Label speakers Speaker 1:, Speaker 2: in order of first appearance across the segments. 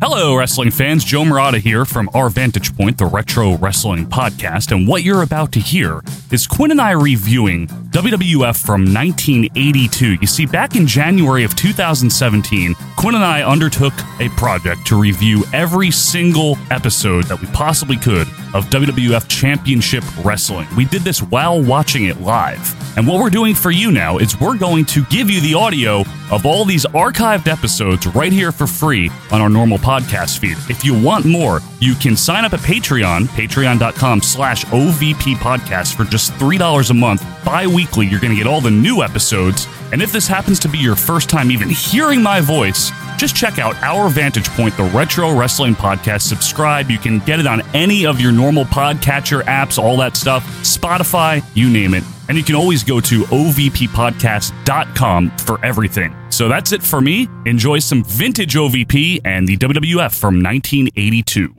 Speaker 1: Hello, wrestling fans. Joe Murata here from Our Vantage Point, the Retro Wrestling Podcast. And what you're about to hear is Quinn and I reviewing WWF from 1982. You see, back in January of 2017, Quinn and I undertook a project to review every single episode that we possibly could of WWF Championship Wrestling. We did this while watching it live. And what we're doing for you now is we're going to give you the audio of all these archived episodes right here for free on our normal podcast feed. If you want more, you can sign up at Patreon, patreon.com slash OVP podcast for just $3 a month. Bi-weekly, you're going to get all the new episodes. And if this happens to be your first time even hearing my voice, just check out Our Vantage Point, the Retro Wrestling Podcast. Subscribe. You can get it on any of your normal podcatcher apps, all that stuff, Spotify, you name it. And you can always go to ovppodcast.com for everything. So that's it for me. Enjoy some vintage OVP and the WWF from 1982.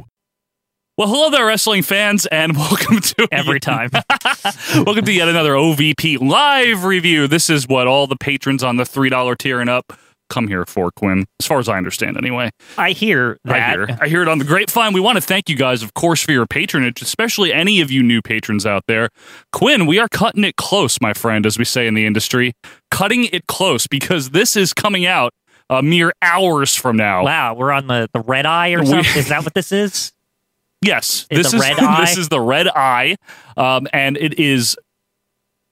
Speaker 1: Well, hello there, wrestling fans, and welcome to
Speaker 2: Every time.
Speaker 1: welcome to yet another OVP live review. This is what all the patrons on the three dollar tier and up come here for, Quinn. As far as I understand, anyway.
Speaker 2: I hear that.
Speaker 1: I hear. I hear it on the grapevine. We want to thank you guys, of course, for your patronage, especially any of you new patrons out there. Quinn, we are cutting it close, my friend, as we say in the industry. Cutting it close because this is coming out a mere hours from now.
Speaker 2: Wow, we're on the, the red eye or
Speaker 1: We-
Speaker 2: something. Is that what this is?
Speaker 1: Yes,
Speaker 2: Is
Speaker 1: this
Speaker 2: the
Speaker 1: is
Speaker 2: red eye-
Speaker 1: this is the red eye, um, and it is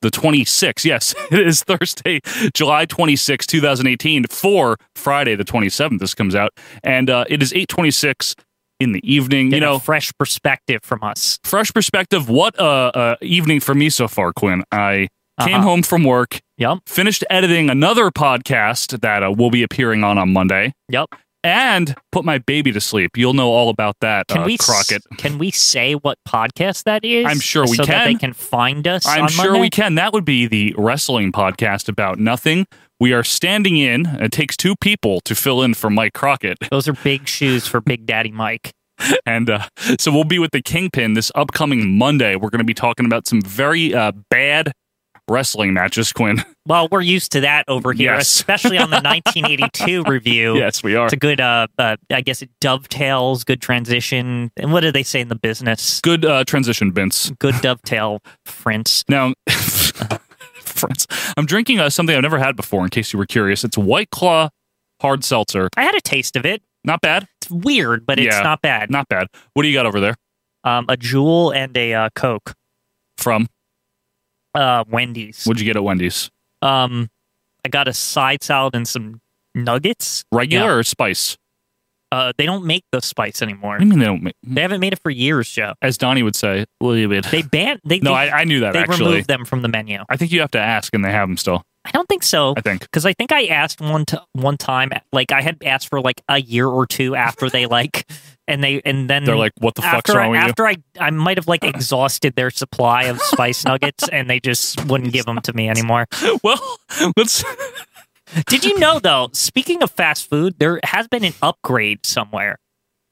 Speaker 1: the 26th. Yes, it is Thursday, July 26, 2018, for Friday the 27th. This comes out, and uh, it is 8:26 in the evening.
Speaker 2: Get
Speaker 1: you know,
Speaker 2: a fresh perspective from us.
Speaker 1: fresh perspective. What a uh, uh, evening for me so far, Quinn. I came
Speaker 2: Uh-huh.
Speaker 1: home from work,
Speaker 2: Yep,
Speaker 1: finished editing another podcast that uh, will be appearing on on Monday,
Speaker 2: yep.
Speaker 1: and put my baby to sleep. You'll know all about that,
Speaker 2: Can
Speaker 1: uh,
Speaker 2: we s-
Speaker 1: Crockett.
Speaker 2: Can we say what podcast that is?
Speaker 1: I'm sure we
Speaker 2: so that they
Speaker 1: can.
Speaker 2: can find us.
Speaker 1: I'm
Speaker 2: on
Speaker 1: sure
Speaker 2: Monday?
Speaker 1: we can. That would be the wrestling podcast about nothing. We are standing in. It takes two people to fill in for Mike Crockett.
Speaker 2: Those are big shoes for Big Daddy Mike.
Speaker 1: And uh, so we'll be with the Kingpin this upcoming Monday. We're going to be talking about some very uh, bad wrestling matches, Quinn.
Speaker 2: Well, we're used to that over here,
Speaker 1: Yes.
Speaker 2: especially on the 1982 review.
Speaker 1: yes, we are.
Speaker 2: It's a good, uh, uh, I guess it dovetails, good transition. And what do they say in the business?
Speaker 1: Good uh, transition, Vince.
Speaker 2: Good dovetail, friends.
Speaker 1: Now, friends, I'm drinking uh, something I've never had before, in case you were curious. It's White Claw Hard Seltzer.
Speaker 2: I had a taste of it.
Speaker 1: Not bad.
Speaker 2: It's weird, but it's
Speaker 1: Yeah.
Speaker 2: not bad.
Speaker 1: Not bad. What do you got over there
Speaker 2: um, a Jewel and a uh, Coke.
Speaker 1: from?
Speaker 2: Uh, Wendy's.
Speaker 1: What'd you get at Wendy's?
Speaker 2: Um, I got a side salad and some nuggets.
Speaker 1: Regular
Speaker 2: Yeah.
Speaker 1: or spice?
Speaker 2: Uh, they don't make the spice anymore.
Speaker 1: What do you mean they don't make?
Speaker 2: They haven't made it for years, Joe.
Speaker 1: As Donnie would say, what do you mean?
Speaker 2: They banned. They
Speaker 1: No,
Speaker 2: they,
Speaker 1: I, I knew that
Speaker 2: they
Speaker 1: actually.
Speaker 2: removed them from the menu.
Speaker 1: I think you have to ask, and they have them still.
Speaker 2: I don't think so.
Speaker 1: I think.
Speaker 2: Because I think I asked one to one time, like I had asked for like a year or two after they like, and they and then
Speaker 1: They're like, what the fuck's
Speaker 2: Mm. after,
Speaker 1: wrong with
Speaker 2: after I I might have like exhausted their supply of spice nuggets, and they just wouldn't give them to me anymore.
Speaker 1: you? well, let's.
Speaker 2: Did you know though? Speaking of fast food, there has been an upgrade somewhere,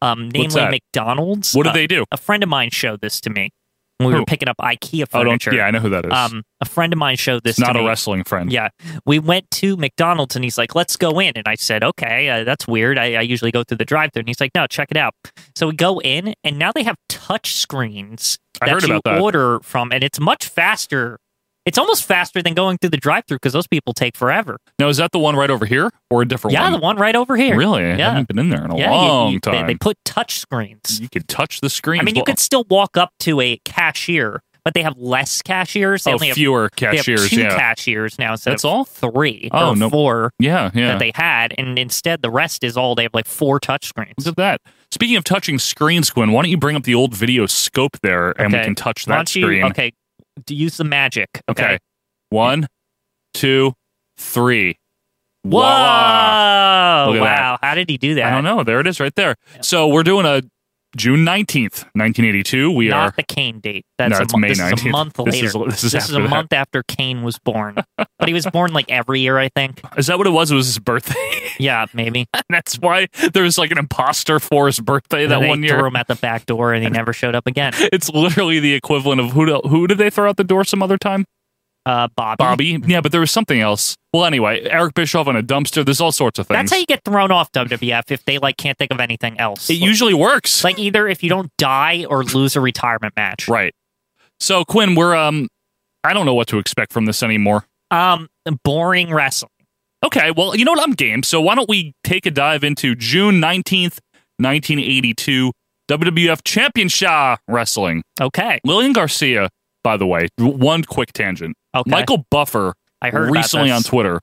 Speaker 2: um, namely
Speaker 1: that?
Speaker 2: McDonald's.
Speaker 1: What do
Speaker 2: Uh,
Speaker 1: they do?
Speaker 2: A friend of mine showed this to me when we
Speaker 1: Who?
Speaker 2: were picking up IKEA
Speaker 1: Oh, don't.
Speaker 2: furniture.
Speaker 1: Yeah, I know who that is.
Speaker 2: um, a friend of mine showed
Speaker 1: it's
Speaker 2: this.
Speaker 1: not
Speaker 2: to
Speaker 1: a
Speaker 2: me.
Speaker 1: wrestling friend.
Speaker 2: Yeah, we went to McDonald's and he's like, "Let's go in," and I said, "Okay, uh, that's weird. I, I usually go through the drive-through." And he's like, "No, check it out." So we go in, and now they have touch screens
Speaker 1: I
Speaker 2: that
Speaker 1: heard
Speaker 2: you
Speaker 1: about that.
Speaker 2: order from, and it's much faster. It's almost faster than going through the drive-through because those people take forever.
Speaker 1: Now is that the one right over here or a different
Speaker 2: Yeah,
Speaker 1: one?
Speaker 2: the one right over here.
Speaker 1: Really? I
Speaker 2: Yeah.
Speaker 1: haven't been in there in a
Speaker 2: you- you-
Speaker 1: long
Speaker 2: they-
Speaker 1: time.
Speaker 2: They, put touch screens.
Speaker 1: you could touch the screen.
Speaker 2: I mean, you could still walk up to a cashier, but they have less cashiers. They
Speaker 1: Oh,
Speaker 2: only have,
Speaker 1: fewer
Speaker 2: they have
Speaker 1: cashiers.
Speaker 2: two
Speaker 1: Yeah.
Speaker 2: cashiers now instead
Speaker 1: That's
Speaker 2: of
Speaker 1: all?
Speaker 2: three
Speaker 1: Oh,
Speaker 2: or
Speaker 1: no.
Speaker 2: four
Speaker 1: yeah, yeah.
Speaker 2: that they had, and instead the rest is all they have like four touch
Speaker 1: Look
Speaker 2: screens.
Speaker 1: at that. Speaking of touching screens, Quinn, why don't you bring up the old video scope there and we
Speaker 2: Okay.
Speaker 1: can touch
Speaker 2: Why
Speaker 1: that
Speaker 2: don't you-
Speaker 1: screen?
Speaker 2: okay, to use the magic. Okay.
Speaker 1: Okay. One, two, three.
Speaker 2: Whoa!
Speaker 1: Voila. Look at
Speaker 2: Wow! How did he do that?
Speaker 1: I don't know. There it is right there. So we're doing a June 19th, 1982. We
Speaker 2: Not
Speaker 1: are.
Speaker 2: the Kane date. That's
Speaker 1: No,
Speaker 2: a
Speaker 1: it's
Speaker 2: month.
Speaker 1: May
Speaker 2: this is a
Speaker 1: 19th.
Speaker 2: month
Speaker 1: This
Speaker 2: later.
Speaker 1: is- this is after
Speaker 2: a
Speaker 1: that.
Speaker 2: month after Kane was born, but he was born like every year, I think.
Speaker 1: Is that what it was? It was his birthday.
Speaker 2: Yeah, maybe.
Speaker 1: That's why there was like an imposter for his birthday
Speaker 2: And
Speaker 1: that
Speaker 2: they
Speaker 1: one year.
Speaker 2: threw him at the back door, and he never showed up again.
Speaker 1: it's literally the equivalent of who do, who did they throw out the door some other time?
Speaker 2: uh, Bobby.
Speaker 1: Bobby. Yeah, but there was something else. Well, anyway, Eric Bischoff in a dumpster. There's all sorts of things.
Speaker 2: That's how you get thrown off WWF if they like can't think of anything else.
Speaker 1: it usually works.
Speaker 2: like either if you don't die or lose a retirement match.
Speaker 1: right. So Quinn, we're um, I don't know what to expect from this anymore.
Speaker 2: Um, boring wrestling.
Speaker 1: Okay, well, you know what? I'm game. So why don't we take a dive into June 19th, 1982, WWF Championship Wrestling.
Speaker 2: Okay.
Speaker 1: Lillian Garcia, by the way, one quick tangent.
Speaker 2: Okay.
Speaker 1: Michael Buffer
Speaker 2: I heard about
Speaker 1: recently
Speaker 2: this.
Speaker 1: on Twitter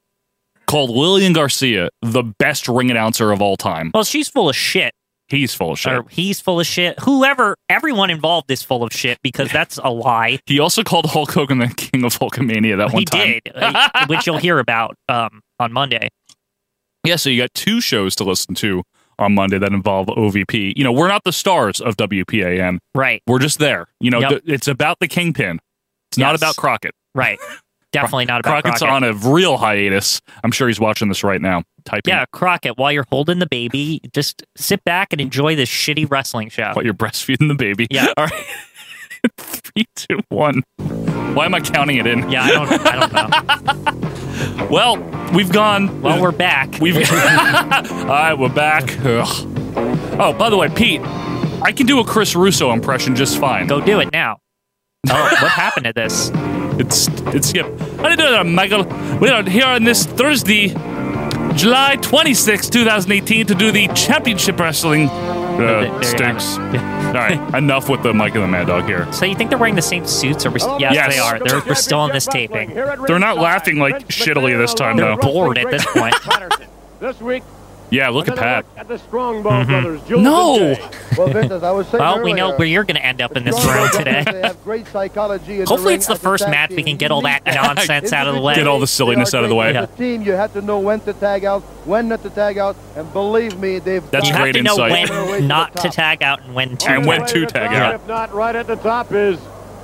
Speaker 1: called Lillian Garcia the best ring announcer of all time.
Speaker 2: Well, she's full of shit.
Speaker 1: He's full of shit.
Speaker 2: Or he's full of shit. Whoever, everyone involved is full of shit because that's a lie.
Speaker 1: he also called Hulk Hogan the king of Hulkamania that one
Speaker 2: he
Speaker 1: time.
Speaker 2: did, uh, which you'll hear about um, on Monday.
Speaker 1: Yeah, so you got two shows to listen to on Monday that involve OVP. You know, we're not the stars of WPAN.
Speaker 2: Right,
Speaker 1: We're just there. You know,
Speaker 2: Yep.
Speaker 1: th- it's about the kingpin. It's not
Speaker 2: Yes.
Speaker 1: about Crockett.
Speaker 2: right. Definitely not about
Speaker 1: Crockett's
Speaker 2: Crockett.
Speaker 1: on a real hiatus. I'm sure he's watching this right now. Typing
Speaker 2: Yeah, Crockett, while you're holding the baby, just sit back and enjoy this shitty wrestling show.
Speaker 1: while you're breastfeeding the baby.
Speaker 2: Yeah.
Speaker 1: All right. Three, two, one. Why am I counting it in?
Speaker 2: Yeah, I don't, I don't know.
Speaker 1: Well, we've gone.
Speaker 2: Well, we're back.
Speaker 1: We've. All right, we're back. Ugh. Oh, by the way, Pete, I can do a Chris Russo impression just fine.
Speaker 2: Go do it now. Oh, what happened to this?
Speaker 1: It's it's yep. How do you do that, Michael? We are here on this Thursday, July twenty sixth, 2018, to do the championship wrestling.
Speaker 2: There you
Speaker 1: Uh,
Speaker 2: have
Speaker 1: stinks.
Speaker 2: it. Yeah.
Speaker 1: All right, enough with the Mike and the Mad Dog here.
Speaker 2: So you think they're wearing the same suits? Or we,
Speaker 3: Oh,
Speaker 4: Oh,
Speaker 2: yes,
Speaker 1: Yes.
Speaker 2: they are. They're, we're still on this taping.
Speaker 1: They're not laughing, like, shittily this time,
Speaker 2: They're though. bored at this point.
Speaker 3: this week,
Speaker 1: Yeah, look at
Speaker 3: another
Speaker 1: Pat.
Speaker 3: look At the Strongbow brothers, Jules
Speaker 1: No!
Speaker 3: and Jay.
Speaker 4: Well, Vincent, I was saying
Speaker 2: Mm-hmm. Well, we know
Speaker 4: earlier,
Speaker 2: where you're going to end up in this
Speaker 4: strong
Speaker 2: room
Speaker 4: brothers, they
Speaker 2: today.
Speaker 4: have great psychology in the
Speaker 2: Hopefully,
Speaker 4: ring.
Speaker 2: it's the
Speaker 4: I think
Speaker 2: first
Speaker 4: that's
Speaker 2: match
Speaker 4: the
Speaker 2: we can get all that
Speaker 4: unique
Speaker 2: nonsense out of the way.
Speaker 1: Get all the
Speaker 4: They
Speaker 1: silliness
Speaker 4: are
Speaker 1: out of the way.
Speaker 4: great as a Team, you have to know when to tag out, when not to tag out, and believe me, they've.
Speaker 1: That's
Speaker 2: you
Speaker 4: done
Speaker 1: great
Speaker 2: have to know
Speaker 1: insight.
Speaker 2: when not to tag out and when to.
Speaker 1: And when
Speaker 3: Right
Speaker 1: to
Speaker 3: at the
Speaker 1: tag
Speaker 3: top,
Speaker 1: out.
Speaker 3: If not right at the top is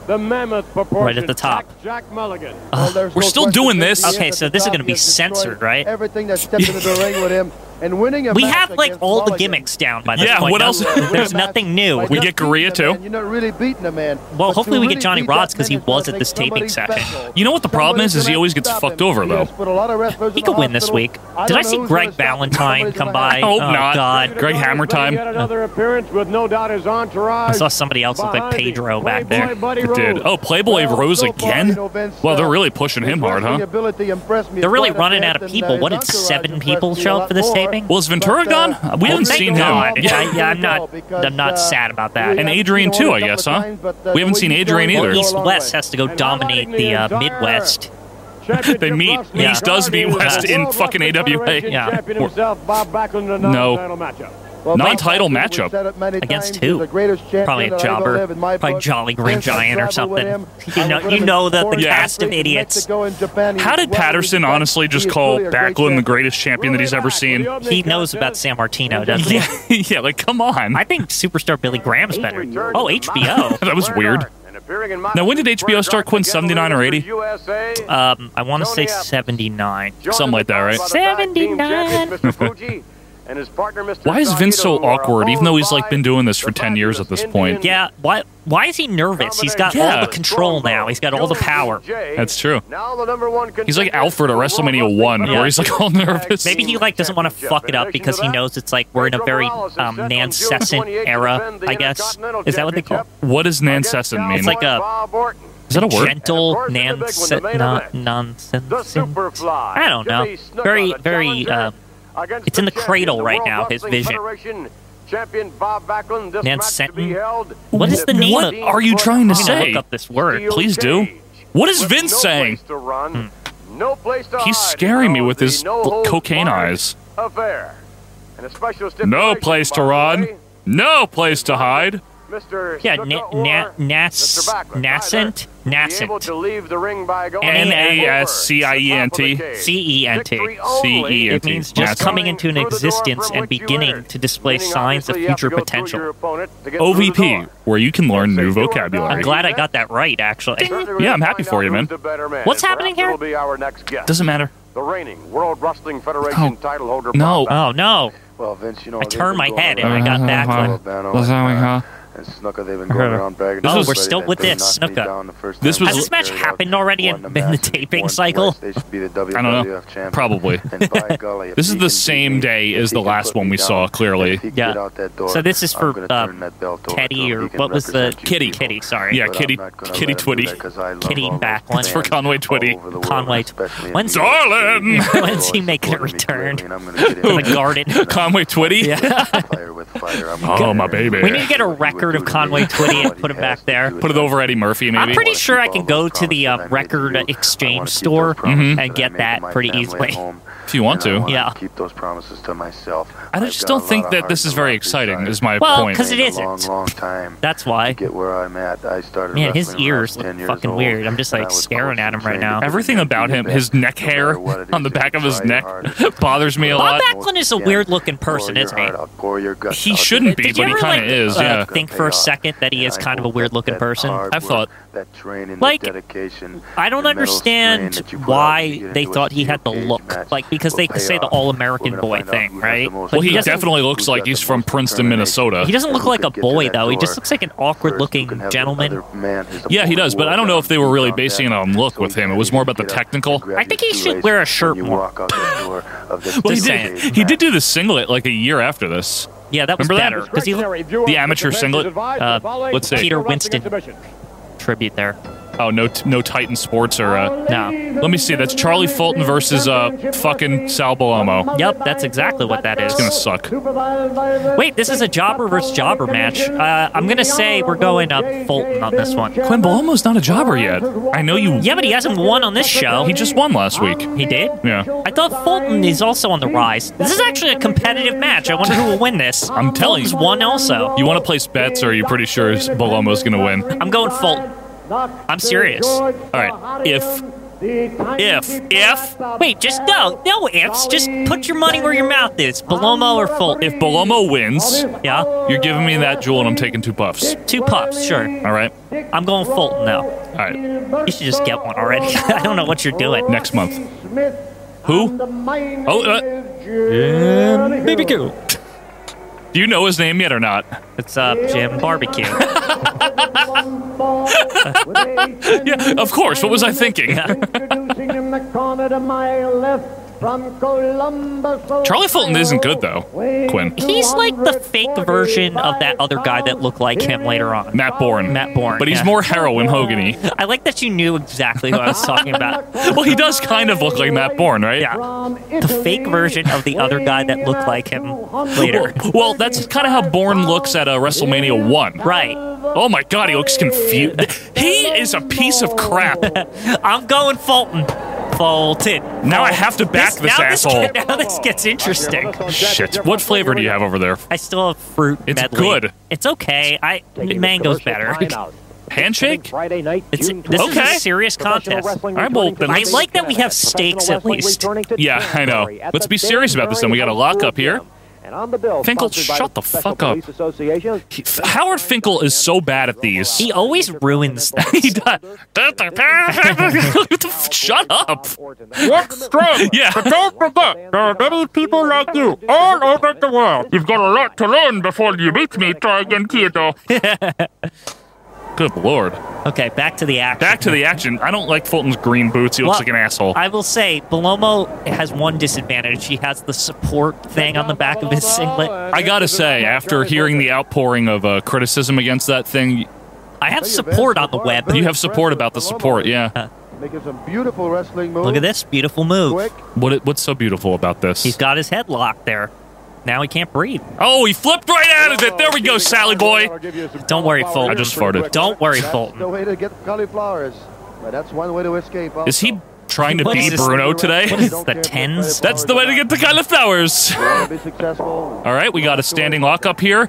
Speaker 3: the mammoth proportion.
Speaker 2: Right at the top.
Speaker 3: Jack, Jack Mulligan.
Speaker 4: Well, there's
Speaker 1: We're
Speaker 4: no
Speaker 1: still
Speaker 4: question
Speaker 1: doing
Speaker 4: that
Speaker 1: this.
Speaker 4: he is
Speaker 2: Okay,
Speaker 4: at
Speaker 2: so
Speaker 4: the
Speaker 2: this is
Speaker 4: top.
Speaker 2: gonna
Speaker 4: He
Speaker 2: be
Speaker 4: has destroyed
Speaker 2: censored, right?
Speaker 4: Everything that stepped into the ring with him and winning a
Speaker 2: We
Speaker 4: match
Speaker 2: have like
Speaker 4: against
Speaker 2: all the
Speaker 4: Mulligan.
Speaker 2: gimmicks down by this
Speaker 1: Yeah,
Speaker 2: point.
Speaker 1: what
Speaker 2: No-
Speaker 1: else-
Speaker 2: There's nothing new.
Speaker 4: By
Speaker 1: We
Speaker 4: just
Speaker 1: get Gorilla,
Speaker 4: beating a man,
Speaker 1: too.
Speaker 4: You're not really beating a man.
Speaker 2: Well,
Speaker 4: But
Speaker 2: hopefully
Speaker 4: to
Speaker 2: we get
Speaker 4: really
Speaker 2: Johnny
Speaker 4: beat
Speaker 2: Rods
Speaker 4: that
Speaker 2: 'cause he
Speaker 4: man is gonna
Speaker 2: was at
Speaker 4: take
Speaker 2: this taping
Speaker 4: somebody
Speaker 2: session.
Speaker 4: special.
Speaker 1: You know what the problem
Speaker 4: Somebody's
Speaker 1: is, is he
Speaker 4: gonna
Speaker 1: always gets
Speaker 4: stop him.
Speaker 1: fucked over,
Speaker 4: Yes,
Speaker 1: though.
Speaker 4: but a lot of wrestlers
Speaker 2: He
Speaker 4: in the
Speaker 2: could win this
Speaker 4: hospital,
Speaker 2: week.
Speaker 4: I
Speaker 2: Did I
Speaker 4: don't
Speaker 2: see
Speaker 4: know who's
Speaker 2: Greg
Speaker 4: gonna stop him.
Speaker 2: Valentine
Speaker 4: Somebody's
Speaker 2: come
Speaker 4: gonna
Speaker 2: by?
Speaker 4: have
Speaker 1: I hope
Speaker 2: oh
Speaker 1: not.
Speaker 2: God.
Speaker 1: Greg Hammer time.
Speaker 3: Yet another appearance with no doubt his entourage.
Speaker 2: I saw somebody else look like
Speaker 3: Behind the
Speaker 2: Pedro back there.
Speaker 3: Playboy Buddy
Speaker 1: It did.
Speaker 3: Rose.
Speaker 1: Oh, Playboy
Speaker 4: Well,
Speaker 1: Rose
Speaker 4: so far, you
Speaker 1: again?
Speaker 4: know, Vince,
Speaker 1: Wow, they're
Speaker 4: uh,
Speaker 1: really pushing him hard,
Speaker 4: wrestling
Speaker 1: huh?
Speaker 4: ability impressed me
Speaker 2: They're really
Speaker 4: quite a
Speaker 2: running
Speaker 4: bit,
Speaker 2: out of
Speaker 4: and,
Speaker 2: people.
Speaker 4: uh, his
Speaker 2: What did
Speaker 4: entourage
Speaker 2: seven
Speaker 4: impressed
Speaker 2: people
Speaker 4: me a
Speaker 2: show up
Speaker 4: lot
Speaker 2: for this
Speaker 4: more.
Speaker 2: taping?
Speaker 1: Was Ventura
Speaker 4: But, uh,
Speaker 1: gone? We
Speaker 4: oh,
Speaker 1: haven't
Speaker 4: thank
Speaker 1: seen
Speaker 2: God.
Speaker 1: him.
Speaker 2: Yeah,
Speaker 4: Well,
Speaker 2: yeah, I'm not.
Speaker 4: because,
Speaker 2: I'm not
Speaker 4: uh,
Speaker 2: sad about that.
Speaker 1: And
Speaker 4: Yeah,
Speaker 1: Adrian
Speaker 4: you know,
Speaker 1: too,
Speaker 4: a
Speaker 1: I guess,
Speaker 4: couple of
Speaker 1: huh?
Speaker 4: times, but, uh,
Speaker 1: We haven't
Speaker 4: the
Speaker 1: seen
Speaker 4: way he's
Speaker 1: Adrian
Speaker 4: going,
Speaker 1: either.
Speaker 4: he's
Speaker 2: East
Speaker 4: going a long
Speaker 2: West
Speaker 4: way.
Speaker 2: has to go dominate the uh, Midwest.
Speaker 3: Championship
Speaker 1: They meet.
Speaker 3: wrestling
Speaker 1: Yeah. East does meet
Speaker 3: guardian
Speaker 1: West
Speaker 3: of the
Speaker 1: in
Speaker 3: World
Speaker 1: fucking
Speaker 3: Wrestling
Speaker 1: AWA.
Speaker 3: Federation
Speaker 2: Yeah.
Speaker 3: Champion himself, Bob Backlund, in a
Speaker 1: No.
Speaker 3: non-title matchup.
Speaker 4: Well, Bob
Speaker 1: Non-title
Speaker 4: Backlund, we've
Speaker 1: matchup.
Speaker 4: said it many
Speaker 2: Against
Speaker 4: times,
Speaker 2: who?
Speaker 4: he's the greatest champion
Speaker 2: Probably a
Speaker 4: that I ever
Speaker 2: jobber.
Speaker 4: live in my
Speaker 2: Probably
Speaker 4: book.
Speaker 2: Jolly Green
Speaker 4: Since I
Speaker 2: Giant or
Speaker 4: traveled with
Speaker 2: something.
Speaker 4: him,
Speaker 2: You
Speaker 4: I
Speaker 2: know-
Speaker 4: was with
Speaker 2: you
Speaker 4: him
Speaker 2: know
Speaker 4: in
Speaker 2: the- the
Speaker 4: foreign
Speaker 2: cast of
Speaker 4: countries,
Speaker 2: idiots.
Speaker 4: Mexico and Japan. He
Speaker 1: How
Speaker 4: was
Speaker 1: did
Speaker 4: well
Speaker 1: Patterson
Speaker 4: respected.
Speaker 1: honestly just
Speaker 4: He is
Speaker 1: call
Speaker 4: truly a great
Speaker 1: Backlund the
Speaker 4: champion.
Speaker 1: greatest champion that he's ever seen?
Speaker 2: He knows about San Martino, doesn't he?
Speaker 1: Yeah, yeah, like, come on.
Speaker 2: I think superstar Billy Graham's better. Oh, HBO.
Speaker 1: That was weird. Now, when did HBO start Quinn, 79 or 80?
Speaker 2: Um, I want to say 79.
Speaker 1: Something like that, right?
Speaker 2: 79.
Speaker 3: And his partner, Mr.
Speaker 1: Why is Vince so awkward, even though he's, like, been doing this for 10 years at this point?
Speaker 2: Yeah, why why is he nervous? He's got
Speaker 1: Yeah.
Speaker 2: all the control now. He's got all the power.
Speaker 1: That's true.
Speaker 3: Now the number one
Speaker 1: He's like
Speaker 3: contender
Speaker 1: Alfred at
Speaker 3: for
Speaker 1: WrestleMania
Speaker 3: World
Speaker 1: 1,
Speaker 3: Wrestling
Speaker 1: where he's, like, all nervous.
Speaker 2: Maybe he like doesn't want to fuck it up because he knows it's like we're in a very um nancescent era, I guess. Is that what they call it?
Speaker 1: What does Nancesson mean?
Speaker 2: It's like a-
Speaker 1: Is that a word?
Speaker 2: gentle nansen- non- nonsense?
Speaker 3: The Superfly.
Speaker 2: I don't know.
Speaker 3: Jimmy Snuka,
Speaker 2: Very
Speaker 3: the
Speaker 2: very uh,
Speaker 3: challenger against
Speaker 2: it's in the
Speaker 3: champion,
Speaker 2: cradle right
Speaker 3: World
Speaker 2: now, his
Speaker 3: Wrestling
Speaker 2: vision.
Speaker 3: Federation Champion Bob Backlund. This
Speaker 2: Nan
Speaker 3: match to
Speaker 2: Senton?
Speaker 3: be held
Speaker 2: What is
Speaker 3: in
Speaker 2: the
Speaker 3: a
Speaker 2: name
Speaker 1: What
Speaker 2: of-
Speaker 1: are you trying to
Speaker 2: I'm gonna
Speaker 1: say?
Speaker 2: look up this word.
Speaker 3: steel
Speaker 1: Please do.
Speaker 3: cage.
Speaker 1: What is
Speaker 3: With
Speaker 1: Vince
Speaker 3: no
Speaker 1: saying?
Speaker 3: place to run,
Speaker 2: Hmm.
Speaker 3: no place to
Speaker 1: He's
Speaker 3: hide
Speaker 1: scaring me
Speaker 3: because
Speaker 1: with his
Speaker 3: the no holds
Speaker 1: cocaine
Speaker 3: barred
Speaker 1: eyes.
Speaker 3: Affair. And a special
Speaker 1: No
Speaker 3: stipulation,
Speaker 1: place
Speaker 3: by
Speaker 1: to
Speaker 3: the
Speaker 1: run.
Speaker 3: way,
Speaker 1: No place to hide.
Speaker 3: Mr.
Speaker 2: Yeah,
Speaker 3: Snuka
Speaker 2: na-
Speaker 3: or
Speaker 2: na- nas-
Speaker 3: Mr. Backlund,
Speaker 2: nascent,
Speaker 3: either, be
Speaker 2: nascent.
Speaker 3: able to leave the ring by going
Speaker 2: N A
Speaker 1: S C I E N T.
Speaker 3: over the top of the cage.
Speaker 2: C-E-N-T.
Speaker 3: Victory only
Speaker 1: C E N
Speaker 2: It
Speaker 1: T.
Speaker 2: means just
Speaker 1: Nascent.
Speaker 2: coming into an
Speaker 3: Through the door
Speaker 2: existence
Speaker 3: from
Speaker 2: and
Speaker 3: which you
Speaker 2: beginning
Speaker 3: entered.
Speaker 2: to display
Speaker 3: Meaning,
Speaker 2: signs of
Speaker 3: obviously, you have
Speaker 2: future
Speaker 3: to go through your
Speaker 2: potential.
Speaker 3: opponent to get through the
Speaker 1: OVP,
Speaker 3: door.
Speaker 1: where you can learn new
Speaker 3: Say, you're
Speaker 1: vocabulary.
Speaker 2: I'm glad I got that right, actually.
Speaker 3: Certainly
Speaker 1: Yeah,
Speaker 3: we'll
Speaker 1: I'm happy
Speaker 3: find
Speaker 1: for you,
Speaker 3: out
Speaker 1: man.
Speaker 3: who's the better man.
Speaker 2: What's happening
Speaker 3: Perhaps
Speaker 2: here?
Speaker 3: It'll be our next guest.
Speaker 1: Doesn't matter.
Speaker 3: the reigning World Wrestling Federation
Speaker 1: Oh.
Speaker 3: title holder.
Speaker 1: No.
Speaker 3: Bob Backlund.
Speaker 2: Oh no!
Speaker 4: Well, Vince, you know,
Speaker 2: I
Speaker 4: they've
Speaker 2: turned
Speaker 4: been
Speaker 2: my
Speaker 4: going
Speaker 2: head and
Speaker 4: around
Speaker 2: I got
Speaker 1: Uh-huh.
Speaker 4: for a
Speaker 2: back.
Speaker 4: while, Ben, all that time.
Speaker 5: and Snuka, they've been going around bagging.
Speaker 2: Oh,
Speaker 5: everybody
Speaker 2: we're still
Speaker 5: that
Speaker 2: with
Speaker 5: they
Speaker 2: this,
Speaker 5: knocked me
Speaker 2: Snuka.
Speaker 5: down the first
Speaker 1: This
Speaker 5: time
Speaker 1: was-
Speaker 5: they
Speaker 1: Has this
Speaker 2: match
Speaker 5: carried
Speaker 2: happened
Speaker 5: out
Speaker 2: already
Speaker 5: one
Speaker 2: in-
Speaker 5: the
Speaker 2: in the
Speaker 5: Masters,
Speaker 2: taping
Speaker 5: one
Speaker 2: cycle?
Speaker 5: West. They should be the WWF
Speaker 1: I don't know.
Speaker 5: champion.
Speaker 1: Probably.
Speaker 5: And by golly, if
Speaker 1: This is
Speaker 5: he
Speaker 1: the
Speaker 5: can beat
Speaker 1: same
Speaker 5: me,
Speaker 1: day
Speaker 5: if
Speaker 1: as
Speaker 5: he
Speaker 1: the
Speaker 5: can
Speaker 1: last
Speaker 5: put
Speaker 1: one
Speaker 5: me
Speaker 1: we
Speaker 5: down,
Speaker 1: saw, clearly.
Speaker 5: if he can
Speaker 2: Yeah.
Speaker 5: get out that door,
Speaker 2: So this is
Speaker 5: I'm
Speaker 2: for,
Speaker 5: gonna
Speaker 2: uh,
Speaker 5: turn that belt over to
Speaker 2: Teddy
Speaker 5: him.
Speaker 2: or
Speaker 5: He can
Speaker 2: what was the
Speaker 5: represent you
Speaker 1: Kitty.
Speaker 5: people.
Speaker 2: Kitty? Sorry.
Speaker 1: Yeah,
Speaker 5: But
Speaker 1: Kitty-
Speaker 5: I'm not gonna
Speaker 1: Kitty
Speaker 5: let him do
Speaker 1: Twitty.
Speaker 5: that 'cause I love
Speaker 2: Kitty
Speaker 5: all those
Speaker 2: back one. That's
Speaker 1: for
Speaker 5: fans
Speaker 1: Conway Twitty.
Speaker 5: all over the world,
Speaker 2: Conway.
Speaker 5: especially in
Speaker 2: When's-
Speaker 5: New York
Speaker 1: Darling!
Speaker 5: City.
Speaker 2: When's he making a
Speaker 5: Supporting me
Speaker 2: return?
Speaker 5: greatly, and I'm gonna get
Speaker 2: the
Speaker 5: in there.
Speaker 2: garden.
Speaker 1: Conway Twitty?
Speaker 2: Yeah.
Speaker 5: Fire with fire. I'm
Speaker 1: Oh,
Speaker 5: gonna
Speaker 1: my
Speaker 5: get
Speaker 1: baby.
Speaker 5: in there.
Speaker 1: We
Speaker 2: need to get a
Speaker 5: What he would
Speaker 2: record
Speaker 5: do
Speaker 2: of
Speaker 5: to me,
Speaker 2: Conway Twitty and
Speaker 5: what he
Speaker 2: put him
Speaker 5: has
Speaker 2: back
Speaker 5: to
Speaker 2: there.
Speaker 5: do to
Speaker 1: Put it
Speaker 5: me.
Speaker 1: over Eddie Murphy, maybe.
Speaker 2: I'm pretty sure I can go to the
Speaker 5: I
Speaker 2: uh,
Speaker 5: wanna keep
Speaker 2: record
Speaker 5: those
Speaker 2: exchange
Speaker 5: promises
Speaker 2: store
Speaker 5: that I made
Speaker 2: and get
Speaker 5: my
Speaker 2: that pretty
Speaker 5: family at
Speaker 2: easily.
Speaker 5: home,
Speaker 1: if you want
Speaker 5: and I
Speaker 1: to.
Speaker 5: wanna
Speaker 2: Yeah.
Speaker 5: Keep those promises to myself.
Speaker 1: I
Speaker 5: I've
Speaker 1: just
Speaker 5: got a
Speaker 1: don't
Speaker 5: lot
Speaker 1: think
Speaker 5: of
Speaker 1: that
Speaker 5: heart
Speaker 1: this is
Speaker 5: and a lot
Speaker 1: very
Speaker 5: of
Speaker 1: exciting,
Speaker 5: desire.
Speaker 1: is my
Speaker 2: Well,
Speaker 1: point.
Speaker 2: 'cause it
Speaker 5: Been a
Speaker 2: isn't.
Speaker 5: Long, long time.
Speaker 2: That's why.
Speaker 5: Get where I'm at. I started.
Speaker 2: Man, his
Speaker 5: wrestling when I
Speaker 2: ears
Speaker 5: was
Speaker 2: look
Speaker 5: 10 years
Speaker 2: fucking
Speaker 5: old,
Speaker 2: weird. I'm just,
Speaker 5: and
Speaker 2: like,
Speaker 5: I was
Speaker 2: staring at him
Speaker 5: constantly
Speaker 2: right now.
Speaker 5: trained to
Speaker 1: Everything
Speaker 5: do
Speaker 1: about him,
Speaker 5: that.
Speaker 1: his neck
Speaker 5: No matter
Speaker 1: hair
Speaker 5: what it
Speaker 1: on the
Speaker 5: is, if
Speaker 1: back
Speaker 5: you
Speaker 1: of his
Speaker 5: try your
Speaker 1: neck
Speaker 5: hardest,
Speaker 1: bothers me a
Speaker 2: Bob
Speaker 1: lot.
Speaker 2: Backlund is a
Speaker 5: Yeah.
Speaker 2: weird-looking
Speaker 5: Pour
Speaker 2: person,
Speaker 5: your
Speaker 2: isn't he?
Speaker 5: heart out, pour your guts
Speaker 1: He
Speaker 5: out.
Speaker 1: shouldn't be,
Speaker 2: Did you
Speaker 1: but he
Speaker 2: ever
Speaker 1: kind of
Speaker 2: like
Speaker 1: is.
Speaker 2: uh,
Speaker 1: yeah.
Speaker 2: think for a second that he is kind of a weird-looking person?
Speaker 1: I've thought.
Speaker 2: Like,
Speaker 5: like, dedication,
Speaker 2: I don't
Speaker 5: the mental
Speaker 2: understand
Speaker 5: strain that you put out to
Speaker 2: why
Speaker 5: get
Speaker 2: they
Speaker 5: into a
Speaker 2: thought he had the
Speaker 5: steel cage
Speaker 2: look,
Speaker 5: match
Speaker 2: like because
Speaker 5: will
Speaker 2: they
Speaker 5: pay
Speaker 2: say the
Speaker 5: off.
Speaker 2: all-American
Speaker 5: We're
Speaker 2: boy
Speaker 5: gonna find
Speaker 2: thing,
Speaker 5: out who has
Speaker 2: right?
Speaker 5: the most
Speaker 2: But
Speaker 1: Well, he
Speaker 2: doesn't-
Speaker 1: definitely looks
Speaker 5: Who's
Speaker 1: like
Speaker 5: got
Speaker 1: he's
Speaker 5: the
Speaker 1: from
Speaker 5: most
Speaker 1: Princeton,
Speaker 5: determination?
Speaker 1: Minnesota.
Speaker 2: He doesn't
Speaker 5: And
Speaker 2: look
Speaker 5: who
Speaker 2: like
Speaker 5: can
Speaker 2: a
Speaker 5: get to
Speaker 2: boy
Speaker 5: that
Speaker 2: though. He
Speaker 5: door
Speaker 2: just looks like an
Speaker 5: first, who
Speaker 2: awkward-looking
Speaker 5: can have the
Speaker 2: gentleman.
Speaker 5: other man his
Speaker 1: Yeah, he
Speaker 5: opponent
Speaker 1: does, but I don't
Speaker 5: walk
Speaker 1: know
Speaker 5: down
Speaker 1: if they were really
Speaker 5: down
Speaker 1: basing it
Speaker 5: down.
Speaker 1: on look
Speaker 5: So
Speaker 1: with
Speaker 5: he
Speaker 1: him. It
Speaker 5: can't
Speaker 1: was
Speaker 5: even
Speaker 1: more about the
Speaker 5: get up and
Speaker 1: technical.
Speaker 5: grab
Speaker 2: I think
Speaker 5: your
Speaker 2: he should
Speaker 5: shoelace
Speaker 2: wear a
Speaker 5: when
Speaker 2: shirt
Speaker 5: you
Speaker 2: more.
Speaker 5: walk out that door of this
Speaker 1: Well, he
Speaker 2: Just
Speaker 1: did.
Speaker 2: saying.
Speaker 1: He did do the singlet like a year after this.
Speaker 2: Yeah, that was
Speaker 1: Remember that?
Speaker 2: better because he looked
Speaker 1: The amateur singlet?
Speaker 2: Uh,
Speaker 1: let's see.
Speaker 2: Peter Winston. tribute there.
Speaker 1: Oh no, t- no Titan Sports or uh,
Speaker 2: No.
Speaker 1: let me see. That's Charlie Fulton versus uh fucking Sal Balomo.
Speaker 2: Yep, that's exactly what that is.
Speaker 1: It's gonna suck.
Speaker 2: Wait, this is a jobber versus jobber match. Uh, I'm gonna say we're going up Fulton on this one.
Speaker 1: Quinn Balomo's not a jobber yet. I know you.
Speaker 2: Yeah, but he hasn't won on this show.
Speaker 1: He just won last week.
Speaker 2: He did?
Speaker 1: Yeah.
Speaker 2: I thought Fulton is also on the rise. This is actually a competitive match. I wonder who will win this.
Speaker 1: I'm telling you.
Speaker 2: Fulton's won also.
Speaker 1: You want to place bets, or are you pretty sure Balomo's gonna win?
Speaker 2: I'm going Fulton. I'm serious.
Speaker 1: All right. If
Speaker 2: If, if, wait, just no, no ifs. Just put your money where your mouth is. Balomo or Fulton.
Speaker 1: if Balomo wins,
Speaker 2: yeah,
Speaker 1: you're giving me that jewel, and I'm taking two puffs.
Speaker 2: two puffs, sure.
Speaker 1: All right.
Speaker 2: I'm going Fulton though.
Speaker 1: All right.
Speaker 2: You should just get one already. I don't know what you're doing.
Speaker 1: Next month. Who? Oh, uh,
Speaker 2: baby goo.
Speaker 1: do you know his name yet or not?
Speaker 2: It's uh, Jim Barbecue.
Speaker 1: Yeah, of course. What was I thinking?
Speaker 6: Introducing in the corner to my left from Columbus.
Speaker 1: Charlie Fulton isn't good though. Quinn.
Speaker 2: He's like the fake version of that other guy that looked like him later on.
Speaker 1: Matt Bourne.
Speaker 2: Matt Bourne.
Speaker 1: But he's
Speaker 2: yeah.
Speaker 1: more heroin Hogany.
Speaker 2: I like that you knew exactly who I was talking about.
Speaker 1: Well, he does kind of look like Matt Bourne, right?
Speaker 2: Yeah. The fake version of the other guy that looked like him later.
Speaker 1: Well, that's kind of how Bourne looks at uh, WrestleMania 1.
Speaker 2: Right.
Speaker 1: Oh my god, he looks confused. He is a piece of crap.
Speaker 2: I'm going Fulton. Fulton.
Speaker 1: Now I have to back this
Speaker 2: now
Speaker 1: asshole.
Speaker 2: Gets, now this gets interesting.
Speaker 1: Shit. What flavor do you have over there?
Speaker 2: I still have fruit
Speaker 1: It's
Speaker 2: medley.
Speaker 1: good.
Speaker 2: It's okay. I mango's better.
Speaker 1: Handshake?
Speaker 3: Friday night,
Speaker 2: It's,
Speaker 3: June
Speaker 2: this is a
Speaker 1: Okay.
Speaker 2: serious contest.
Speaker 1: All right, well, then
Speaker 2: I
Speaker 1: let's-
Speaker 2: like that we have stakes at least.
Speaker 1: Yeah, I know. Let's be serious about this then. We got a lockup here.
Speaker 3: And on the bill,
Speaker 1: Finkel,
Speaker 3: sponsored by
Speaker 1: shut the
Speaker 3: Special
Speaker 1: fuck up.
Speaker 3: Police Association,
Speaker 1: Howard Finkel is so bad at these.
Speaker 2: He always ruins that.
Speaker 1: he does. What the f- Shut up.
Speaker 3: What's
Speaker 1: Strong. Yeah. Don't forget, there are many people like you all over the world. You've got a lot to learn before you meet me, Dragon Kido. Good lord.
Speaker 2: Okay, back to the action.
Speaker 1: Back to the action. I don't like Fulton's green boots. He looks
Speaker 2: Well,
Speaker 1: like an asshole.
Speaker 2: I will say, Belomo has one disadvantage. He has the support thing on the back of his singlet.
Speaker 1: I gotta say, after hearing the outpouring of uh, criticism against that thing,
Speaker 2: I have support on the web.
Speaker 1: you have support about the support, yeah.
Speaker 4: Making some beautiful wrestling moves.
Speaker 2: Look at this beautiful move.
Speaker 4: Quick.
Speaker 1: What it- What's so beautiful about
Speaker 2: He's
Speaker 1: this?
Speaker 2: got his head locked there. Now he can't breathe.
Speaker 1: Oh, he flipped right out of it. There we go, Sally boy.
Speaker 2: Don't worry, Fulton.
Speaker 1: I just farted.
Speaker 2: Don't worry,
Speaker 4: That's the
Speaker 2: Fulton.
Speaker 4: way to get cauliflowers. But that's one way to escape.
Speaker 1: Is he
Speaker 4: also.
Speaker 1: trying to
Speaker 2: What
Speaker 1: be
Speaker 2: is this-
Speaker 1: Bruno today?
Speaker 2: What is the tens?
Speaker 1: That's the way to get the kind of flowers.
Speaker 4: Wanna be successful?
Speaker 1: All right, we got a standing lock up here.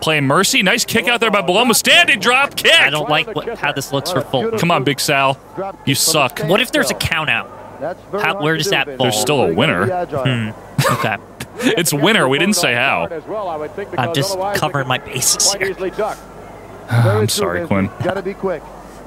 Speaker 1: Play mercy. Nice kick out there by Baloma. Standing drop kick.
Speaker 2: I don't like what, how this looks for Fulton.
Speaker 1: Come on, Big Sal. You suck.
Speaker 2: What if there's a count out?
Speaker 4: That's very
Speaker 2: How-
Speaker 4: hard
Speaker 2: where
Speaker 4: to
Speaker 2: does
Speaker 4: do,
Speaker 2: that
Speaker 4: Vince.
Speaker 2: fall? There's
Speaker 1: still a winner.
Speaker 4: Be agile.
Speaker 2: Okay.
Speaker 1: It's winter. We didn't say how.
Speaker 2: I'm just covering my bases here.
Speaker 1: I'm sorry, Quinn.
Speaker 4: Gotta be quick.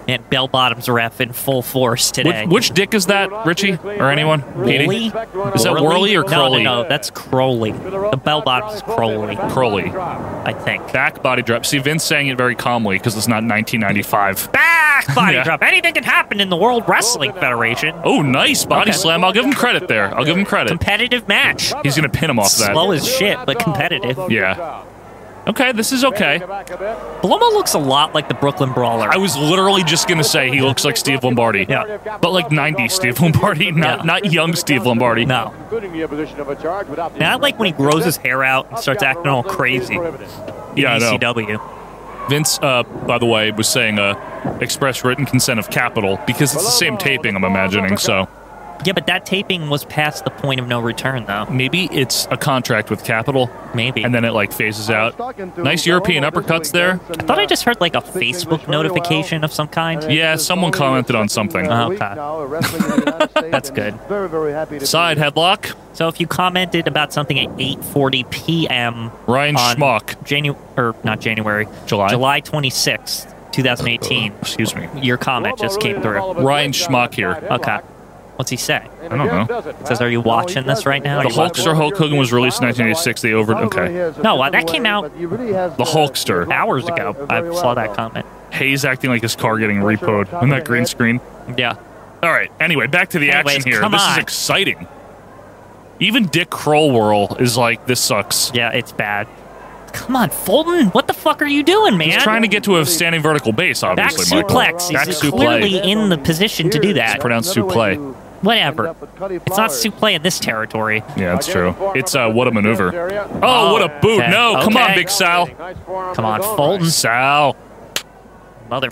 Speaker 7: And bell bottoms ref in full force today.
Speaker 1: Which, which dick is that, Richie? Or anyone?
Speaker 7: Crowley?
Speaker 1: Petey? Is that Worley or
Speaker 7: No,
Speaker 1: Crowley?
Speaker 7: No, no, that's Crowley. The bell bottoms is Crowley.
Speaker 1: Crowley.
Speaker 7: I think.
Speaker 1: Back body drop. See, Vince saying it very calmly because it's not 1995.
Speaker 7: Back body
Speaker 1: Yeah.
Speaker 7: drop. Anything can happen in the World Wrestling Federation.
Speaker 1: Oh, nice body
Speaker 7: Okay.
Speaker 1: slam. I'll give him credit there. I'll give him credit.
Speaker 7: Competitive match.
Speaker 1: He's going to pin him off that.
Speaker 7: Slow as shit, but competitive.
Speaker 1: Yeah. Okay, this is okay.
Speaker 7: Blomo looks a lot like the Brooklyn Brawler.
Speaker 1: I was literally just going to say he looks like Steve Lombardi.
Speaker 7: Yeah.
Speaker 1: But like 90s Steve Lombardi, not,
Speaker 7: Yeah.
Speaker 1: not young Steve Lombardi.
Speaker 7: No. And I like when he grows his hair out and starts acting all crazy. in E
Speaker 1: Yeah, I know.
Speaker 7: ECW.
Speaker 1: Vince, uh, by the way, was saying uh, express written consent of capital because it's the same taping, I'm imagining. So
Speaker 7: Yeah, but that taping was past the point of no return, though.
Speaker 1: maybe it's a contract with capital
Speaker 7: Maybe.
Speaker 1: and then it like phases out. Nice European uppercuts there.
Speaker 7: I thought I just heard like a Facebook notification of some kind.
Speaker 1: Yeah, someone commented on something.
Speaker 7: Oh, okay. That's good.
Speaker 4: Very, very happy to
Speaker 1: Side
Speaker 4: be here.
Speaker 1: headlock.
Speaker 7: So if you commented about something at 8:40 p.m.
Speaker 1: Ryan
Speaker 7: on
Speaker 1: Schmock.
Speaker 7: January or not January,
Speaker 1: July.
Speaker 7: July 26th, 2018,
Speaker 1: Excuse me.
Speaker 7: your comment just came through.
Speaker 1: Ryan Schmuck here.
Speaker 7: Okay. What's he say?
Speaker 1: I don't know.
Speaker 7: It says, "Are you watching this right now?" Are
Speaker 1: The
Speaker 7: you watching
Speaker 1: Hulkster Hulk Hogan was released in 1986. They over. Okay.
Speaker 7: No, uh, that came out
Speaker 1: The Hulkster.
Speaker 7: hours ago. I saw that comment.
Speaker 1: Hayes acting like his car getting repoed on that green screen.
Speaker 7: Yeah.
Speaker 1: All right. Anyway, back to the
Speaker 7: Anyways,
Speaker 1: action here.
Speaker 7: come
Speaker 1: This is
Speaker 7: on.
Speaker 1: exciting. Even Dick Krollwhirl is like, this sucks.
Speaker 7: Yeah, it's bad. Come on, Fulton. What the fuck are you doing, man?
Speaker 1: He's trying to get to a standing vertical base,
Speaker 7: back
Speaker 1: obviously, Michael.
Speaker 7: suplex.
Speaker 1: Back
Speaker 7: He's
Speaker 1: suplex.
Speaker 7: clearly in the position to do that.
Speaker 1: It's pronounced suplex.
Speaker 7: Whatever. It's not
Speaker 4: super.
Speaker 7: suplex in this territory.
Speaker 1: Yeah, that's true. It's uh, what a maneuver. Oh, what a boot.
Speaker 7: Okay.
Speaker 1: No, come on,
Speaker 7: Okay.
Speaker 1: Big Sal.
Speaker 7: Come on, Fulton.
Speaker 1: Sal.
Speaker 7: Mother.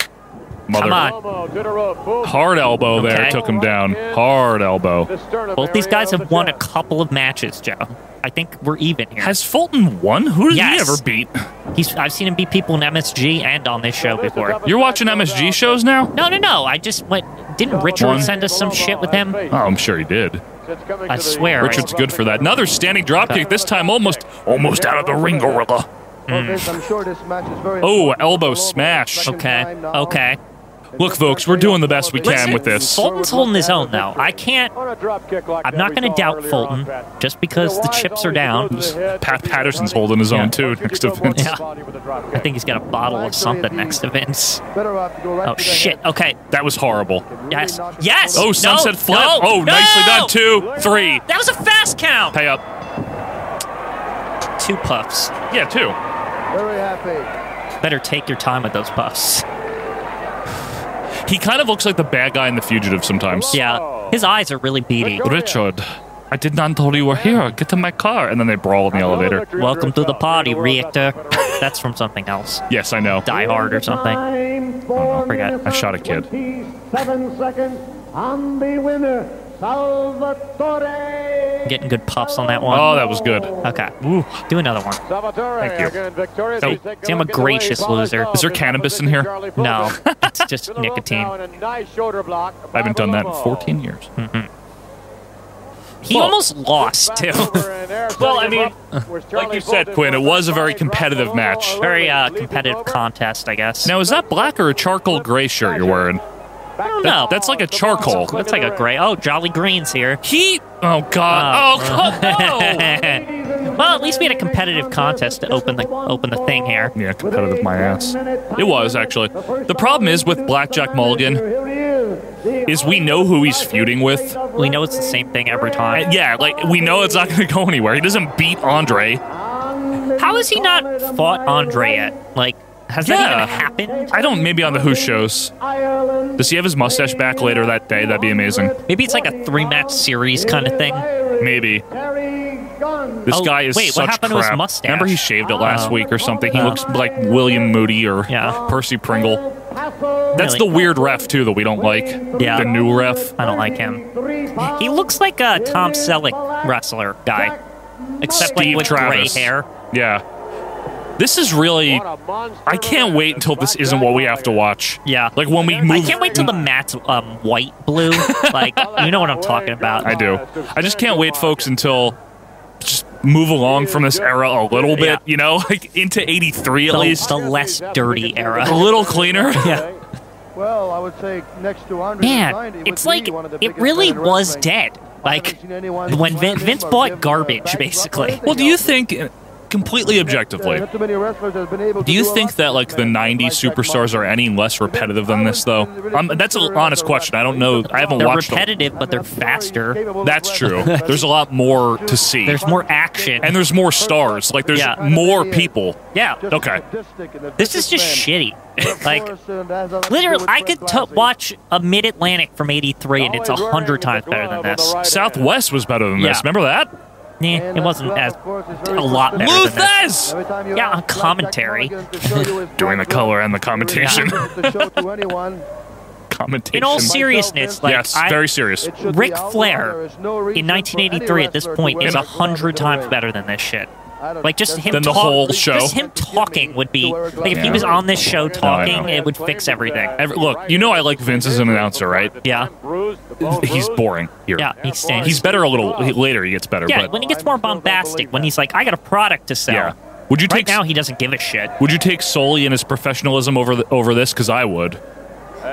Speaker 1: Mother.
Speaker 7: Come on.
Speaker 1: Hard elbow there.
Speaker 7: Okay.
Speaker 1: Took him down. Hard elbow.
Speaker 7: Both these guys have won a couple of matches, Joe. I think we're even here.
Speaker 1: Has Fulton won? Who did
Speaker 7: Yes.
Speaker 1: he ever beat?
Speaker 7: He's, I've seen him beat people in MSG and on this show before.
Speaker 1: You're watching MSG shows now?
Speaker 7: No, no, no. I just went. Didn't Richard
Speaker 1: One.
Speaker 7: send us some shit with him?
Speaker 1: Oh, I'm sure he did.
Speaker 7: I swear. Right.
Speaker 1: Richard's good for that. Another standing dropkick. This time almost, almost out of the ring, gorilla.
Speaker 4: I'm sure this match is very
Speaker 1: Oh,
Speaker 4: important.
Speaker 1: elbow smash.
Speaker 4: Second
Speaker 7: Okay.
Speaker 4: time now.
Speaker 7: Okay.
Speaker 1: Look, folks, we're doing the best we can
Speaker 7: Listen,
Speaker 1: with this.
Speaker 7: Fulton's holding his own though. I can't. I'm
Speaker 8: I'm
Speaker 7: not going to doubt Fulton just because the chips are down.
Speaker 1: Pat Patterson's holding his
Speaker 7: Yeah.
Speaker 1: own too next to Vince.
Speaker 7: Yeah. I think he's got a bottle of something next to Vince.
Speaker 4: Better off to go right
Speaker 7: Oh
Speaker 4: to the
Speaker 7: shit. Okay.
Speaker 1: That was horrible.
Speaker 7: Yes. Yes.
Speaker 1: Oh,
Speaker 7: No,
Speaker 1: sunset flip.
Speaker 7: no,
Speaker 1: oh, nicely
Speaker 7: no!
Speaker 1: done. Two, three.
Speaker 7: That was a fast count.
Speaker 1: Pay up.
Speaker 7: Two puffs.
Speaker 1: Yeah, two.
Speaker 4: head. Very happy.
Speaker 7: Better take your time with those puffs.
Speaker 1: He kind of looks like the bad guy in The Fugitive sometimes.
Speaker 7: Yeah. His eyes are really beady.
Speaker 1: Richard, I did not know you were here. Get in my car. And then they brawl in the elevator.
Speaker 7: Welcome to the party, Richter. That's from something else.
Speaker 1: Yes, I know.
Speaker 7: Die Hard or something.
Speaker 6: Time, four
Speaker 1: I forgot.
Speaker 6: minutes
Speaker 1: I shot a
Speaker 6: and
Speaker 1: kid.
Speaker 6: 27 seconds. I'm the winner, Salvatore.
Speaker 7: Getting good puffs on that one.
Speaker 1: Oh, that was good.
Speaker 7: Okay. Do another one.
Speaker 1: Thank you.
Speaker 7: See, see, I'm a gracious loser.
Speaker 1: Is there cannabis in here?
Speaker 7: No, it's just nicotine.
Speaker 1: I haven't done that in 14 years.
Speaker 7: He
Speaker 1: Well-
Speaker 7: almost lost too.
Speaker 1: Well, I mean, like you said, Quinn, it was a very competitive match.
Speaker 7: Very uh, competitive contest, I guess.
Speaker 1: Now, is that black or a charcoal gray shirt you're wearing?
Speaker 7: I don't know.
Speaker 1: That's like a charcoal.
Speaker 7: That's like a gray. Oh, Jolly Green's here. Uh,
Speaker 1: He. Oh,
Speaker 2: Ah.
Speaker 1: God. Oh, God.
Speaker 7: well, at least we had a competitive contest to open the open the thing here.
Speaker 1: Yeah, competitive my ass. It was, actually. The problem is with Blackjack Mulligan is we know who he's feuding with.
Speaker 7: We know it's the same thing every
Speaker 1: And
Speaker 7: time.
Speaker 1: yeah, like, we know it's not going to go anywhere. He doesn't beat Andre.
Speaker 7: How has he not fought Andre yet? Like, has
Speaker 1: Yeah.
Speaker 7: that even happened?
Speaker 1: I don't, maybe on the Who shows. Does he have his mustache back later that day? That'd be amazing.
Speaker 7: Maybe it's like a three match series kind of thing.
Speaker 1: Maybe. This
Speaker 7: Oh,
Speaker 1: guy is
Speaker 7: wait, what
Speaker 1: such
Speaker 7: happened to his
Speaker 1: crap.
Speaker 7: mustache?
Speaker 1: Remember he shaved it last
Speaker 7: Oh.
Speaker 1: week or something. He
Speaker 7: Oh.
Speaker 1: looks like William Moody or
Speaker 7: Yeah.
Speaker 1: Percy Pringle. That's
Speaker 7: Really?
Speaker 1: the weird ref too that we don't like.
Speaker 7: Yeah.
Speaker 1: The new ref.
Speaker 7: I don't like him. He looks like a Tom Selleck wrestler guy, except like
Speaker 1: Steve
Speaker 7: with
Speaker 1: Travis.
Speaker 7: gray hair.
Speaker 1: Yeah. This is really I can't wait until this isn't what we have to watch.
Speaker 7: Yeah.
Speaker 1: Like when we
Speaker 7: I
Speaker 1: move
Speaker 7: can't wait till the matt's um, white blue. Like you know what I'm talking about.
Speaker 1: I do. I just can't wait folks until just move along from this era a little bit,
Speaker 7: Yeah.
Speaker 1: you know, like into 83 at
Speaker 7: The,
Speaker 1: least.
Speaker 7: the less dirty era.
Speaker 1: A little cleaner.
Speaker 7: Yeah.
Speaker 4: Well, I would say next to Andre the
Speaker 2: Man,
Speaker 4: Giant, he
Speaker 2: it's
Speaker 4: would
Speaker 2: like
Speaker 4: be one of the
Speaker 2: it
Speaker 4: biggest
Speaker 2: really
Speaker 4: men in
Speaker 2: was
Speaker 4: wrestling.
Speaker 2: dead.
Speaker 4: I haven't
Speaker 2: Like
Speaker 4: seen anyone
Speaker 2: when
Speaker 4: slam
Speaker 2: Vin-
Speaker 4: him
Speaker 2: Vince
Speaker 4: or
Speaker 2: bought
Speaker 4: give him a
Speaker 2: garbage,
Speaker 4: backdrop or
Speaker 2: basically.
Speaker 4: anything
Speaker 7: Well, do you
Speaker 4: else.
Speaker 7: think, uh, completely
Speaker 4: Uh,
Speaker 7: objectively,
Speaker 4: not too many wrestlers have been able to
Speaker 7: do you
Speaker 4: a
Speaker 7: think
Speaker 4: lot
Speaker 7: that
Speaker 4: for
Speaker 7: like
Speaker 4: this
Speaker 7: the
Speaker 4: man.
Speaker 7: 90s
Speaker 4: Like Mike
Speaker 7: superstars are any less repetitive than this though? Um, that's an honest question. I don't know. I haven't
Speaker 2: they're
Speaker 7: watched. a-
Speaker 2: repetitive, but they're
Speaker 4: I'm sorry, he's
Speaker 2: faster.
Speaker 4: capable of
Speaker 7: That's true.
Speaker 4: wrestling, but
Speaker 7: There's a lot more to see.
Speaker 2: There's more action.
Speaker 7: and there's more stars. Like there's
Speaker 2: Yeah.
Speaker 7: more people.
Speaker 2: yeah,
Speaker 4: just
Speaker 7: okay.
Speaker 4: sadistic and a
Speaker 2: this is just
Speaker 4: vicious
Speaker 2: shitty.
Speaker 4: man.
Speaker 2: Like
Speaker 4: Of course, and that has nothing to do
Speaker 2: literally,
Speaker 4: with
Speaker 2: I
Speaker 4: Fred
Speaker 2: could t-
Speaker 4: Blassie.
Speaker 2: watch a Mid Atlantic from '83, and it's a
Speaker 4: Always wearing
Speaker 2: hundred
Speaker 4: the
Speaker 2: times better than
Speaker 4: glove on the
Speaker 2: this.
Speaker 4: right hand.
Speaker 7: Southwest was better than this.
Speaker 2: Yeah.
Speaker 7: Remember that?
Speaker 2: Nah,
Speaker 4: And
Speaker 2: it
Speaker 4: that
Speaker 2: wasn't
Speaker 4: glove,
Speaker 2: as
Speaker 4: of course, is
Speaker 2: a
Speaker 4: very
Speaker 2: lot better than this.
Speaker 7: Luthes!
Speaker 4: Every time you
Speaker 2: Yeah,
Speaker 4: ask
Speaker 2: on
Speaker 4: Black Jack
Speaker 2: commentary.
Speaker 4: Mulligan to show you his
Speaker 7: Doing the
Speaker 4: black
Speaker 7: color and the
Speaker 4: glove, he
Speaker 7: commentation.
Speaker 4: refuses to show to anyone.
Speaker 7: Commentation.
Speaker 2: In all seriousness, like
Speaker 7: yes,
Speaker 2: I,
Speaker 7: very serious.
Speaker 4: It should be
Speaker 2: Ric
Speaker 4: outlawed.
Speaker 2: Flair
Speaker 4: There is no
Speaker 2: in
Speaker 4: reason for any
Speaker 2: 1983 at this
Speaker 4: wrestler to
Speaker 2: point
Speaker 4: wear
Speaker 2: is
Speaker 4: that
Speaker 2: a
Speaker 4: glove
Speaker 2: hundred
Speaker 4: at
Speaker 2: times
Speaker 4: middleweight.
Speaker 2: better than this shit.
Speaker 4: I don't-
Speaker 2: Like just
Speaker 4: that's
Speaker 2: him
Speaker 7: Than the
Speaker 2: talk-
Speaker 7: whole
Speaker 2: just
Speaker 7: show?
Speaker 2: him talking would be like if he
Speaker 7: Yeah.
Speaker 2: was on this show
Speaker 7: No, I know.
Speaker 2: talking, it would fix everything.
Speaker 7: Every- look, you know I like Vince as an announcer, right?
Speaker 2: Yeah.
Speaker 7: He's boring here.
Speaker 2: Yeah, he stinks.
Speaker 7: He's better a little he- later. He gets better.
Speaker 2: Yeah,
Speaker 7: but
Speaker 2: when he gets more bombastic, when he's like, I got a product to sell.
Speaker 7: yeah. Would you
Speaker 2: Right
Speaker 7: take
Speaker 2: now, he doesn't give a shit.
Speaker 7: Would you take Sully and his professionalism over the, over this? Because I would.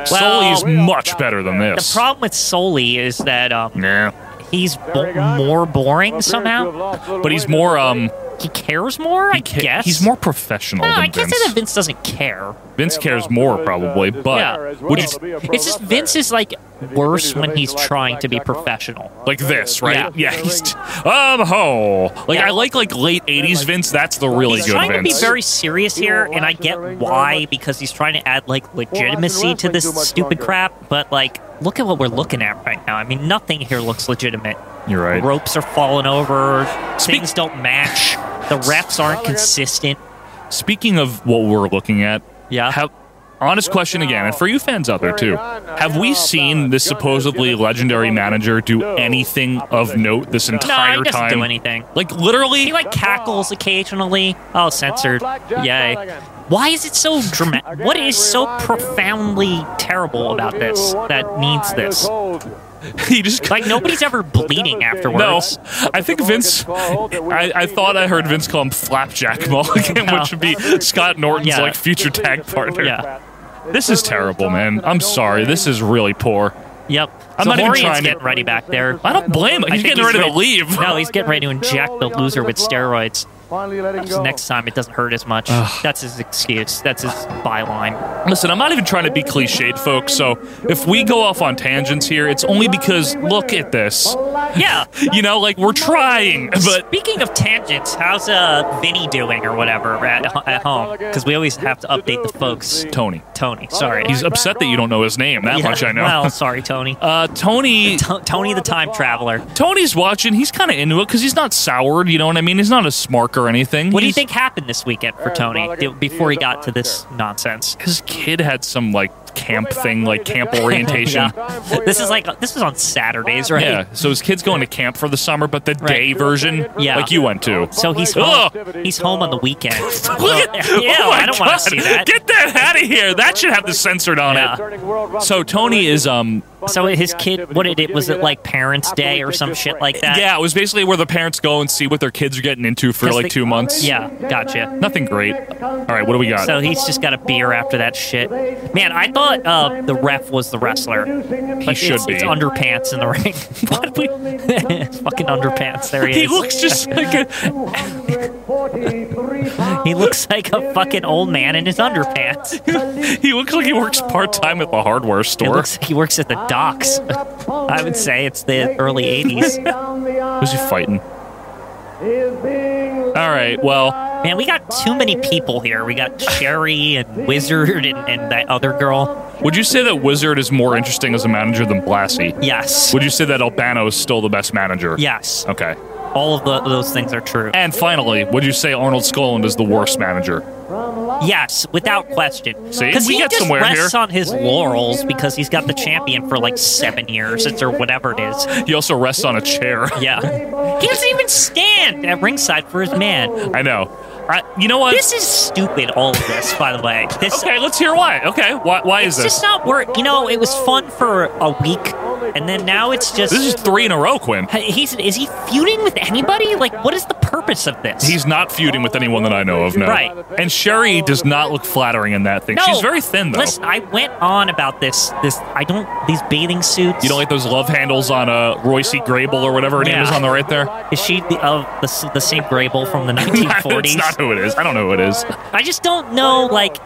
Speaker 7: Sully is much better than
Speaker 2: The
Speaker 7: this.
Speaker 2: problem with Soli is that um,
Speaker 7: nah.
Speaker 2: he's bo- more boring somehow.
Speaker 7: But he's more um.
Speaker 2: He cares more, I
Speaker 7: he ca-
Speaker 2: guess.
Speaker 7: he's more professional
Speaker 2: No,
Speaker 7: than
Speaker 2: I can't
Speaker 7: Vince.
Speaker 2: say that Vince doesn't care.
Speaker 7: Vince cares more probably, but
Speaker 2: Yeah.
Speaker 7: would you
Speaker 2: It's, it's just Vince is like worse when he's trying to be professional.
Speaker 7: like this, right?
Speaker 2: Yeah.
Speaker 7: he's um ho. Like
Speaker 2: Yeah.
Speaker 7: I like like late '80s Vince. That's the really
Speaker 2: he's
Speaker 7: good
Speaker 2: trying to
Speaker 7: Vince.
Speaker 2: be very serious here, and I get why because he's trying to add like legitimacy to this stupid crap. But like, look at what we're looking at right now. I mean, nothing here looks legitimate.
Speaker 7: You're right.
Speaker 2: Ropes are falling over.
Speaker 7: Speak-
Speaker 2: things don't match. The refs aren't consistent.
Speaker 7: Speaking of what we're looking at,
Speaker 2: Yeah.
Speaker 7: Have, honest question again, and for you fans out there too, have we seen this supposedly legendary manager do anything of note this
Speaker 2: no,
Speaker 7: entire
Speaker 2: he doesn't
Speaker 7: time?
Speaker 2: do anything.
Speaker 7: Like literally,
Speaker 2: He like cackles occasionally. Oh, censored. Yay. Why is it so dramatic? What is so profoundly terrible about this that needs this?
Speaker 7: he just
Speaker 2: Like nobody's ever bleeding
Speaker 7: No,
Speaker 2: afterwards.
Speaker 7: I think Vince. I, I thought I heard Vince call him Flapjack Mulligan,
Speaker 2: No.
Speaker 7: which would be Scott Norton's
Speaker 2: Yeah.
Speaker 7: like future tag partner.
Speaker 2: Yeah.
Speaker 7: This is terrible, man. I'm sorry. This is really poor.
Speaker 2: Yep.
Speaker 7: I'm
Speaker 2: so
Speaker 7: not even
Speaker 2: Horian's
Speaker 7: trying to-
Speaker 2: getting ready back there.
Speaker 7: I don't blame him.
Speaker 2: I
Speaker 7: He's
Speaker 2: think
Speaker 7: getting ready to
Speaker 2: ready-
Speaker 7: leave.
Speaker 2: No, he's getting ready to inject the loser with steroids.
Speaker 4: Finally letting
Speaker 2: So
Speaker 4: go.
Speaker 2: next time it doesn't hurt as much. That's his excuse. That's his byline.
Speaker 7: Listen, I'm not even trying to be cliched, folks. So if we go off on tangents here, it's only because look at this.
Speaker 2: Yeah.
Speaker 7: You know, like we're trying, but
Speaker 2: Speaking of tangents, how's uh Vinny doing or whatever at, at home? Because we always have to update the folks.
Speaker 7: Tony,
Speaker 2: Tony, sorry.
Speaker 7: he's upset that you don't know his name. That
Speaker 2: Yeah,
Speaker 7: much I know.
Speaker 2: Well, sorry, Tony.
Speaker 7: uh, Tony,
Speaker 2: To- Tony the Time Traveler.
Speaker 7: Tony's watching. He's kind of into it because he's not soured. You know what I mean? He's not a smark or anything.
Speaker 2: What do you
Speaker 7: He's-
Speaker 2: think happened this weekend for Tony d- before he got to this nonsense?
Speaker 7: His kid had some like camp thing, like camp orientation.
Speaker 2: This is like this is on Saturdays, right?
Speaker 7: Yeah, so his kid's going to camp for the summer, but the day version,
Speaker 2: Yeah.
Speaker 7: like you went to.
Speaker 2: So he's home.
Speaker 7: Ugh.
Speaker 2: He's home on the weekend.
Speaker 7: Look at,
Speaker 2: yeah,
Speaker 7: oh my
Speaker 2: I don't want
Speaker 7: God.
Speaker 2: to see that.
Speaker 7: Get that out of here. That should have the censored on
Speaker 2: Yeah.
Speaker 7: it. So Tony is um
Speaker 2: So his kid, what it, it was it like Parents' Day or some shit like that?
Speaker 7: yeah, it was basically where the parents go and see what their kids are getting into for
Speaker 2: 'Cause
Speaker 7: like
Speaker 2: they-
Speaker 7: two months.
Speaker 2: Yeah, gotcha.
Speaker 7: Nothing great. All right, what do we got?
Speaker 2: So he's just got a beer after that shit. Man, I thought uh, the ref was the wrestler.
Speaker 7: He
Speaker 2: Like,
Speaker 7: should
Speaker 2: it's,
Speaker 7: be.
Speaker 2: It's underpants in the ring. what we? fucking underpants. There he is.
Speaker 7: he looks just like a
Speaker 2: He looks like a fucking old man in his underpants.
Speaker 7: he looks like he works part time at the hardware
Speaker 2: It
Speaker 7: store.
Speaker 2: looks like he works at the docks. I would say it's the early 80s.
Speaker 7: Who's he fighting? All right, well,
Speaker 2: Man, we got too many people here. We got Sherry and Wizard and, and that other girl.
Speaker 7: would you say that Wizard is more interesting as a manager than Blassie?
Speaker 2: Yes.
Speaker 7: Would you say that Albano is still the best manager?
Speaker 2: Yes.
Speaker 7: Okay.
Speaker 2: All of the, those things are true.
Speaker 7: And finally, would you say Arnold Skolin is the worst manager?
Speaker 2: Yes, without question.
Speaker 7: See,
Speaker 2: because
Speaker 7: we
Speaker 2: he
Speaker 7: get
Speaker 2: just
Speaker 7: somewhere
Speaker 2: rests
Speaker 7: here.
Speaker 2: on his laurels because he's got the champion for like seven years it's- or whatever it is.
Speaker 7: He also rests on a chair.
Speaker 2: Yeah, he doesn't even stand at ringside for his man.
Speaker 7: I know. I, you know what?
Speaker 2: This is stupid. All of this, by the way. This
Speaker 7: okay, let's hear why. Okay, why, why is
Speaker 2: it's
Speaker 7: this?
Speaker 2: just not work. You know, it was fun for a week, And then now it's just.
Speaker 1: This is three in a row, Quinn.
Speaker 2: He's is he feuding with anybody? Like, what is the purpose of this?
Speaker 1: He's not feuding with anyone that I know of, no.
Speaker 2: Right.
Speaker 1: And Sherry does not look flattering in that thing.
Speaker 2: no.
Speaker 1: She's very thin, though.
Speaker 2: Listen, I went on about this. This I don't these bathing suits.
Speaker 1: You don't like those love handles on uh, Royce Grable or whatever her name
Speaker 2: Yeah.
Speaker 1: is on the right there?
Speaker 2: Is she the, of the s- the same Grable from the
Speaker 1: it's
Speaker 2: 1940s?
Speaker 1: not who it is. I don't know who it is.
Speaker 2: I just don't know. Like,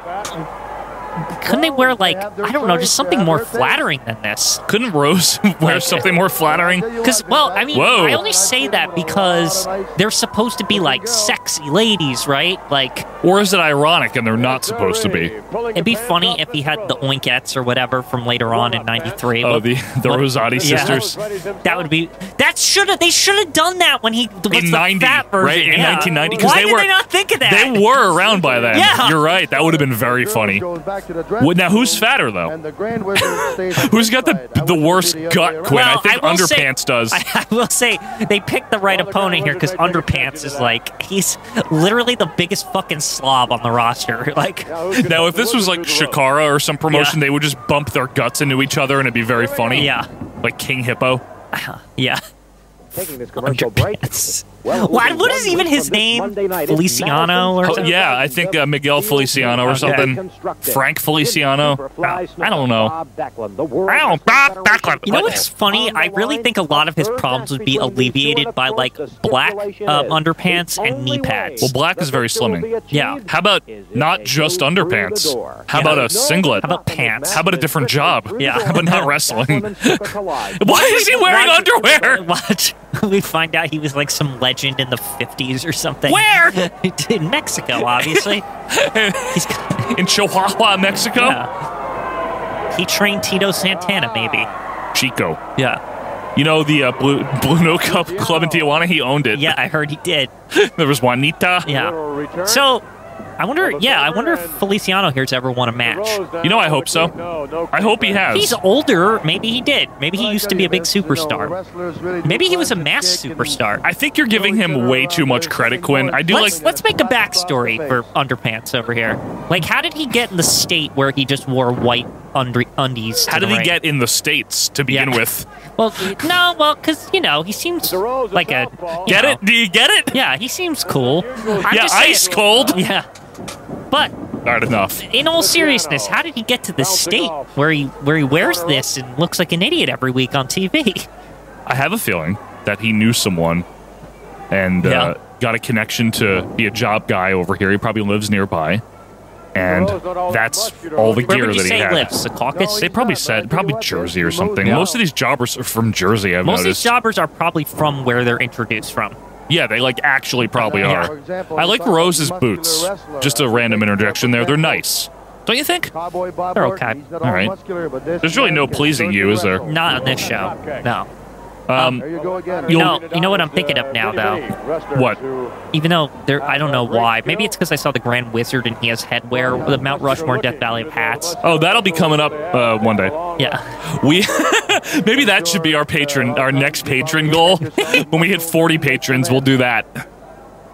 Speaker 2: couldn't they wear like I don't know, just something more flattering than this?
Speaker 1: Couldn't Rose wear
Speaker 2: Like-
Speaker 1: something more flattering?
Speaker 2: Because well, I mean,
Speaker 1: Whoa.
Speaker 2: I only say that because they're supposed to be like sexy ladies, right? Like,
Speaker 1: Or is it ironic and they're not supposed to be?
Speaker 2: it'd be funny if he had the oinkettes or whatever from later on in '93.
Speaker 1: Oh, the, the Rosati
Speaker 2: Yeah.
Speaker 1: sisters.
Speaker 2: That would be that should have they should have done that when he was
Speaker 1: In
Speaker 2: the
Speaker 1: 90,
Speaker 2: fat version
Speaker 1: right? In
Speaker 2: yeah.
Speaker 1: 1990, 'cause
Speaker 2: Why
Speaker 1: they
Speaker 2: did
Speaker 1: were-
Speaker 2: they not think of that?
Speaker 1: They were around by then.
Speaker 2: Yeah.
Speaker 1: You're right. That would have been very funny.
Speaker 4: Goes back to the
Speaker 1: Well,
Speaker 4: dressing
Speaker 1: now, who's
Speaker 4: room,
Speaker 1: fatter, though?
Speaker 4: and the Grand Wizard stays on
Speaker 1: Who's
Speaker 4: this
Speaker 1: got
Speaker 4: side.
Speaker 1: the,
Speaker 4: I
Speaker 1: the
Speaker 4: want you to
Speaker 1: worst
Speaker 4: be the
Speaker 1: gut,
Speaker 4: other way
Speaker 1: Quinn?
Speaker 4: around.
Speaker 1: I
Speaker 2: Well,
Speaker 1: think
Speaker 2: I will say-
Speaker 1: Underpants does.
Speaker 2: I will say they picked the right opponent here because Underpants is like he's literally the biggest fucking slob on the roster. Like,
Speaker 1: Now, if this was like Shakara or some promotion, they would just bump their guts into each other and it'd be very funny.
Speaker 2: yeah,
Speaker 1: Like King Hippo.
Speaker 2: yeah.
Speaker 9: Taking this commercial break.
Speaker 2: Underpants. Why? What is even his name? Feliciano or
Speaker 1: Oh,
Speaker 2: something?
Speaker 1: yeah, I think uh, Miguel Feliciano or
Speaker 9: Okay.
Speaker 1: something. Frank Feliciano. I don't know.
Speaker 9: Wow,
Speaker 1: Bob Backlund.
Speaker 2: You know what's funny? I really think a lot of his problems would be alleviated by like black um, underpants and knee pads.
Speaker 1: Well, black is very slimming.
Speaker 2: Yeah.
Speaker 1: How about not just underpants? How about a singlet?
Speaker 2: How about pants?
Speaker 1: How about a different job?
Speaker 2: Yeah.
Speaker 1: How about not wrestling? Why is he wearing
Speaker 2: Why-
Speaker 1: underwear?
Speaker 2: What? We find out he was like some legend in the 50s or something.
Speaker 1: Where?
Speaker 2: in Mexico, obviously. He's,
Speaker 1: In Chihuahua, Mexico?
Speaker 2: yeah. He trained Tito Santana, maybe.
Speaker 1: Chico.
Speaker 2: Yeah.
Speaker 1: You know the uh, Blue Blue No Cup Club in Tijuana? He owned it.
Speaker 2: Yeah, I heard he did.
Speaker 1: there was Juanita.
Speaker 2: Yeah. So, I wonder, yeah, I wonder if Feliciano here's ever won a match.
Speaker 1: You know, I hope so. I hope he has.
Speaker 2: He's older. Maybe he did. Maybe he used to be a big superstar. Maybe he was a mass superstar.
Speaker 1: I think you're giving him way too much credit, Quinn. I do
Speaker 2: let's,
Speaker 1: like.
Speaker 2: let's make a backstory for underpants over here. Like, how did he get in the state where he just wore white under- undies? to
Speaker 1: How
Speaker 2: the
Speaker 1: did he
Speaker 2: ring?
Speaker 1: get in the states to begin
Speaker 2: Yeah.
Speaker 1: with?
Speaker 2: Well, no, well, because you know he seems like a you
Speaker 1: Get
Speaker 2: know.
Speaker 1: it? Do you get it?
Speaker 2: Yeah, he seems cool. I'm
Speaker 1: yeah,
Speaker 2: just saying-
Speaker 1: ice cold.
Speaker 2: Yeah, but
Speaker 1: All right, enough.
Speaker 2: in all seriousness, how did he get to this state where he where he wears this and looks like an idiot every week on TV?
Speaker 1: I have a feeling that he knew someone and
Speaker 2: Yeah.
Speaker 1: uh, got a connection to be a job guy over here. He probably lives nearby, and that's Oh, all the
Speaker 2: Where
Speaker 1: gear
Speaker 2: would
Speaker 1: that
Speaker 2: you
Speaker 1: he
Speaker 2: say he
Speaker 1: had.
Speaker 2: lives? The caucus?
Speaker 1: They probably said probably Jersey or something. Most of these jobbers are from Jersey. I've
Speaker 2: Most of these
Speaker 1: noticed.
Speaker 2: jobbers are probably from where they're introduced from.
Speaker 1: yeah, they like actually probably
Speaker 2: Yeah.
Speaker 1: are. I like Rose's boots. Just a random interjection there. They're nice, don't you think?
Speaker 4: Cowboy Bob
Speaker 2: They're
Speaker 4: Orton,
Speaker 2: okay.
Speaker 4: he's not
Speaker 1: All right.
Speaker 4: muscular, but this
Speaker 1: There's really no
Speaker 4: man can
Speaker 1: pleasing
Speaker 4: certainly
Speaker 1: you, is there?
Speaker 4: wrestle.
Speaker 2: Not on this show. No.
Speaker 1: Um,
Speaker 4: There you go again.
Speaker 1: You'll-
Speaker 2: No, you know what I'm thinking of now, though?
Speaker 1: What?
Speaker 2: Even though there, I don't know why. Maybe it's because I saw the Grand Wizard and he has headwear with the Mount Rushmore and Death Valley of hats.
Speaker 1: oh, that'll be coming up uh, one day.
Speaker 2: Yeah,
Speaker 1: We maybe that should be our patron, our next patron goal. when we hit 40 patrons, we'll do that.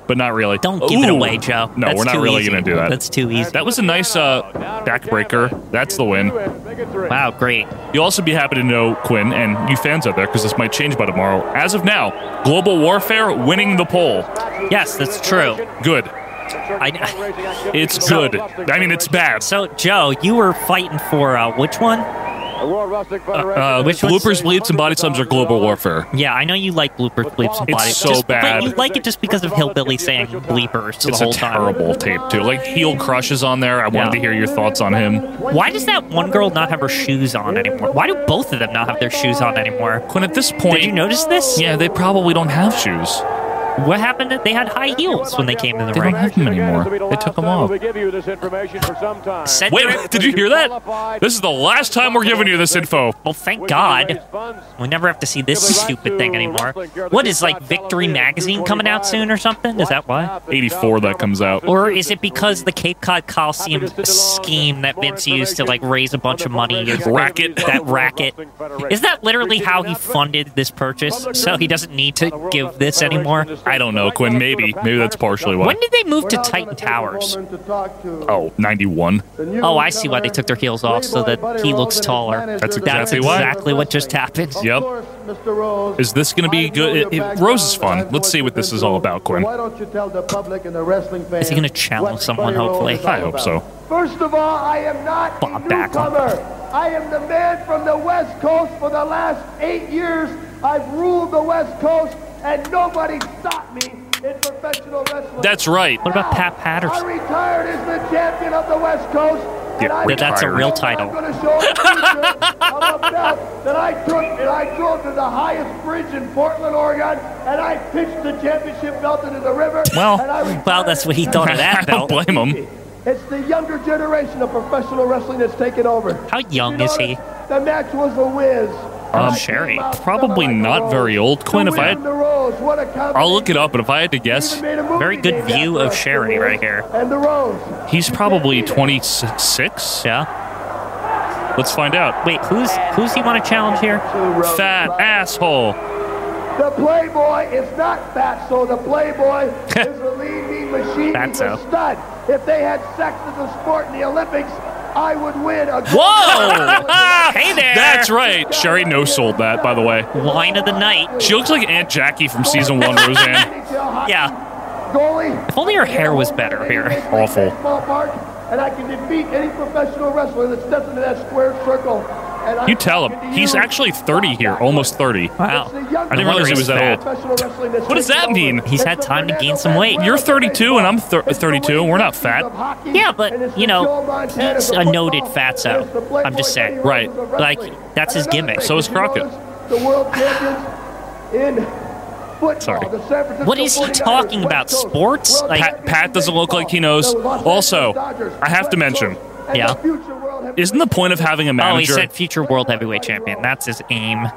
Speaker 1: But not really.
Speaker 2: don't give it
Speaker 1: Ooh.
Speaker 2: away, Joe.
Speaker 1: No,
Speaker 2: That's
Speaker 1: we're not
Speaker 2: too
Speaker 1: really
Speaker 2: easy.
Speaker 1: gonna do that.
Speaker 2: That's too easy.
Speaker 1: that was a nice uh, backbreaker. That's the win.
Speaker 2: wow, Oh, great.
Speaker 1: You'll also be happy to know Quinn and you fans out there because this might change by tomorrow. As of now, Global Warfare winning the poll.
Speaker 2: Yes, that's true.
Speaker 1: Good.
Speaker 2: I,
Speaker 1: It's good. I mean, it's bad.
Speaker 2: so, Joe, you were fighting for uh, which one?
Speaker 1: Uh,
Speaker 2: Which one's-
Speaker 1: bloopers, bleeps, and body slams are Global Warfare.
Speaker 2: Yeah, I know you like bloopers, bleeps, and
Speaker 1: It's
Speaker 2: body.
Speaker 1: so
Speaker 2: just,
Speaker 1: bad.
Speaker 2: But you like it just because of Hillbilly saying bleepers the
Speaker 1: It's a
Speaker 2: whole time.
Speaker 1: terrible tape too. Like heel crushes on there. I wanted
Speaker 2: Yeah.
Speaker 1: to hear your thoughts on him.
Speaker 2: Why does that one girl not have her shoes on anymore? Why do both of them not have their shoes on anymore?
Speaker 1: Quinn, at this point,
Speaker 2: Did you notice this?
Speaker 1: Yeah, they probably don't have shoes.
Speaker 2: What happened? They had high heels when they came in the
Speaker 1: They
Speaker 2: ring.
Speaker 1: don't have them anymore. They took them off.
Speaker 2: Said
Speaker 1: Wait, did you hear that? This is the last time we're giving you this info.
Speaker 2: Well, thank God. We never have to see this stupid thing anymore. What is like Victory Magazine coming out soon or something? Is that why?
Speaker 1: 84 that comes out.
Speaker 2: Or is it because the Cape Cod Coliseum scheme that Vince used to like raise a bunch of money? and-
Speaker 1: Racket.
Speaker 2: That racket. Is that literally how he funded this purchase? So he doesn't need to give this anymore?
Speaker 1: I don't know, Quinn. Maybe. Maybe that's partially why.
Speaker 7: When did they move
Speaker 4: We're
Speaker 7: to
Speaker 4: now gonna
Speaker 7: Titan
Speaker 4: take a
Speaker 7: Towers?
Speaker 4: moment to talk to
Speaker 1: Oh, 91.
Speaker 4: the new
Speaker 7: Oh, I see why they took their heels off, so
Speaker 4: Playboy
Speaker 7: that
Speaker 4: Buddy
Speaker 7: he
Speaker 4: Rose
Speaker 7: looks
Speaker 4: and his
Speaker 7: taller.
Speaker 4: manager
Speaker 1: That's
Speaker 4: decided
Speaker 1: exactly
Speaker 7: That's
Speaker 1: why.
Speaker 7: exactly what just happened.
Speaker 4: Of
Speaker 1: Yep.
Speaker 4: course, Mr. Rose,
Speaker 1: Is this gonna be
Speaker 4: I know
Speaker 1: good?
Speaker 4: your
Speaker 1: It- it-
Speaker 4: background,
Speaker 1: Rose is
Speaker 4: but I
Speaker 1: fun.
Speaker 4: know
Speaker 1: Let's
Speaker 4: what
Speaker 1: see
Speaker 4: you've
Speaker 1: what
Speaker 4: been
Speaker 1: this is all
Speaker 4: through.
Speaker 1: about, Quinn.
Speaker 4: So Why don't you tell the public and the wrestling fans?
Speaker 7: he gonna challenge
Speaker 4: what
Speaker 7: someone,
Speaker 4: Buddy Rose
Speaker 7: hopefully?
Speaker 4: is all
Speaker 1: I hope
Speaker 4: about?
Speaker 1: so.
Speaker 4: First of all, I am not
Speaker 7: Bob
Speaker 4: a
Speaker 7: Backlund.
Speaker 4: newcomer. I am the man from the West Coast for the last eight years. I've ruled the West Coast, and nobody stopped me in professional wrestling.
Speaker 1: That's right.
Speaker 7: What about Pat Patterson?
Speaker 4: I retired as the champion of the West Coast.
Speaker 1: Yeah,
Speaker 4: and I
Speaker 1: that-
Speaker 7: that's a real title.
Speaker 4: I'm going to show the future of a belt that I took and I drove to the highest bridge in Portland, Oregon, and I pitched the championship belt into the river.
Speaker 1: Well,
Speaker 4: and I retired
Speaker 7: well, that's what he thought of
Speaker 1: I
Speaker 7: that
Speaker 1: don't
Speaker 7: belt.
Speaker 1: blame him.
Speaker 4: It's the younger generation of professional wrestling that's taken over.
Speaker 7: How young is he?
Speaker 4: The match was a whiz.
Speaker 7: Oh, Sherry.
Speaker 1: Um, Probably not very old, Quinn. If I had, I'll look it up, but if I had to guess,
Speaker 7: Very good view of Sherry right here.
Speaker 4: And the Rose.
Speaker 1: he's probably 26.
Speaker 7: Yeah.
Speaker 1: Let's find out.
Speaker 7: Wait, who's who's he want to challenge here?
Speaker 1: Fat asshole.
Speaker 4: The Playboy is not fat, so the Playboy is a leading machine.
Speaker 7: That's
Speaker 4: He's a
Speaker 7: so.
Speaker 4: stud. If they had sex as a sport in the Olympics, I would win. A
Speaker 1: Whoa!
Speaker 7: Hey there.
Speaker 1: Oh. That's right. Sherry no sold that, by the way.
Speaker 7: Line of the night.
Speaker 1: She looks like Aunt Jackie from season one, Roseanne.
Speaker 7: Yeah.
Speaker 4: Goalie.
Speaker 7: If only her hair was better here.
Speaker 1: Awful.
Speaker 4: And I can defeat any professional wrestler that steps into that square circle. And I
Speaker 1: You tell him.
Speaker 4: can
Speaker 1: He's
Speaker 4: use-
Speaker 1: actually 30 here, almost 30.
Speaker 7: Wow. Oh,
Speaker 4: It's the younger
Speaker 1: I didn't realize he was that old.
Speaker 4: professional wrestling that's
Speaker 1: What does
Speaker 4: taken
Speaker 1: that
Speaker 4: over.
Speaker 1: mean?
Speaker 7: He's
Speaker 4: It's
Speaker 7: had
Speaker 4: the
Speaker 7: time to
Speaker 4: Fernando
Speaker 7: gain some weight.
Speaker 4: Valenzuela
Speaker 1: You're
Speaker 4: of
Speaker 1: 32 and I'm thir-
Speaker 4: baseball. It's the
Speaker 1: 32. We're not
Speaker 4: Wayne
Speaker 1: fat.
Speaker 4: Gretzky of hockey.
Speaker 7: Yeah, but,
Speaker 4: And it's
Speaker 7: you
Speaker 4: the
Speaker 7: know,
Speaker 4: Joe Montana
Speaker 7: he's
Speaker 4: of
Speaker 7: a noted
Speaker 4: football.
Speaker 7: fatso.
Speaker 4: It's the Playboy
Speaker 7: I'm just saying.
Speaker 4: Buddy Rose
Speaker 1: Right.
Speaker 4: of wrestling.
Speaker 7: Like, that's his
Speaker 4: And another
Speaker 7: gimmick.
Speaker 4: thing,
Speaker 1: So is
Speaker 4: did you
Speaker 1: Crockett.
Speaker 4: notice The world champions in football.
Speaker 1: Sorry.
Speaker 4: The San Francisco
Speaker 7: What is he
Speaker 4: 49ers,
Speaker 7: talking
Speaker 4: West
Speaker 7: about?
Speaker 4: Coast,
Speaker 7: Sports?
Speaker 4: world
Speaker 7: Like-
Speaker 4: champions
Speaker 1: Pat- Pat
Speaker 4: in
Speaker 1: doesn't look
Speaker 4: baseball.
Speaker 1: like he knows.
Speaker 4: The Los Angeles
Speaker 1: Also,
Speaker 4: Dodgers,
Speaker 1: I have to
Speaker 4: West
Speaker 1: mention,
Speaker 4: Coast, and
Speaker 7: Yeah.
Speaker 4: the future world heavyweight
Speaker 1: Isn't the point of having a
Speaker 7: Oh, he
Speaker 1: manager?
Speaker 7: said future world heavyweight champion. That's his aim.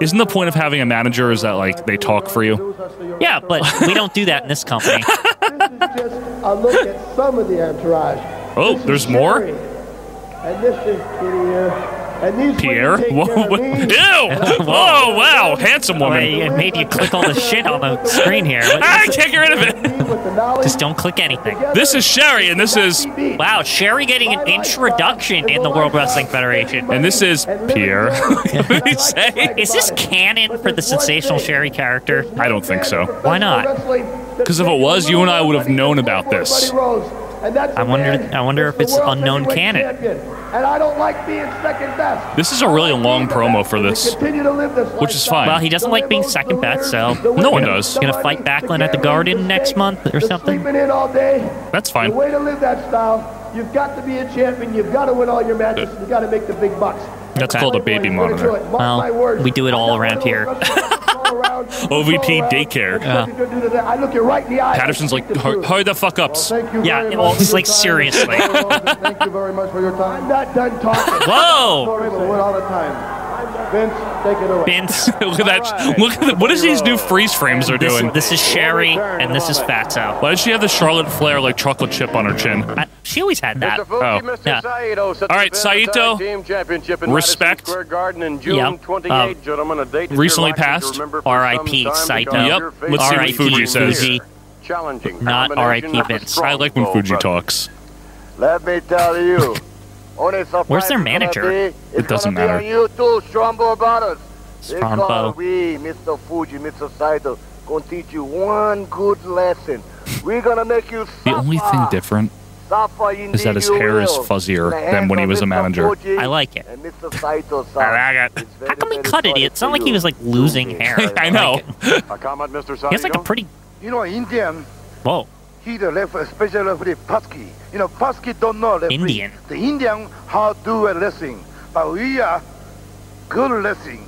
Speaker 1: Isn't the point of having a manager is that like they talk for you?
Speaker 7: Yeah, but we don't do that in this company.
Speaker 4: this is just a look at some of the entourage.
Speaker 1: Oh,
Speaker 4: This is
Speaker 1: there's more?
Speaker 4: Sherry, And this is Pierre. And these
Speaker 1: Pierre?
Speaker 4: women take
Speaker 1: Whoa!
Speaker 4: care of
Speaker 1: what-
Speaker 4: me.
Speaker 1: Ew! Whoa! Wow! Handsome
Speaker 7: Wait,
Speaker 1: woman.
Speaker 7: it made you click all the shit on the screen here. What-
Speaker 1: I can't get rid of it.
Speaker 4: With the knowledge
Speaker 7: Just don't click anything.
Speaker 1: This is Sherry, and this is
Speaker 4: beat.
Speaker 7: Wow, Sherry getting an introduction in the World Wrestling Federation.
Speaker 1: and this is Pierre. what did he say?
Speaker 7: Is this canon for the sensational Sherry character?
Speaker 1: I don't think so.
Speaker 7: Why not?
Speaker 4: Because
Speaker 1: if it was, you and I would have known about this.
Speaker 4: I
Speaker 7: I wonder- I wonder if it's unknown canon.
Speaker 4: And I don't like being second best.
Speaker 1: This is a really long promo for this.
Speaker 4: which
Speaker 1: which is fine.
Speaker 7: Well, he doesn't like being second best, so
Speaker 1: No one does.
Speaker 7: Gonna fight Backlund at the Garden next month or something.
Speaker 4: Sleeping in all day.
Speaker 1: That's fine.
Speaker 4: The way to live that style, you've got to be a champion. You've got to win all your matches. You've got to make the big bucks.
Speaker 1: That's called a baby monitor.
Speaker 7: Well, we do it all around here.
Speaker 1: OVP daycare.
Speaker 4: I look you right in the eye.
Speaker 1: Patterson's like,
Speaker 4: Speak the
Speaker 1: hurry
Speaker 4: truth.
Speaker 1: hurry the fuck up.
Speaker 4: Thank you
Speaker 7: Yeah,
Speaker 4: very
Speaker 7: well,
Speaker 4: much for
Speaker 7: it's
Speaker 4: your
Speaker 7: like
Speaker 4: time.
Speaker 7: seriously.
Speaker 4: Thank you very much for your time. I'm not done talking.
Speaker 7: Whoa!
Speaker 4: Sorry, but we're out of time. Vince, take it away.
Speaker 7: Vince,
Speaker 1: Look at that. Look at the, what is these new freeze frames they're
Speaker 7: this,
Speaker 1: doing?
Speaker 7: this is Sherry, and this is Fatso.
Speaker 1: Why does she have the Charlotte Flair like chocolate chip on her chin?
Speaker 7: I, she always had that.
Speaker 1: Oh.
Speaker 3: Mr.
Speaker 7: Yeah.
Speaker 3: Saito sets
Speaker 1: All right,
Speaker 3: the Valentine
Speaker 1: Saito,
Speaker 3: Team championship in
Speaker 1: respect. Uh,
Speaker 3: Madison Square Garden in June
Speaker 7: Yep.
Speaker 3: 28,
Speaker 7: Um,
Speaker 3: gentlemen, a date that
Speaker 1: recently
Speaker 3: you're likely to
Speaker 1: passed.
Speaker 3: remember for
Speaker 7: R.I.P.
Speaker 3: some time
Speaker 7: Saito.
Speaker 3: because
Speaker 1: Yep.
Speaker 3: your favorite
Speaker 1: Let's see what
Speaker 3: player
Speaker 1: Fuji says.
Speaker 7: Fuji.
Speaker 3: Challenging
Speaker 7: Not
Speaker 3: combination
Speaker 7: R.I.P.
Speaker 3: of a
Speaker 7: Vince.
Speaker 3: strong
Speaker 1: I like when
Speaker 3: foe,
Speaker 1: Fuji
Speaker 3: brother.
Speaker 1: talks.
Speaker 3: Let me tell you. Only surprise
Speaker 7: Where's their
Speaker 3: is gonna
Speaker 7: manager?
Speaker 3: be-
Speaker 7: It
Speaker 3: it's
Speaker 1: doesn't
Speaker 3: gonna be
Speaker 1: matter.
Speaker 3: on You too, Strombo Brothers. This is
Speaker 7: Strombo.
Speaker 3: how We, Mr. Fuji, Mr. Saito, gonna teach you one good lesson. We're gonna make you suffer.
Speaker 1: The only thing different
Speaker 3: suffer indeed
Speaker 1: is that his
Speaker 3: you
Speaker 1: hair is
Speaker 3: will.
Speaker 1: fuzzier
Speaker 3: The
Speaker 1: than when he
Speaker 3: hands
Speaker 1: was a
Speaker 3: of Mr.
Speaker 1: manager.
Speaker 3: Fuji
Speaker 7: I like it.
Speaker 3: And Mr. Saito,
Speaker 1: I like it.
Speaker 7: How come he cut it? It's not like he was like losing hair.
Speaker 1: I know.
Speaker 3: A comment, Mr. Saito.
Speaker 7: He has like a pretty.
Speaker 3: You know, Indian,
Speaker 7: Whoa.
Speaker 3: he the left, especially referee Pasky. You know, Pasky don't know referee.
Speaker 7: Indian.
Speaker 3: The Indian how do a lesson, but we are good lesson.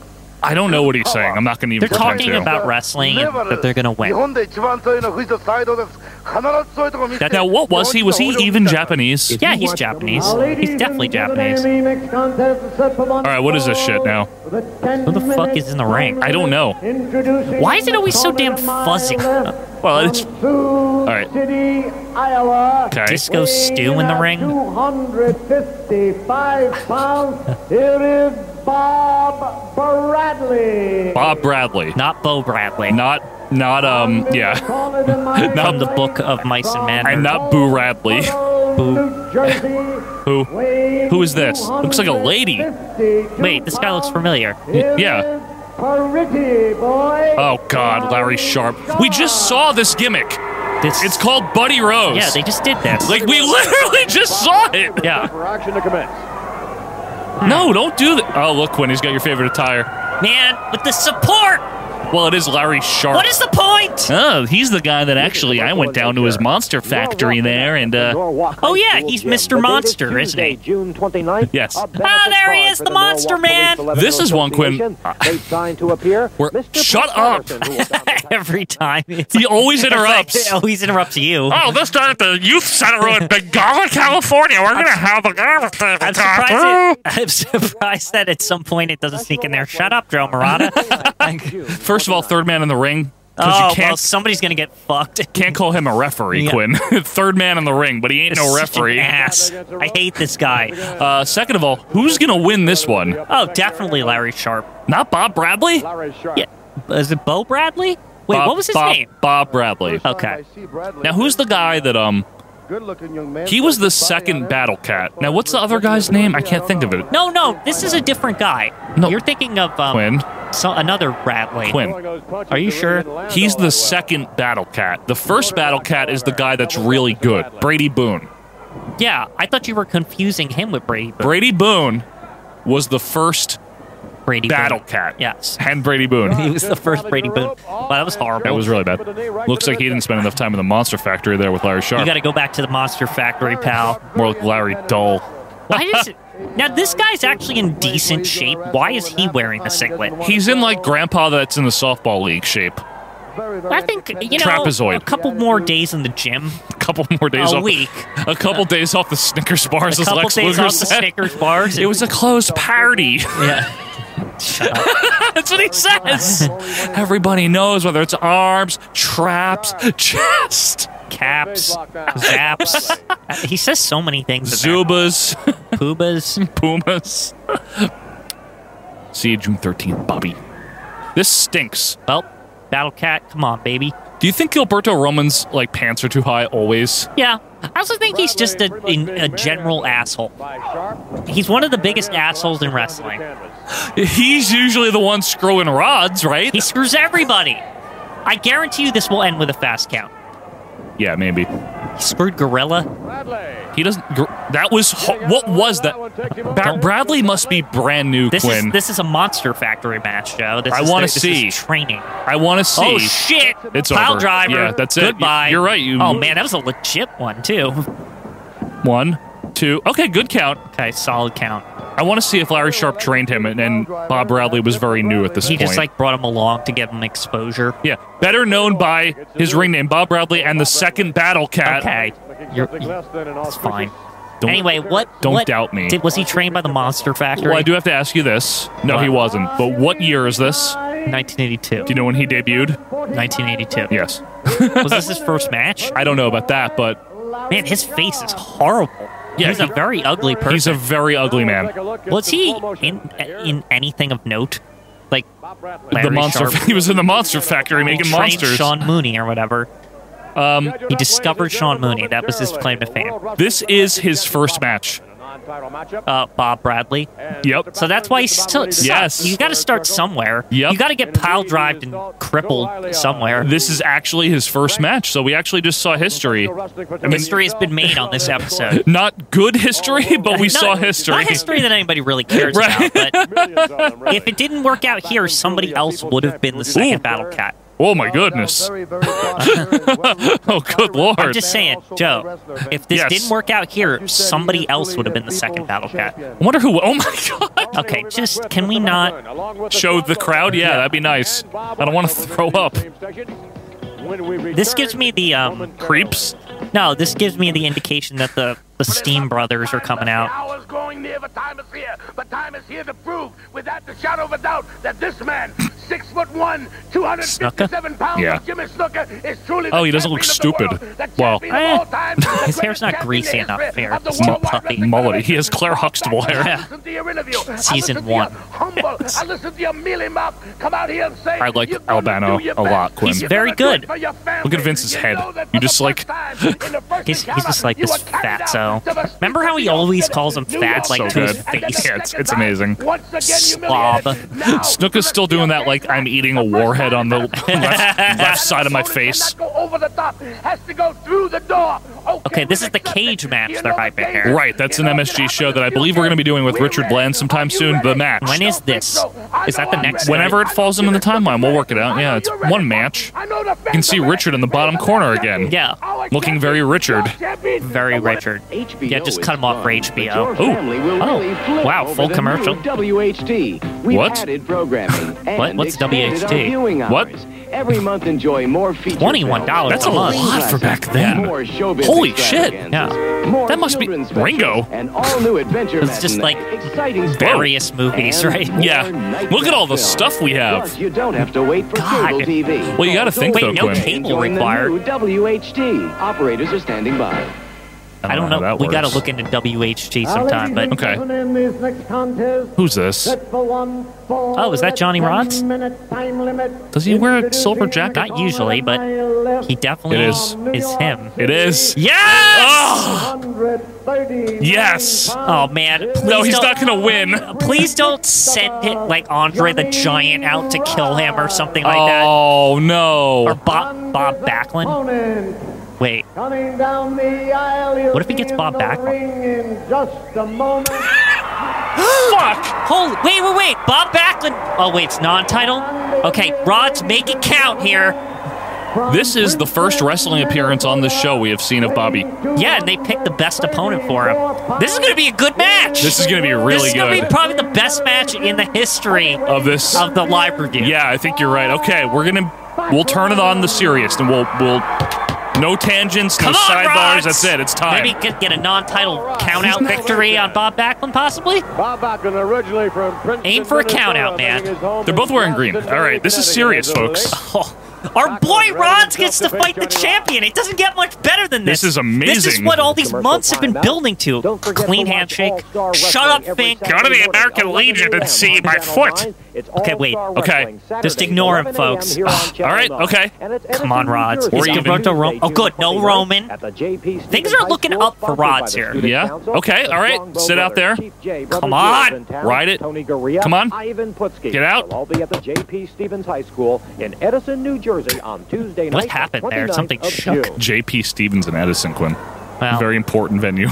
Speaker 1: I don't know what he's saying. I'm not going to even
Speaker 7: They're
Speaker 1: pretend
Speaker 7: talking
Speaker 1: to.
Speaker 7: about wrestling and that they're gonna win.
Speaker 3: 日本で一番強いのは藤田サイドです。必ずそういうとこ見せて。
Speaker 1: Now, what was he? Was he even Japanese?
Speaker 7: Yeah, he's Japanese.
Speaker 6: Now, ladies
Speaker 7: He's definitely
Speaker 6: and gentlemen,
Speaker 7: Japanese.
Speaker 6: the next contest is set for one
Speaker 1: All right, what is this shit now?
Speaker 6: Who
Speaker 7: the fuck is in the ring?
Speaker 1: I don't know.
Speaker 7: Why is it always so damn fuzzy?
Speaker 1: Well, it's
Speaker 6: All
Speaker 1: right.
Speaker 6: City, Iowa.
Speaker 1: okay.
Speaker 7: Disco stew in the ring.
Speaker 6: 255 pounds. Here is Bob Bradley.
Speaker 1: Bob Bradley,
Speaker 7: Not Bo Bradley.
Speaker 1: not Not um yeah. not
Speaker 7: From the book of Mice and Manner.
Speaker 1: and not Boo Radley. Who? Who is this? Looks like a lady.
Speaker 7: Wait, this guy looks familiar.
Speaker 1: Yeah. Oh God, Larry Sharp. We just saw this gimmick.
Speaker 7: This
Speaker 1: It's called Buddy Rose.
Speaker 7: Yeah, they just did this.
Speaker 1: like we literally just saw it.
Speaker 7: yeah.
Speaker 2: For action to commence.
Speaker 1: No, don't do that. Oh look, Quinn, he's got your favorite attire.
Speaker 7: Man, with the support!
Speaker 1: Well, it is Larry Sharp.
Speaker 7: What is the point?
Speaker 1: Oh, he's the guy that actually I went down to his monster factory there and uh
Speaker 7: Oh, yeah, he's Mr. Monster, isn't he?
Speaker 9: June 29th.
Speaker 1: Yes.
Speaker 9: a
Speaker 1: Ah,
Speaker 9: benefit
Speaker 7: there he
Speaker 9: card
Speaker 7: is,
Speaker 9: for
Speaker 7: the Monster
Speaker 9: Norwalk
Speaker 7: Man.
Speaker 9: Police 11
Speaker 1: This is one, Quinn. Ah.
Speaker 9: Association. They signed to appear.
Speaker 1: We're-
Speaker 9: Mr.
Speaker 1: Shut up.
Speaker 9: Patterson, who will down the
Speaker 7: Every time. It's
Speaker 1: he always
Speaker 7: it's like-
Speaker 1: interrupts.
Speaker 7: it always interrupts you.
Speaker 1: Oh, this time at the youth center in Bengala, California. We're gonna have a conversation.
Speaker 7: I'm surprised, it, I'm surprised that at some point it doesn't sneak in there. Shut up, Joe Morata.
Speaker 1: First of all, third man in the ring. Because
Speaker 7: oh,
Speaker 1: you can't
Speaker 7: well, somebody's going to get fucked.
Speaker 1: can't call him a referee,
Speaker 7: Yeah.
Speaker 1: Quinn. third man in the ring, but he ain't no
Speaker 7: Such an
Speaker 1: referee.
Speaker 7: ass. I hate this guy.
Speaker 1: Uh, second of all, who's gonna win this one?
Speaker 7: Oh, definitely Larry Sharp.
Speaker 1: Not Bob Bradley.
Speaker 2: Larry Sharp.
Speaker 7: Yeah. Is it Bo Bradley? Wait,
Speaker 1: Bob-
Speaker 7: what was his
Speaker 1: Bob-
Speaker 7: name?
Speaker 1: Bob Bradley.
Speaker 7: Okay.
Speaker 1: Now who's the guy that um?
Speaker 2: Good-looking young man.
Speaker 1: He was the second Battle Cat. Now what's the other guy's name? I can't think of it.
Speaker 7: No, no, this is a different guy.
Speaker 1: No.
Speaker 7: You're thinking of um,
Speaker 1: Quinn.
Speaker 7: So, another Bradley.
Speaker 1: Quinn.
Speaker 7: Are you sure?
Speaker 1: He's the second Battle Cat. The first Battle Cat is the guy that's really good, Brady Boone.
Speaker 7: Yeah, I thought you were confusing him with Brady. Boone.
Speaker 1: Brady Boone was the first
Speaker 7: Brady Boone.
Speaker 1: Battle Cat.
Speaker 7: Yes.
Speaker 1: And Brady Boone.
Speaker 7: He was the first Brady Boone. Wow, that was horrible.
Speaker 1: That was really bad. Looks like he didn't spend enough time in the Monster Factory there with Larry
Speaker 7: You
Speaker 1: Sharp.
Speaker 7: got to go back to the Monster Factory, pal.
Speaker 1: More like Larry Dull.
Speaker 7: Why does it? Now this guy's actually in decent shape. Why is he wearing the singlet?
Speaker 1: He's in like grandpa that's in the softball league shape.
Speaker 7: I think you know
Speaker 1: Trapezoid.
Speaker 7: a couple more days in the gym,
Speaker 1: A couple more days
Speaker 7: a
Speaker 1: off.
Speaker 7: week,
Speaker 1: A couple days off the Snickers bars,
Speaker 7: a
Speaker 1: as
Speaker 7: couple
Speaker 1: Lex
Speaker 7: days
Speaker 1: Luger
Speaker 7: off the
Speaker 1: said.
Speaker 7: Snickers bars.
Speaker 1: It was a closed party.
Speaker 7: yeah. Shut up.
Speaker 1: That's what he says. Everybody knows whether it's arms, traps, chest,
Speaker 7: Caps, zaps. Uh, he says so many things. in there.
Speaker 1: Zubas,
Speaker 7: Poobas.
Speaker 1: Pumas. See you June 13th, Bobby. This stinks.
Speaker 7: Well, Battle Cat, come on, baby.
Speaker 1: Do you think Gilberto Roman's like pants are too high always?
Speaker 7: Yeah. I also think he's just a, in, a general asshole. He's one of the biggest assholes in wrestling.
Speaker 1: He's usually the one screwing rods, right?
Speaker 7: He screws everybody. I guarantee you this will end with a fast count.
Speaker 1: yeah, maybe.
Speaker 7: He screwed Gorilla.
Speaker 1: He doesn't. gr- That was ho- what was that? Ba- Bradley must be brand new,
Speaker 7: This
Speaker 1: Quinn.
Speaker 7: is this is a monster factory match, Joe. This
Speaker 1: I
Speaker 7: is
Speaker 1: wanna
Speaker 7: their- this is
Speaker 1: see.
Speaker 7: training.
Speaker 1: I want to see.
Speaker 7: Oh shit!
Speaker 1: It's
Speaker 7: Pile
Speaker 1: over.
Speaker 7: driver.
Speaker 1: Yeah, that's it. Y-
Speaker 7: Goodbye.
Speaker 1: you're right, you-
Speaker 7: oh man, that was a legit one too.
Speaker 1: One, two. Okay, good count.
Speaker 7: Okay, solid count.
Speaker 1: I want to see if Larry Sharp trained him, and, and Bob Bradley was very new at this
Speaker 7: He
Speaker 1: point.
Speaker 7: just like brought him along to give him exposure.
Speaker 1: yeah, better known by his ring name, Bob Bradley, and the second Battle Cat.
Speaker 7: Okay, you're,
Speaker 2: It's
Speaker 7: it's fine.
Speaker 1: Don't-
Speaker 7: anyway, what?
Speaker 1: don't
Speaker 7: what
Speaker 1: doubt me.
Speaker 7: Did, was he trained by the Monster Factory?
Speaker 1: Well, I do have to ask you this. No, he wasn't. But what year is this? Do
Speaker 7: 1982.
Speaker 1: you know when he debuted?
Speaker 7: 1982.
Speaker 1: Yes.
Speaker 7: Was this his first match?
Speaker 1: I don't know about that, but
Speaker 7: Man, his face is horrible.
Speaker 1: Yeah,
Speaker 7: he's a
Speaker 1: he-
Speaker 7: very ugly person.
Speaker 1: he's a very ugly man.
Speaker 7: Was he in in anything of note? Like Larry
Speaker 1: the monster.
Speaker 7: Sharp
Speaker 1: He was in the Monster Factory making
Speaker 7: trained
Speaker 1: monsters.
Speaker 7: Sean Mooney or whatever.
Speaker 1: Um,
Speaker 7: He discovered Sean Mooney. That was his claim to fame.
Speaker 1: this is his first match.
Speaker 7: Uh, Bob Bradley.
Speaker 1: Yep.
Speaker 7: So that's why he still sucks.
Speaker 1: Yes.
Speaker 7: You got to start somewhere.
Speaker 1: Yep.
Speaker 7: You got to get pile drived and crippled somewhere.
Speaker 1: This is actually his first match, so we actually just saw history.
Speaker 7: History has been made on this episode.
Speaker 1: Not good history, but we
Speaker 7: Not-
Speaker 1: saw history.
Speaker 7: Not history that anybody really cares
Speaker 1: Right.
Speaker 7: about. But if it didn't work out here, somebody else would have been the second
Speaker 1: Ooh.
Speaker 7: Battle Cat.
Speaker 1: Oh my goodness. Oh, good lord.
Speaker 7: I'm just saying, Joe. If this
Speaker 1: Yes.
Speaker 7: didn't work out here, somebody else would have been the second Battle Cat.
Speaker 1: I wonder who. Oh my god.
Speaker 7: Okay, just can we not?
Speaker 1: Show the crowd? Yeah, that'd be nice. I don't want to throw up.
Speaker 7: This gives me the um.
Speaker 1: Creeps?
Speaker 7: No, this gives me the indication that the the Steam Brothers are coming out.
Speaker 6: Hours going near, but time is here. But time is here to prove, without the shadow of a doubt, that this man, six foot one, two hundred fifty-seven pounds,
Speaker 1: Yeah.
Speaker 6: Jimmy Snuka, is truly.
Speaker 1: Oh,
Speaker 6: the
Speaker 1: he doesn't look
Speaker 6: champion of the
Speaker 1: stupid.
Speaker 6: world, the
Speaker 1: Well.
Speaker 6: champion of all time, the
Speaker 7: His hair's not
Speaker 6: greatest
Speaker 7: greasy
Speaker 6: champion in
Speaker 7: enough,
Speaker 6: history
Speaker 7: fair.
Speaker 6: of the
Speaker 7: It's not
Speaker 6: worldwide
Speaker 7: puffy.
Speaker 6: wrestling
Speaker 1: Mullet. He has Claire
Speaker 6: federation.
Speaker 1: Huxtable hair.
Speaker 6: Listen to your interview.
Speaker 7: Season
Speaker 6: Listen to your
Speaker 7: one.
Speaker 6: humble
Speaker 7: all. I listen to your mealy mouth come out here and say
Speaker 1: I like
Speaker 7: you're gonna
Speaker 1: Albano
Speaker 7: do your
Speaker 1: a lot,
Speaker 7: best.
Speaker 1: Quinn.
Speaker 2: He's
Speaker 7: You're
Speaker 2: very
Speaker 7: gonna do it
Speaker 2: good.
Speaker 7: for your family.
Speaker 1: Look at Vince's
Speaker 7: You
Speaker 1: head.
Speaker 7: know that
Speaker 1: You
Speaker 7: for
Speaker 1: just
Speaker 7: the
Speaker 1: like-
Speaker 7: first time in the first
Speaker 2: He's- he's
Speaker 7: encounter,
Speaker 2: just like
Speaker 7: you
Speaker 2: this
Speaker 7: were carried
Speaker 2: fatso.
Speaker 7: out to the streets
Speaker 2: Remember how he
Speaker 7: of
Speaker 2: always
Speaker 7: York
Speaker 2: calls him
Speaker 7: City, New
Speaker 2: fats,
Speaker 7: York,
Speaker 1: like, to
Speaker 7: and
Speaker 1: his
Speaker 7: then the
Speaker 1: face?
Speaker 7: second
Speaker 1: It's- it's
Speaker 7: time,
Speaker 1: amazing.
Speaker 7: once again
Speaker 2: Slob.
Speaker 7: humiliated. Now,
Speaker 1: Snook is still doing that, like I'm eating a warhead on the left, left side of my face.
Speaker 7: Cannot go over the top. Has to go through the door. Oh, Okay,
Speaker 2: Okay, this
Speaker 7: we
Speaker 2: is the
Speaker 7: accept
Speaker 2: cage
Speaker 7: it.
Speaker 2: match
Speaker 7: You
Speaker 2: they're
Speaker 7: know the
Speaker 2: hyping
Speaker 7: danger.
Speaker 2: here.
Speaker 1: Right, that's
Speaker 7: You
Speaker 1: an
Speaker 7: know
Speaker 1: MSG
Speaker 7: what
Speaker 1: show that I
Speaker 7: happens
Speaker 1: believe
Speaker 7: if you
Speaker 1: we're gonna be doing with
Speaker 7: we're
Speaker 1: Richard
Speaker 7: ready.
Speaker 1: Bland sometime
Speaker 7: Are you
Speaker 1: soon, the
Speaker 7: ready?
Speaker 1: match.
Speaker 2: When
Speaker 7: I
Speaker 2: is
Speaker 7: don't think
Speaker 2: this?
Speaker 7: so. I
Speaker 2: Is
Speaker 7: know
Speaker 2: that the
Speaker 7: I'm
Speaker 2: next
Speaker 7: ready.
Speaker 1: Whenever it
Speaker 7: I
Speaker 1: falls
Speaker 7: know
Speaker 1: into the
Speaker 7: you're
Speaker 1: timeline, we'll
Speaker 7: ready.
Speaker 1: work it out.
Speaker 7: I know
Speaker 1: Yeah, it's
Speaker 7: you're ready.
Speaker 1: one match.
Speaker 7: I know the fans
Speaker 1: You can see
Speaker 7: are ready.
Speaker 1: Richard in the bottom corner again.
Speaker 2: Yeah.
Speaker 7: Our
Speaker 1: Looking very
Speaker 7: champion,
Speaker 1: Richard.
Speaker 7: our champion,
Speaker 2: Very
Speaker 7: the one-
Speaker 2: Richard.
Speaker 10: HBO
Speaker 2: Yeah, just
Speaker 10: is
Speaker 2: cut him off for
Speaker 10: fun, but
Speaker 2: HBO.
Speaker 10: your
Speaker 2: Ooh.
Speaker 10: family will
Speaker 2: Oh.
Speaker 10: really flip
Speaker 2: Wow,
Speaker 10: over
Speaker 2: full
Speaker 10: the
Speaker 2: commercial.
Speaker 10: new WHT. We've
Speaker 1: What?
Speaker 10: added programming and
Speaker 2: What? What's
Speaker 10: expanded
Speaker 2: WHT?
Speaker 10: our viewing
Speaker 1: What?
Speaker 10: hours. Every month, enjoy more feature
Speaker 2: $21
Speaker 10: films,
Speaker 2: That's a
Speaker 10: more
Speaker 2: lot
Speaker 10: screen
Speaker 1: for back
Speaker 10: classics,
Speaker 1: then.
Speaker 10: More showbiz
Speaker 1: Holy shit.
Speaker 10: extravaganzas,
Speaker 2: Yeah.
Speaker 10: More
Speaker 1: That must be
Speaker 10: children's specials,
Speaker 1: Ringo.
Speaker 10: And all new adventure.
Speaker 2: It's just
Speaker 10: matinees,
Speaker 2: like
Speaker 10: exciting sports,
Speaker 2: various movies,
Speaker 10: and
Speaker 2: right?
Speaker 10: more
Speaker 1: Yeah.
Speaker 10: nightmare
Speaker 1: Look at all the
Speaker 10: films.
Speaker 1: stuff we have.
Speaker 10: Plus, you don't have to wait for
Speaker 2: God.
Speaker 10: cable TV.
Speaker 1: Well, you gotta think,
Speaker 2: Wait,
Speaker 1: though,
Speaker 2: no
Speaker 1: Quinn.
Speaker 2: cable
Speaker 10: Join the
Speaker 2: required.
Speaker 10: new WHT. Operators are standing by.
Speaker 2: I don't
Speaker 1: how
Speaker 2: know.
Speaker 1: that
Speaker 2: We got to
Speaker 1: works.
Speaker 2: look into WHG
Speaker 6: Now,
Speaker 2: sometime,
Speaker 6: ladies
Speaker 2: but
Speaker 6: and
Speaker 1: Okay.
Speaker 6: gentlemen, in this next contest,
Speaker 1: Who's this?
Speaker 6: set for one fall
Speaker 2: Oh, is that
Speaker 6: at
Speaker 2: Johnny Rods?
Speaker 6: 10-minute time limit.
Speaker 1: Does he wear a
Speaker 6: Introducing
Speaker 1: silver jacket?
Speaker 2: Not usually, but he definitely
Speaker 1: It
Speaker 2: is.
Speaker 1: is.
Speaker 2: him.
Speaker 1: It is.
Speaker 2: Yes!
Speaker 1: Yes!
Speaker 2: Oh man! Please
Speaker 1: No, he's
Speaker 2: don't-
Speaker 1: not gonna win.
Speaker 2: Please don't send it like Andre the Giant out to kill him or something like that,
Speaker 1: Oh
Speaker 2: or
Speaker 1: no!
Speaker 2: Bob Bob Backlund. Wait,
Speaker 6: Coming down the aisle, he'll
Speaker 2: What if he gets
Speaker 6: be in
Speaker 2: Bob
Speaker 6: the
Speaker 2: back?
Speaker 6: ring in just a moment.
Speaker 1: Fuck!
Speaker 2: hold, wait, wait, wait! Bob Backlund. Oh wait, it's non-title. Okay, Rods, make it count here.
Speaker 1: This is the first wrestling appearance on this show we have seen of Bobby.
Speaker 2: Yeah, and they picked the best opponent for him. This is gonna be a good match.
Speaker 1: This is gonna be
Speaker 2: This
Speaker 1: really
Speaker 2: is gonna be
Speaker 1: good.
Speaker 2: probably the best match in the history
Speaker 1: Of this,
Speaker 2: of the live review.
Speaker 1: yeah, I think you're right. Okay, we're gonna we'll turn it on the serious, and we'll we'll no tangents,
Speaker 2: Come
Speaker 1: no
Speaker 2: on,
Speaker 1: sidebars.
Speaker 2: Rods!
Speaker 1: That's it. It's time.
Speaker 2: Maybe get, get a non-title count-out victory on Bob Backlund, possibly.
Speaker 3: Bob Backlund, originally from Princeton,
Speaker 2: Aim for a
Speaker 3: Minnesota,
Speaker 2: countout, man.
Speaker 3: making his home
Speaker 1: They're
Speaker 3: in
Speaker 1: both wearing green.
Speaker 3: Jackson,
Speaker 1: All right, this is
Speaker 3: Connecticut
Speaker 1: serious,
Speaker 3: as a
Speaker 1: folks.
Speaker 3: late
Speaker 2: Oh, our boy Rods
Speaker 3: Backlund rounded
Speaker 2: gets to
Speaker 3: himself to
Speaker 2: fight the
Speaker 3: face Johnny Rods.
Speaker 2: champion. It doesn't get much better than this.
Speaker 1: This is
Speaker 2: This is
Speaker 1: amazing.
Speaker 2: what all these
Speaker 10: Commercial
Speaker 2: months have been
Speaker 10: timeout.
Speaker 2: building to.
Speaker 10: Don't forget
Speaker 2: Clean
Speaker 10: to watch
Speaker 2: handshake.
Speaker 10: All-Star Wrestling
Speaker 2: Shut up,
Speaker 10: every
Speaker 2: Fink.
Speaker 10: Saturday
Speaker 1: Go to the
Speaker 10: morning,
Speaker 1: American
Speaker 10: 11
Speaker 1: Legion and
Speaker 10: a.m. on
Speaker 1: see my
Speaker 10: Channel
Speaker 1: foot.
Speaker 10: 9. It's
Speaker 2: Okay, wait.
Speaker 10: All-Star
Speaker 1: Okay.
Speaker 10: Wrestling, Saturday,
Speaker 2: Just ignore him,
Speaker 10: 11 a.m.
Speaker 2: folks.
Speaker 10: here on
Speaker 2: Ugh.
Speaker 10: Channel
Speaker 1: All right,
Speaker 10: 9.
Speaker 1: okay.
Speaker 10: And it's
Speaker 2: Come on,
Speaker 10: Edison,
Speaker 2: Rods.
Speaker 10: New
Speaker 2: It's
Speaker 10: Jersey,
Speaker 2: Roberto
Speaker 10: Tuesday,
Speaker 2: Rom- oh,
Speaker 10: June
Speaker 2: good, no
Speaker 10: 29th
Speaker 2: Roman.
Speaker 10: at the JP Stevens
Speaker 2: Things are
Speaker 10: High
Speaker 2: looking
Speaker 10: School,
Speaker 2: up for
Speaker 10: sponsored by
Speaker 2: Rods
Speaker 10: the
Speaker 2: here.
Speaker 10: Student
Speaker 1: Yeah,
Speaker 10: Council,
Speaker 1: okay,
Speaker 10: the
Speaker 1: all right,
Speaker 10: Strongbow
Speaker 1: sit out there.
Speaker 10: Brothers, Chief J, Brother
Speaker 1: Come on,
Speaker 10: Jules Ventana,
Speaker 1: ride it.
Speaker 10: Tony Garea,
Speaker 1: Come on.
Speaker 10: Ivan Putski.
Speaker 1: Get out.
Speaker 10: They'll all be at the JP Stevens High School in Edison, New Jersey on Tuesday night.
Speaker 2: What
Speaker 10: the
Speaker 2: happened there?
Speaker 10: 29th
Speaker 2: Something
Speaker 10: of
Speaker 2: shook.
Speaker 10: June.
Speaker 1: JP Stevens and Edison Quinn.
Speaker 2: Well,
Speaker 1: Very important venue.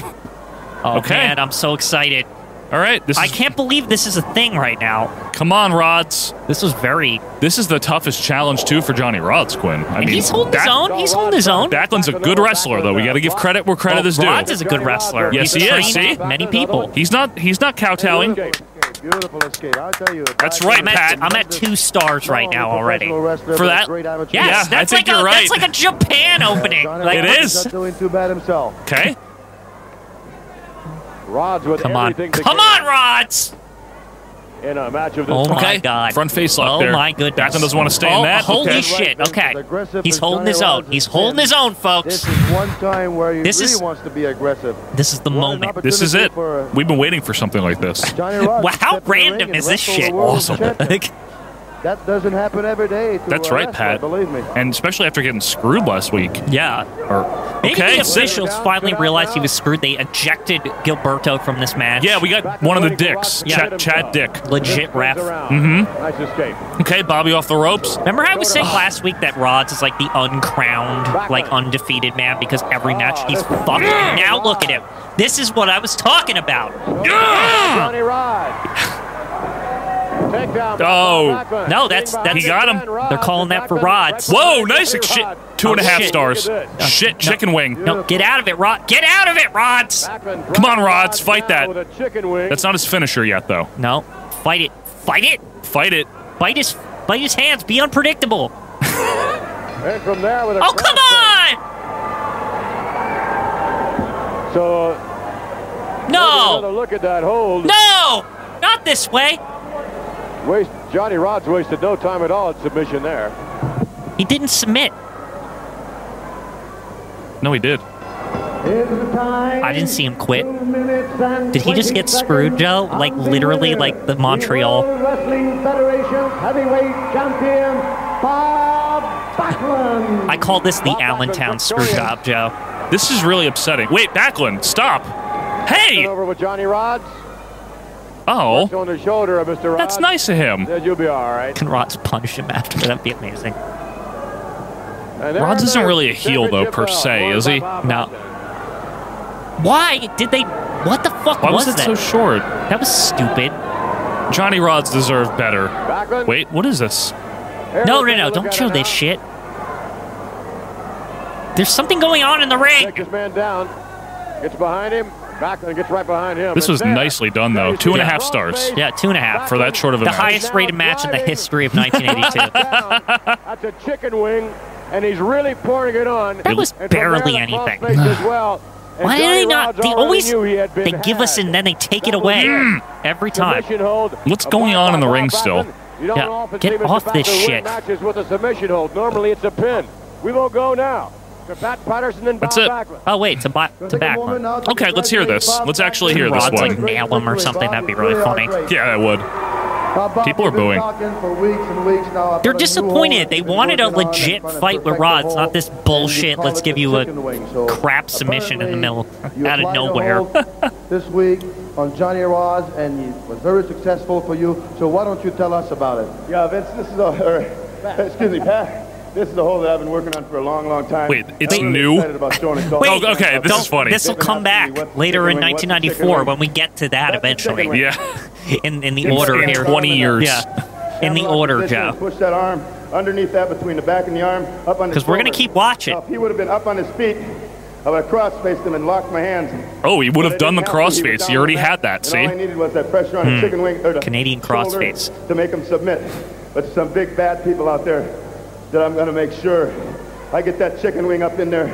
Speaker 2: oh,
Speaker 1: okay.
Speaker 2: man, I'm so excited.
Speaker 1: All right, this
Speaker 2: I
Speaker 1: is,
Speaker 2: can't believe this is a thing right now.
Speaker 1: come on, Rods.
Speaker 2: This was very.
Speaker 1: This is the toughest challenge too for Johnny Rods Quinn. I
Speaker 2: And
Speaker 1: mean,
Speaker 2: he's holding his
Speaker 1: Back-
Speaker 2: own. He's holding his own.
Speaker 1: Backlund's a good wrestler though. We got to give credit where credit
Speaker 2: Well,
Speaker 1: is due.
Speaker 2: Rods is a good wrestler.
Speaker 1: Yes,
Speaker 2: he's
Speaker 1: he is,
Speaker 2: trained
Speaker 1: see?
Speaker 2: Many people.
Speaker 1: He's not. He's not kowtowing.
Speaker 3: Beautiful escape. I'll tell you.
Speaker 1: That's right,
Speaker 2: I'm at,
Speaker 1: Pat.
Speaker 2: I'm at two stars right
Speaker 10: Oh,
Speaker 2: now already.
Speaker 1: For that-
Speaker 2: Yes,
Speaker 1: Yeah, I
Speaker 2: that's
Speaker 1: think
Speaker 2: like a
Speaker 1: you're right.
Speaker 2: that's like a Japan opening. Like,
Speaker 1: It
Speaker 2: what-
Speaker 1: is.
Speaker 3: Not doing too bad himself.
Speaker 1: Okay,
Speaker 3: Rods with
Speaker 2: Come on,
Speaker 3: everything to
Speaker 2: come
Speaker 3: give
Speaker 2: on, Rods!
Speaker 3: in a match of this
Speaker 2: Oh
Speaker 3: kind.
Speaker 2: my
Speaker 1: okay.
Speaker 2: God.
Speaker 1: Front face lock
Speaker 2: oh
Speaker 1: there.
Speaker 2: my goodness!
Speaker 1: Backlund doesn't want to stay
Speaker 2: Oh,
Speaker 1: in that.
Speaker 2: Holy
Speaker 1: Okay.
Speaker 2: shit! Okay,
Speaker 3: Aggressive
Speaker 2: he's
Speaker 3: as
Speaker 2: holding
Speaker 3: Johnny
Speaker 2: his own.
Speaker 3: Rods
Speaker 2: He's
Speaker 3: has
Speaker 2: holding
Speaker 3: been.
Speaker 2: his own,
Speaker 3: This
Speaker 2: folks.
Speaker 3: is one time where he
Speaker 2: This
Speaker 3: really
Speaker 2: is-
Speaker 3: wants to be aggressive.
Speaker 2: This is the
Speaker 3: What an
Speaker 2: moment.
Speaker 3: opportunity
Speaker 1: This is it.
Speaker 3: for
Speaker 1: We've been waiting for something like this.
Speaker 3: Johnny Rods
Speaker 2: Wow,
Speaker 3: to
Speaker 2: how
Speaker 3: step in the ring
Speaker 2: random
Speaker 3: and
Speaker 2: is this
Speaker 3: wrestle the
Speaker 2: shit?
Speaker 3: world champion.
Speaker 2: Like,
Speaker 3: That doesn't happen every day. To
Speaker 1: That's
Speaker 3: a
Speaker 1: right,
Speaker 3: wrestler,
Speaker 1: Pat.
Speaker 3: Believe me.
Speaker 1: And especially after getting screwed last week.
Speaker 2: yeah.
Speaker 1: Or
Speaker 2: Maybe
Speaker 1: okay,
Speaker 2: the
Speaker 1: six.
Speaker 2: officials finally realized he was screwed. They ejected Gilberto from this match.
Speaker 1: Yeah, we got one of the dicks.
Speaker 2: Yeah.
Speaker 1: Chad, Chad Dick.
Speaker 2: legit ref.
Speaker 3: Mm-hmm. Nice escape.
Speaker 1: Okay, Bobby off the ropes.
Speaker 2: Remember how I was saying last week that Rods is like the uncrowned, like undefeated man because
Speaker 3: Ah,
Speaker 2: every match he's fucked. And now look at him. This is what I was talking about.
Speaker 3: Johnny Rod. Takedown. by
Speaker 1: Oh.
Speaker 3: Bob Backlund.
Speaker 2: No, that's-
Speaker 3: Ring
Speaker 2: that's-
Speaker 3: by
Speaker 1: He got him.
Speaker 3: Stan Rods.
Speaker 2: They're calling that for
Speaker 3: Backlund.
Speaker 2: Rods.
Speaker 1: Whoa, nice
Speaker 3: Backlund.
Speaker 1: shit. Two and a
Speaker 2: Oh,
Speaker 1: half
Speaker 2: shit.
Speaker 1: stars.
Speaker 3: Look at
Speaker 2: this.
Speaker 1: Shit,
Speaker 2: No.
Speaker 1: chicken wing.
Speaker 2: No, get out of it, Rod. Get out of it, Rods.
Speaker 3: Backlund
Speaker 1: Come on,
Speaker 3: dropped
Speaker 1: Rods, fight
Speaker 3: down
Speaker 1: that.
Speaker 3: With a chicken wing.
Speaker 1: That's not his finisher yet, though.
Speaker 2: No, fight it. Fight it.
Speaker 1: Fight it.
Speaker 2: Bite his bite his hands. Be unpredictable.
Speaker 3: and from there with a
Speaker 2: Oh come
Speaker 3: cross
Speaker 2: on!
Speaker 1: Oh.
Speaker 3: leg. So another
Speaker 2: No,
Speaker 3: look at that hold.
Speaker 2: no, not this way.
Speaker 3: Waste, Johnny Rods wasted no time at all at submission there.
Speaker 2: He didn't submit.
Speaker 1: No, he did.
Speaker 7: I didn't see him quit. Did he just get screwed, Joe? Like literally, like the Montreal. I call this the Allentown screw job, Joe.
Speaker 1: This is really upsetting. Wait, Backlund, stop. Hey!
Speaker 3: Over with Johnny Rods. It's
Speaker 1: Oh,
Speaker 3: on the shoulder of Mr. Rods.
Speaker 1: that's nice of him.
Speaker 3: Said you'll be all right.
Speaker 7: Can Rods punish him after? That'd be amazing.
Speaker 3: And there
Speaker 1: Rods
Speaker 3: it
Speaker 1: isn't
Speaker 3: is.
Speaker 1: really a heel, though, per se, is he?
Speaker 7: No. Why did they? What the fuck
Speaker 1: Why
Speaker 7: was,
Speaker 1: was it
Speaker 7: that?
Speaker 1: so short?
Speaker 7: that was stupid.
Speaker 1: Johnny Rods deserved better.
Speaker 3: Backlund,
Speaker 1: Wait, what is this?
Speaker 7: No, no, no! Don't show this shit. There's something going on in the ring.
Speaker 3: Check this man down. Gets behind him. Backlund gets right behind him.
Speaker 1: This
Speaker 3: And
Speaker 1: was
Speaker 3: there.
Speaker 1: nicely done, though. Two and a half stars
Speaker 7: Yeah, two and a half
Speaker 1: for that short of a
Speaker 7: the
Speaker 1: match.
Speaker 7: highest rated match in the history of 1982.
Speaker 3: Down. That's a chicken wing, and he's really pouring it on.
Speaker 7: That was
Speaker 3: And from
Speaker 7: barely
Speaker 3: there, the cross
Speaker 7: anything.
Speaker 3: face as well. And
Speaker 7: Why did
Speaker 3: Johnny
Speaker 7: they not?
Speaker 3: Rods
Speaker 7: They
Speaker 3: already
Speaker 7: always
Speaker 3: knew he had been
Speaker 7: they give us
Speaker 3: had.
Speaker 7: and then they take it
Speaker 3: That was
Speaker 7: away
Speaker 1: Mm.
Speaker 3: it.
Speaker 7: every time.
Speaker 3: Submission hold.
Speaker 1: What's
Speaker 3: A
Speaker 1: going
Speaker 3: block
Speaker 1: on in
Speaker 3: by
Speaker 1: the ring
Speaker 3: Bob
Speaker 1: still?
Speaker 3: Backlund. You don't
Speaker 7: Yeah,
Speaker 3: often
Speaker 7: get
Speaker 3: see Mr.
Speaker 7: off this
Speaker 3: Backlund win
Speaker 7: shit.
Speaker 3: Matches with a submission hold. Normally it's a pin. We won't go now. To Pat Patterson and
Speaker 1: That's
Speaker 3: Bob
Speaker 1: it.
Speaker 3: Backlund.
Speaker 7: Oh wait, to back to back one.
Speaker 1: Okay, let's hear this. Let's actually hear this
Speaker 7: Rod's like
Speaker 1: one.
Speaker 7: nail him or something. That'd be really funny.
Speaker 1: Yeah, I would. People are booing.
Speaker 7: They're disappointed. They wanted a legit fight with Rods, not this bullshit. Let's give you a crap submission in the middle out of nowhere.
Speaker 5: this week on Johnny Rods, and it was very successful for you. So why don't you tell us about it? Yeah, Vince, this is a. or, excuse me, Pat. This is a hole that I've been working on for a long, long time.
Speaker 1: Wait, it's
Speaker 5: I'm really
Speaker 1: new?
Speaker 5: excited about showing it to all-
Speaker 7: Wait,
Speaker 1: Oh, okay, this is funny.
Speaker 7: This will come back later in 1994 when we get to that eventually.
Speaker 1: Yeah.
Speaker 7: In in the order
Speaker 1: in
Speaker 7: here.
Speaker 1: 20 years.
Speaker 7: Yeah. In the order,
Speaker 5: Position,
Speaker 7: Joe.
Speaker 5: Push that arm underneath that between the back and the arm, up on his
Speaker 7: Because we're gonna
Speaker 5: shoulders.
Speaker 7: keep watching.
Speaker 5: Now, if he would have been up on his feet, I would have cross-faced him and locked my hands.
Speaker 1: Oh, he would have done the
Speaker 5: crossface.
Speaker 1: crossface. He already had that, see?
Speaker 5: all I needed was that pressure on the chicken wing or the
Speaker 7: Hmm. Canadian
Speaker 5: shoulder
Speaker 7: crossface.
Speaker 5: to make him submit. But some big bad people out there that I'm going to make sure I get that chicken wing up in there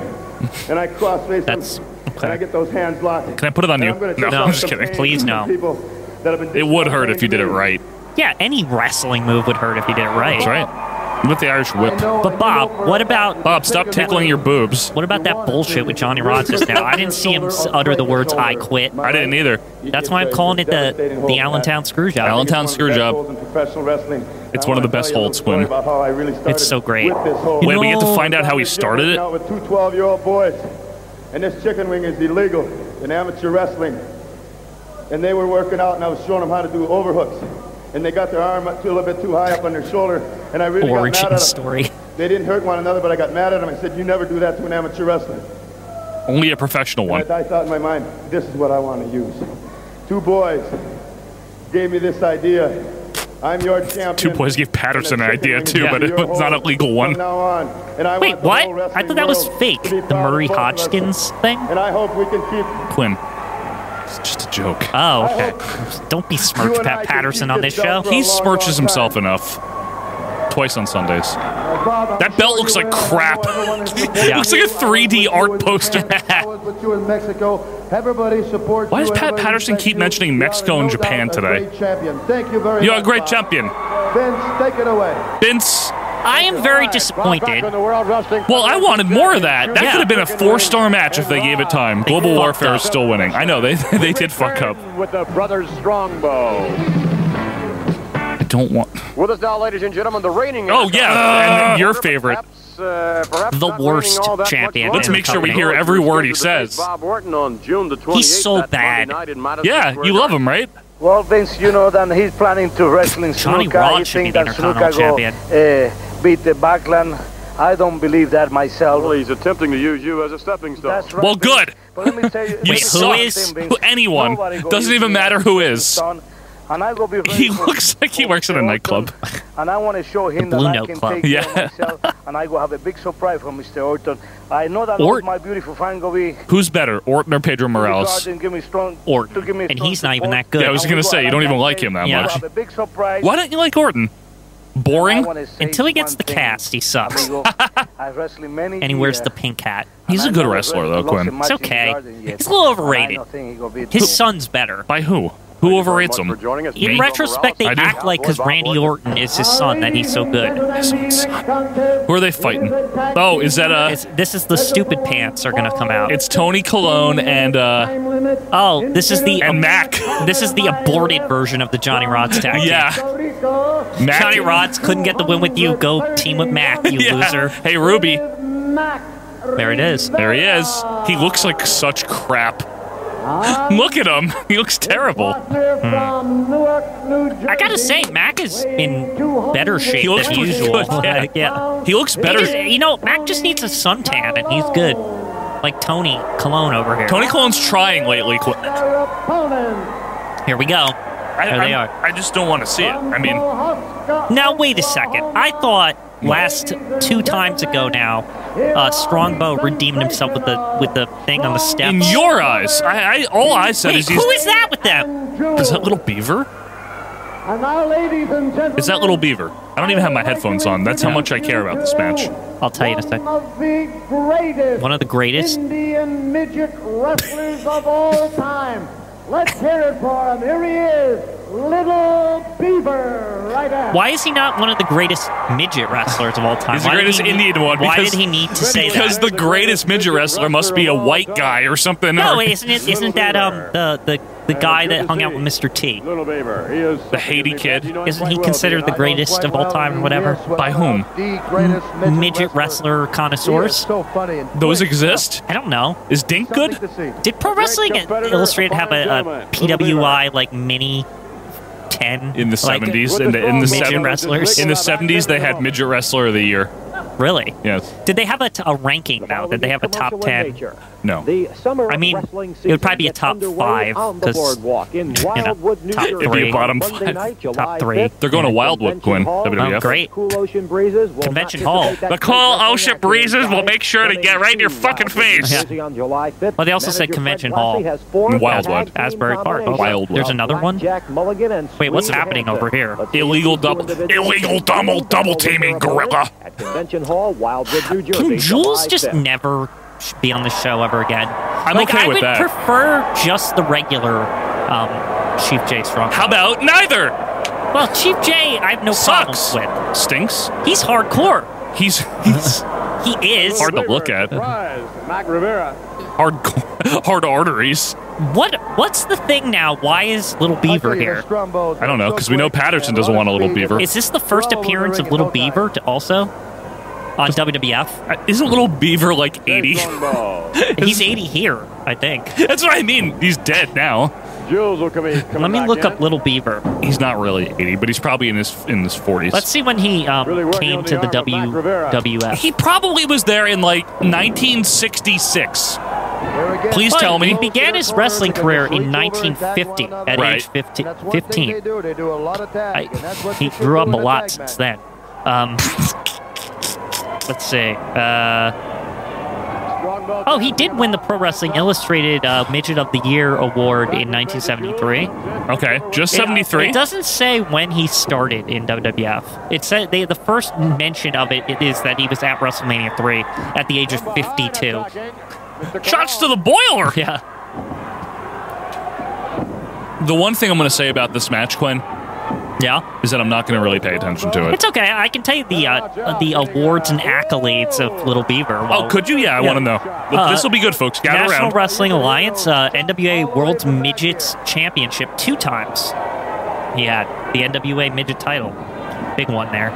Speaker 5: and I crossface
Speaker 7: That's-
Speaker 5: him
Speaker 7: okay.
Speaker 5: and I get those hands locked.
Speaker 1: Can I put it on
Speaker 5: And
Speaker 1: you?
Speaker 5: I'm gonna
Speaker 1: No, I'm
Speaker 5: take out
Speaker 1: just
Speaker 5: some
Speaker 1: kidding.
Speaker 5: pain
Speaker 7: Please,
Speaker 5: from
Speaker 7: no.
Speaker 5: People that have been
Speaker 1: It would hurt if you did it right.
Speaker 7: Yeah, any wrestling move would hurt if you did it right.
Speaker 1: That's right. With the Irish whip.
Speaker 7: But Bob, what about
Speaker 1: Bob, stop tickling your boobs.
Speaker 7: what about that bullshit with Johnny Rods just now? I didn't see him s- utter the words "I quit."
Speaker 1: I didn't either.
Speaker 7: That's why I'm calling it the the Allentown screw job.
Speaker 1: Allentown- screw job. It's one of the best holds when-
Speaker 7: It's so great. You
Speaker 1: Wait, we get to
Speaker 7: know-
Speaker 1: find out how he started it?
Speaker 5: With two 12 year old boys. And this chicken wing is illegal in amateur wrestling. And they were working out, and I was showing them how to do overhooks. And they got their arm up to a little bit too high up on their shoulder. And I really got mad
Speaker 7: Origin
Speaker 5: at them.
Speaker 7: story.
Speaker 5: They didn't hurt one another, but I got mad at them. I said, You never do that to an amateur wrestler.
Speaker 1: Only a professional one.
Speaker 5: But I thought in my mind, this is what I want to use. Two boys gave me this idea. I'm your champion.
Speaker 1: Two boys gave Patterson an idea, too,
Speaker 7: Yeah.
Speaker 1: but it was not a legal one.
Speaker 5: From now on, and I
Speaker 7: Wait,
Speaker 5: want the
Speaker 7: what?
Speaker 5: whole
Speaker 7: I
Speaker 5: wrestling
Speaker 7: thought that was
Speaker 5: world
Speaker 7: fake.
Speaker 5: to be
Speaker 7: The
Speaker 5: proud of
Speaker 7: Murray
Speaker 5: both of us.
Speaker 7: Hodgkins thing.
Speaker 5: And I hope we can keep
Speaker 1: Quinn. It's just a joke.
Speaker 7: Oh, okay. Don't be
Speaker 5: You
Speaker 7: smirched,
Speaker 5: and I
Speaker 7: Pat
Speaker 5: can
Speaker 7: Patterson,
Speaker 5: keep
Speaker 7: on
Speaker 5: this
Speaker 7: this show.
Speaker 5: down for
Speaker 1: He
Speaker 5: a long, long
Speaker 1: smirches
Speaker 5: time.
Speaker 1: himself enough. Twice on Sundays. That belt looks like crap.
Speaker 7: Yeah.
Speaker 1: looks like a 3D art poster.
Speaker 5: Why
Speaker 1: Why does Pat Patterson keep mentioning Mexico and Japan today?
Speaker 5: Thank you very
Speaker 1: You're a
Speaker 5: much,
Speaker 1: great
Speaker 5: Bob.
Speaker 1: champion.
Speaker 5: Vince, take it away.
Speaker 1: Vince.
Speaker 7: I am very disappointed.
Speaker 3: Backlund, the world wrestling
Speaker 1: Well, I wanted more of that. That
Speaker 7: Yeah.
Speaker 1: could have been a four-star match if they gave it time. Global
Speaker 7: fucked
Speaker 1: Warfare
Speaker 7: up.
Speaker 1: is still winning. I know they they did fuck up.
Speaker 3: With the brothers Strongbow.
Speaker 1: I don't want.
Speaker 3: With us now, ladies and gentlemen, the reigning.
Speaker 1: Oh yeah, and your favorite.
Speaker 3: Perhaps, uh, perhaps
Speaker 7: The
Speaker 3: not reigning
Speaker 7: worst
Speaker 3: all that much
Speaker 7: champion
Speaker 3: longer.
Speaker 7: Let's in the make sure we company.
Speaker 1: hear every word he says.
Speaker 3: Bob Orton on June the 28th,
Speaker 7: He's so
Speaker 3: that Monday
Speaker 7: bad.
Speaker 3: night in Madison
Speaker 1: Yeah,
Speaker 3: Square
Speaker 1: you love him, right?
Speaker 11: Well, Vince, you know that he's planning to wrestling
Speaker 7: Johnny
Speaker 11: Snuka.
Speaker 7: Rod
Speaker 11: He
Speaker 7: should be
Speaker 11: think
Speaker 7: the
Speaker 11: that
Speaker 7: Intercontinental
Speaker 11: Snuka go, uh, beat the Backlund. I don't believe that myself.
Speaker 3: Well, he's attempting to use you as a stepping stone.
Speaker 11: That's right,
Speaker 1: Well,
Speaker 11: Vince.
Speaker 1: good.
Speaker 11: But let me tell you,
Speaker 1: You
Speaker 11: this
Speaker 7: who
Speaker 11: one
Speaker 1: suck.
Speaker 7: is-
Speaker 11: thing, Vince.
Speaker 1: Who- anyone.
Speaker 11: Nobody go
Speaker 1: Doesn't
Speaker 11: use
Speaker 1: even
Speaker 11: me as
Speaker 1: matter
Speaker 11: a
Speaker 1: who
Speaker 11: stepping
Speaker 1: is.
Speaker 11: stone, And I will be
Speaker 1: He
Speaker 11: very-
Speaker 1: looks like he works at a nightclub.
Speaker 11: And I want to show him that
Speaker 7: Blue
Speaker 11: I
Speaker 7: Note
Speaker 11: can
Speaker 7: Club.
Speaker 11: take care of
Speaker 1: Yeah.
Speaker 11: myself, and I go have a big surprise for Mr. Orton. I know that
Speaker 1: Ort-
Speaker 11: all my beautiful fan go be
Speaker 1: Who's better, Orton or Pedro Morales?
Speaker 11: Give me strong,
Speaker 7: Orton.
Speaker 11: to give me
Speaker 7: And
Speaker 11: strong
Speaker 7: he's not even
Speaker 11: support.
Speaker 7: that good. Yeah, I
Speaker 1: was
Speaker 11: And we
Speaker 1: gonna
Speaker 11: go
Speaker 1: say, you
Speaker 11: out
Speaker 1: don't
Speaker 11: on
Speaker 1: even
Speaker 11: that
Speaker 1: like
Speaker 11: day,
Speaker 1: him that
Speaker 11: we
Speaker 7: much.
Speaker 11: have a big surprise.
Speaker 1: Why don't you like Orton?
Speaker 11: I
Speaker 1: Boring.
Speaker 11: wanna say
Speaker 7: Until he gets
Speaker 11: one
Speaker 7: the
Speaker 11: thing,
Speaker 7: cast, he sucks.
Speaker 11: amigo. I wrestle many
Speaker 7: And he wears
Speaker 11: years,
Speaker 7: the pink hat.
Speaker 11: and
Speaker 1: He's
Speaker 11: I
Speaker 1: a good
Speaker 11: never
Speaker 1: wrestler, though,
Speaker 11: lost a
Speaker 1: Quinn.
Speaker 11: match
Speaker 7: It's
Speaker 11: in
Speaker 7: okay.
Speaker 11: Garden yet.
Speaker 7: He's a little
Speaker 11: And I
Speaker 7: overrated.
Speaker 11: don't think he go beat me.
Speaker 7: His son's better.
Speaker 1: By who?
Speaker 7: Who overrates him?
Speaker 3: For joining us.
Speaker 2: In
Speaker 7: Me.
Speaker 2: retrospect, they
Speaker 7: I do.
Speaker 2: act like because Randy Orton is his son that he's so good.
Speaker 7: Who are they fighting? Oh, is that uh?
Speaker 2: It's, this is the stupid pants are gonna come out.
Speaker 7: It's Tony Colon and uh,
Speaker 2: oh, this is the
Speaker 7: and Mac.
Speaker 2: This is the aborted version of the Johnny Rods tag. team.
Speaker 7: yeah, Mac.
Speaker 2: Johnny Rods couldn't get the win with you. Go team with Mac, you
Speaker 7: Yeah.
Speaker 2: loser.
Speaker 7: Hey Ruby,
Speaker 2: There it is. Hmm.
Speaker 7: there he is. He looks like such crap. Look at him. He looks terrible.
Speaker 2: I gotta say, Mac is in better shape
Speaker 7: He looks
Speaker 2: than
Speaker 7: pretty
Speaker 2: usual.
Speaker 7: good, yeah.
Speaker 2: Like, yeah.
Speaker 7: He looks
Speaker 2: He just-
Speaker 7: better.
Speaker 2: you know, Mac just needs a suntan and he's good. Like Tony Cologne over here.
Speaker 7: Tony Colon's trying lately. Cl-
Speaker 2: Here we go.
Speaker 7: I,
Speaker 2: There they
Speaker 7: I'm-
Speaker 2: are.
Speaker 7: I just don't want to see it. I mean,
Speaker 2: Now wait a second. I thought last two times ago now, uh, Strongbow redeemed himself with the with the thing on the steps.
Speaker 7: in your eyes, I, I all I said
Speaker 2: wait,
Speaker 7: is he's.
Speaker 2: who is that with them?
Speaker 7: Is that little beaver?
Speaker 6: And now, ladies and gentlemen,
Speaker 7: Is that little beaver? I don't even have my headphones on. That's how much I care about this match.
Speaker 2: I'll tell you in a second.
Speaker 6: of the greatest
Speaker 2: One of the greatest.
Speaker 6: Indian midget wrestlers of all time. Let's hear it for him. Here he is, Little Beaver, right out.
Speaker 2: Why is he not one of the greatest midget wrestlers of all time?
Speaker 7: He's the
Speaker 2: Why did
Speaker 7: greatest
Speaker 2: he need-
Speaker 7: Indian one
Speaker 2: Why
Speaker 7: because-
Speaker 2: did he need to say
Speaker 7: Because
Speaker 2: that?
Speaker 7: the greatest midget wrestler must be a white guy or something.
Speaker 2: No,
Speaker 7: or-
Speaker 2: isn't it? Isn't that um the the, the guy that hung out with Mr. T?
Speaker 3: Little Beaver. He is
Speaker 7: The Haiti kid.
Speaker 2: Isn't he considered the greatest of all time or whatever?
Speaker 7: By whom?
Speaker 2: Midget wrestler connoisseurs?
Speaker 11: So funny and
Speaker 7: Those exist?
Speaker 2: I don't know.
Speaker 7: Is Dink good?
Speaker 2: Did Pro Wrestling
Speaker 3: competitor,
Speaker 2: Illustrated have a,
Speaker 3: fine
Speaker 2: a
Speaker 3: gentleman.
Speaker 2: PWI like mini ten
Speaker 7: In the
Speaker 2: Like,
Speaker 7: seventies, in the in the
Speaker 2: Midget
Speaker 7: seven-
Speaker 2: wrestlers.
Speaker 7: In the seventies, they had midget wrestler of the year.
Speaker 2: really?
Speaker 7: Yes.
Speaker 2: Did they have a, t- a ranking now? Did they have a top ten?
Speaker 7: No.
Speaker 9: The summer
Speaker 2: I mean,
Speaker 9: wrestling
Speaker 2: it would probably be a
Speaker 9: season gets
Speaker 2: top
Speaker 9: underway
Speaker 2: five,
Speaker 9: on the
Speaker 2: 'cause,
Speaker 9: boardwalk in
Speaker 2: know,
Speaker 9: Wildwood, New
Speaker 2: top
Speaker 9: Jersey.
Speaker 2: It'd be a
Speaker 7: bottom
Speaker 9: Monday
Speaker 7: five.
Speaker 9: night,
Speaker 2: Top
Speaker 9: July
Speaker 2: three.
Speaker 9: 5th,
Speaker 7: They're going to
Speaker 9: at
Speaker 7: Wildwood,
Speaker 9: Convention
Speaker 7: Quinn,
Speaker 9: Hall.
Speaker 7: WWF.
Speaker 2: Oh, great.
Speaker 9: Cool ocean breezes will
Speaker 2: Convention
Speaker 9: not
Speaker 2: Hall.
Speaker 9: dissipate that
Speaker 7: The cool
Speaker 9: great
Speaker 7: ocean
Speaker 9: wrestling action
Speaker 7: breezes will
Speaker 9: tonight
Speaker 7: make sure to
Speaker 9: from
Speaker 7: get right in your
Speaker 9: 18
Speaker 7: fucking
Speaker 9: Wildwood, New
Speaker 7: face.
Speaker 9: Jersey on July 5th.
Speaker 2: Well, they also
Speaker 9: Manager
Speaker 2: said
Speaker 9: Fred
Speaker 2: Convention
Speaker 9: Blassie
Speaker 2: Hall.
Speaker 9: has formed a
Speaker 7: Wildwood.
Speaker 9: tag team
Speaker 2: Asbury Park.
Speaker 9: combination
Speaker 7: Wildwood.
Speaker 9: of
Speaker 2: There's another one?
Speaker 9: Blackjack Mulligan and
Speaker 2: Wait, what's
Speaker 9: Sweet
Speaker 2: happening
Speaker 9: Hampton.
Speaker 2: over here?
Speaker 9: Let's see
Speaker 7: Illegal
Speaker 9: if these two
Speaker 7: double-
Speaker 9: individuals
Speaker 7: illegal
Speaker 9: can
Speaker 7: double-
Speaker 9: double
Speaker 7: double
Speaker 9: their
Speaker 7: teaming,
Speaker 9: opponent
Speaker 7: gorilla.
Speaker 9: At Convention Hall, Wildwood, New Jersey.
Speaker 2: Can Jules
Speaker 9: July
Speaker 2: just
Speaker 9: 5th.
Speaker 2: never sh- be on the show ever again? I'm like,
Speaker 7: okay
Speaker 2: I
Speaker 7: with
Speaker 2: would
Speaker 7: that.
Speaker 2: prefer just the regular um, Chief J Strong.
Speaker 7: How about neither?
Speaker 2: Well, Chief J, I have no
Speaker 7: Sucks.
Speaker 2: problems
Speaker 7: Stinks.
Speaker 2: with. He's hardcore.
Speaker 7: He's he's
Speaker 2: He is.
Speaker 7: hard to look at.
Speaker 3: Mac Rivera.
Speaker 7: Hard hard arteries.
Speaker 2: What? What's the thing now? Why is Little Beaver here?
Speaker 7: I don't know because we know Patterson doesn't want a little beaver.
Speaker 2: Is this the first appearance of Little Beaver to also on WWF?
Speaker 7: Uh, Isn't little beaver like eighty?
Speaker 3: Strongbow.
Speaker 2: He's 80 here, I think.
Speaker 7: That's what I mean. He's dead now.
Speaker 3: Jules will come in. come
Speaker 2: Let me
Speaker 3: back
Speaker 2: look
Speaker 3: in.
Speaker 2: up Little Beaver.
Speaker 7: He's not really eighty, but he's probably in his in his forties.
Speaker 2: Let's see when he um,
Speaker 3: Really working
Speaker 2: came
Speaker 3: on the
Speaker 2: to the
Speaker 3: arm of Mac Rivera.
Speaker 2: WWF.
Speaker 7: He probably was there in like 1966. Please
Speaker 2: But
Speaker 7: tell me.
Speaker 2: he began his wrestling career in 1950 at
Speaker 7: Right.
Speaker 2: age 15. 15. I- he grew up a lot since then. Um, let's see. Uh,
Speaker 3: Strongbow
Speaker 2: Oh, he did win the Pro Wrestling Illustrated uh, Midget of the Year award in 1973.
Speaker 7: Okay, just
Speaker 2: It-
Speaker 7: 73.
Speaker 2: uh, It, doesn't say when he started in WWF. It said they, the first mention of it is that he was at WrestleMania 3 at the age of 52.
Speaker 7: Shots to the boiler.
Speaker 2: Yeah.
Speaker 7: The one thing I'm going to say about this match, Quinn,
Speaker 2: Yeah.
Speaker 7: is that I'm not going to really pay attention to it.
Speaker 2: It's okay. I can tell you the uh, the awards and accolades of Little Beaver.
Speaker 7: Oh, could you? Yeah, I
Speaker 2: Yeah.
Speaker 7: want to know. Look,
Speaker 2: Uh,
Speaker 7: this will be good, folks. Gather
Speaker 2: National
Speaker 7: around.
Speaker 2: Wrestling Alliance, uh, NWA World Midgets Championship two times. He had the NWA Midget title, big one there.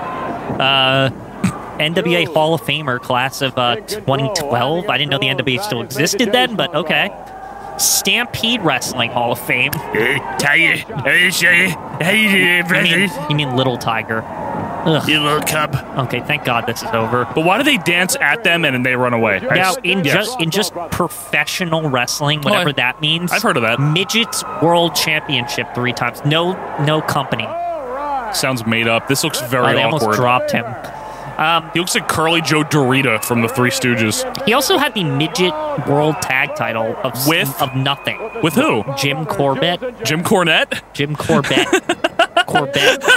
Speaker 2: Uh, NWA Hall of Famer class of uh, 2012. I didn't know the NWA still existed then, but okay. Stampede Wrestling Hall of Fame.
Speaker 7: Tell you, how you
Speaker 2: You mean, you mean Little Tiger? Ugh.
Speaker 7: You little cub.
Speaker 2: Okay, thank God this is over.
Speaker 7: But why do they dance at them and then they run away? I
Speaker 2: Now,
Speaker 7: just-
Speaker 2: in
Speaker 7: Yes.
Speaker 2: just in just professional wrestling,
Speaker 7: Oh, I-
Speaker 2: whatever that means,
Speaker 7: I've heard of that.
Speaker 2: Midgets World Championship three times. No, no company.
Speaker 7: Sounds made up. This looks very
Speaker 2: Oh, they
Speaker 7: awkward.
Speaker 2: almost dropped him.
Speaker 7: He looks like Curly Joe Dorita from the Three Stooges.
Speaker 2: He also had the midget world tag title of s-
Speaker 7: With?
Speaker 2: of nothing.
Speaker 7: With who?
Speaker 2: Jim Corbett.
Speaker 7: Jim Cornette?
Speaker 2: Jim Corbett. Corbett.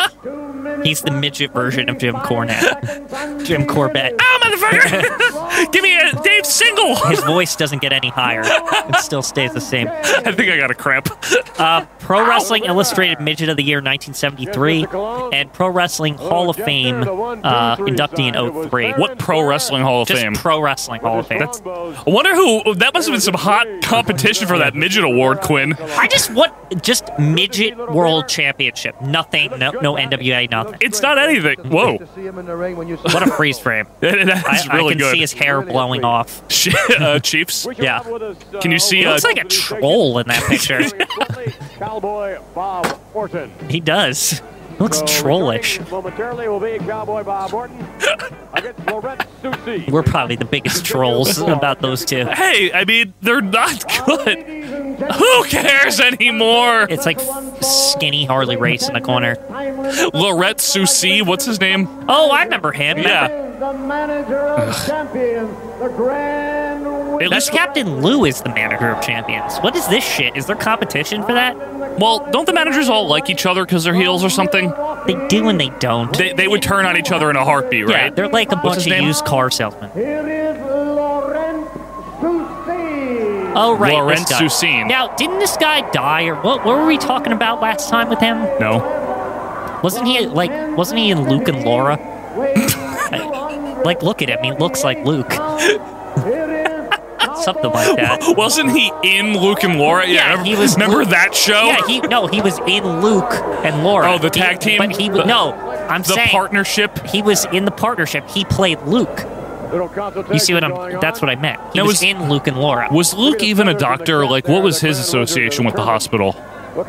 Speaker 2: He's the midget version of Jim Cornette. Jim Corbett.
Speaker 7: I'm gonna Oh, motherfucker! Give me a Dave single.
Speaker 2: His voice doesn't get any higher. It still stays the same.
Speaker 7: I think I got a cramp.
Speaker 2: Uh, Pro Wrestling Illustrated Midget of the Year 1973 and Pro Wrestling Hall of Fame uh, inductee in 03.
Speaker 7: What pro wrestling Hall of
Speaker 2: Just
Speaker 7: Fame?
Speaker 2: Pro Wrestling Hall of Fame.
Speaker 7: That's- I wonder who. That must have been some hot competition for that midget award, Quinn.
Speaker 2: I just want just midget world championship. Nothing. No, no NWA. Nothing.
Speaker 7: It's not anything. Whoa,
Speaker 11: see him in the ring when you
Speaker 2: What a freeze frame. I,
Speaker 7: that's
Speaker 2: I
Speaker 7: really
Speaker 2: can see his
Speaker 7: good.
Speaker 2: hair blowing off.
Speaker 7: Shit, uh, Chiefs.
Speaker 2: Yeah.
Speaker 7: Can you see,
Speaker 2: He
Speaker 7: uh,
Speaker 2: looks like a troll in that picture.
Speaker 9: oh,
Speaker 3: Cowboy Bob Orton.
Speaker 2: he does. He looks
Speaker 3: So
Speaker 2: trollish.
Speaker 3: returning Momentarily will be Cowboy Bob Orton against Laurent Susi.
Speaker 2: We're probably the biggest trolls about those two.
Speaker 7: Hey, I mean, they're not good. Who cares anymore?
Speaker 2: It's like skinny Harley Race in the corner.
Speaker 7: Lorette Susi, what's his name?
Speaker 2: Oh, I remember him.
Speaker 7: Yeah.
Speaker 6: The manager of champions, the grand winner.
Speaker 7: At
Speaker 2: That's
Speaker 7: least
Speaker 2: Captain Lou is the manager of champions. What is this shit? Is there competition for that?
Speaker 7: Well, don't the managers all like each other because they're heels or something?
Speaker 2: They do and they don't.
Speaker 7: They, they would turn on each other in a heartbeat,
Speaker 2: yeah,
Speaker 7: right?
Speaker 2: they're like a
Speaker 7: his
Speaker 2: bunch of
Speaker 7: name?
Speaker 2: used car salesmen.
Speaker 6: Here is Laurent Susi.
Speaker 2: Oh right,
Speaker 7: Laurent
Speaker 2: this guy.
Speaker 7: Susine.
Speaker 2: Now, didn't this guy die or what? What were we talking about last time with him?
Speaker 7: no.
Speaker 2: Wasn't he like? Wasn't he in Luke and Laura? Like, look at him. He looks like Luke. Something like that.
Speaker 7: Wasn't he in Luke and Laura? Yeah,
Speaker 2: Yeah,
Speaker 7: remember,
Speaker 2: he was
Speaker 7: Remember
Speaker 2: Luke.
Speaker 7: that show?
Speaker 2: Yeah, he no, he was in Luke and Laura.
Speaker 7: Oh, the
Speaker 2: He-
Speaker 7: tag team?
Speaker 2: But he
Speaker 7: The-
Speaker 2: no. I'm
Speaker 7: the
Speaker 2: saying
Speaker 7: partnership.
Speaker 2: he was in the partnership. He played Luke. You see what I'm? That's what I meant. He
Speaker 7: Now,
Speaker 2: was,
Speaker 7: was-
Speaker 2: in Luke and Laura.
Speaker 7: Was Luke even a doctor? Like, what was his association with the hospital?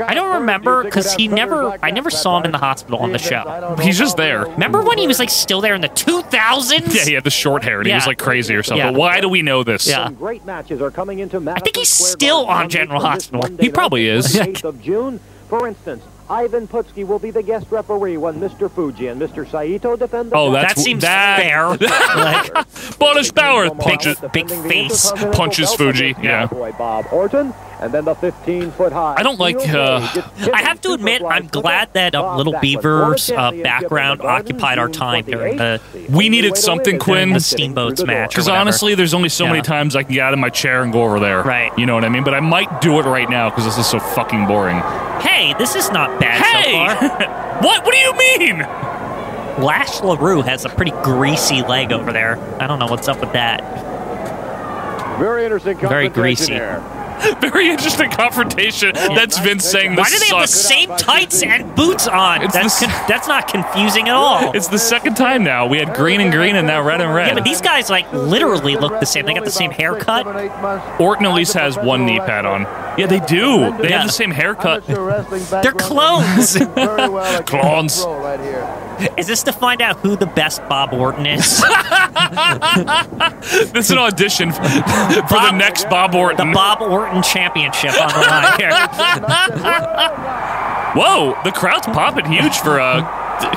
Speaker 2: I don't remember because he never. I never saw him in the hospital on the show.
Speaker 7: He's just there.
Speaker 2: Remember when he was like still there in the 2000s?
Speaker 7: Yeah, he had the short hair and he was
Speaker 2: Yeah.
Speaker 7: like crazy or something.
Speaker 2: Yeah.
Speaker 7: Why do we know this?
Speaker 2: Yeah.
Speaker 9: Some great matches are coming into Madison
Speaker 2: think he's
Speaker 9: Square
Speaker 2: still on
Speaker 9: Garden Monday
Speaker 2: General
Speaker 9: through this
Speaker 2: Hospital.
Speaker 9: Monday,
Speaker 7: He probably
Speaker 9: August
Speaker 7: is.
Speaker 9: 8th of June. For instance, Ivan Putski will be the guest referee when Mr. Fuji and Mr. Saito defend the
Speaker 7: Oh,
Speaker 2: That
Speaker 7: that's
Speaker 2: seems
Speaker 7: that,
Speaker 2: fair. like,
Speaker 7: Bonus power punches.
Speaker 9: Defending
Speaker 2: big
Speaker 9: the
Speaker 2: face.
Speaker 9: Intercontinental
Speaker 7: Punches
Speaker 9: belt
Speaker 7: Fuji,
Speaker 9: against
Speaker 7: yeah.
Speaker 9: Cowboy Bob Orton, and then the 15-foot high.
Speaker 7: I don't like,
Speaker 9: Steel
Speaker 7: uh,
Speaker 9: cage. It's Jimmy
Speaker 2: I have to admit,
Speaker 9: Superfly
Speaker 2: I'm glad that uh,
Speaker 9: Bob
Speaker 2: Little
Speaker 9: Backlund.
Speaker 2: Beaver's uh,
Speaker 9: World Championship
Speaker 2: background
Speaker 9: in the Garden,
Speaker 2: occupied our
Speaker 9: June
Speaker 2: time Uh, during the-
Speaker 9: 28th.
Speaker 7: We needed
Speaker 9: The only way to
Speaker 7: something,
Speaker 9: win is
Speaker 7: Quinn.
Speaker 9: getting
Speaker 2: Steamboat's
Speaker 9: through the door.
Speaker 2: match.
Speaker 7: Because
Speaker 2: whatever.
Speaker 7: honestly, there's only so many
Speaker 2: Yeah.
Speaker 7: times I can get out of my chair and go over there.
Speaker 2: Right.
Speaker 7: You know what I mean? But I might do it right now because this is so fucking boring.
Speaker 2: hey, this is not bad so far.
Speaker 7: what? What do you mean?
Speaker 2: Lash LaRue has a pretty greasy leg over there. I don't know what's up with that.
Speaker 3: Very interesting.
Speaker 2: Very
Speaker 3: confrontation
Speaker 2: greasy.
Speaker 3: Here.
Speaker 7: Very interesting confrontation. That's Vince saying this
Speaker 2: Why do they have the
Speaker 7: sucks.
Speaker 2: same tights and boots on?
Speaker 7: It's
Speaker 2: that's
Speaker 7: the
Speaker 2: con- that's not confusing at all.
Speaker 7: it's the second time now. We had green and green and now red and red.
Speaker 2: Yeah, but these guys like literally look the same. They got the same haircut.
Speaker 7: Orton at least has one knee pad on. Yeah, they do. They have the same haircut.
Speaker 2: They're clones.
Speaker 7: Clones.
Speaker 2: Is this to find out who the best Bob Orton is?
Speaker 7: This is an audition for the
Speaker 2: Bob-
Speaker 7: next Bob Orton.
Speaker 2: the Bob Orton Championship on the line here.
Speaker 7: Whoa, the crowd's popping huge for uh,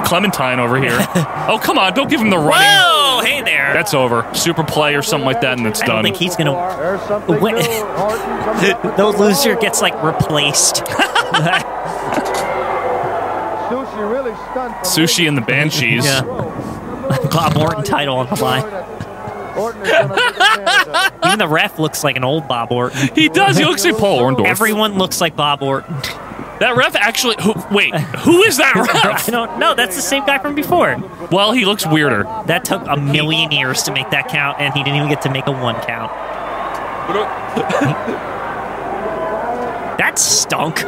Speaker 7: Clementine over here. Oh, come on, don't give him the running.
Speaker 2: Whoa, hey there.
Speaker 7: That's over. Super play or something like that, and it's
Speaker 2: I don't
Speaker 7: done.
Speaker 2: think he's gonna.
Speaker 11: There's something
Speaker 2: What-
Speaker 11: new. Orton comes up with
Speaker 2: The
Speaker 11: the
Speaker 2: loser
Speaker 11: roll.
Speaker 2: gets like replaced.
Speaker 11: Sushi really stunned from
Speaker 7: Sushi and the Banshees.
Speaker 2: Yeah. Bob Orton title on the line.
Speaker 11: Orton is gonna take advantage of it.
Speaker 2: Even the ref looks like an old Bob Orton.
Speaker 7: He does. He looks like Paul Orndorff.
Speaker 2: Everyone looks like Bob Orton.
Speaker 7: that ref actually. Who, wait, who is that
Speaker 2: I
Speaker 7: ref?
Speaker 2: don't know. That's the same guy from before.
Speaker 7: Well, he looks weirder.
Speaker 2: That took a million years to make that count, and he didn't even get to make a one count. that stunk.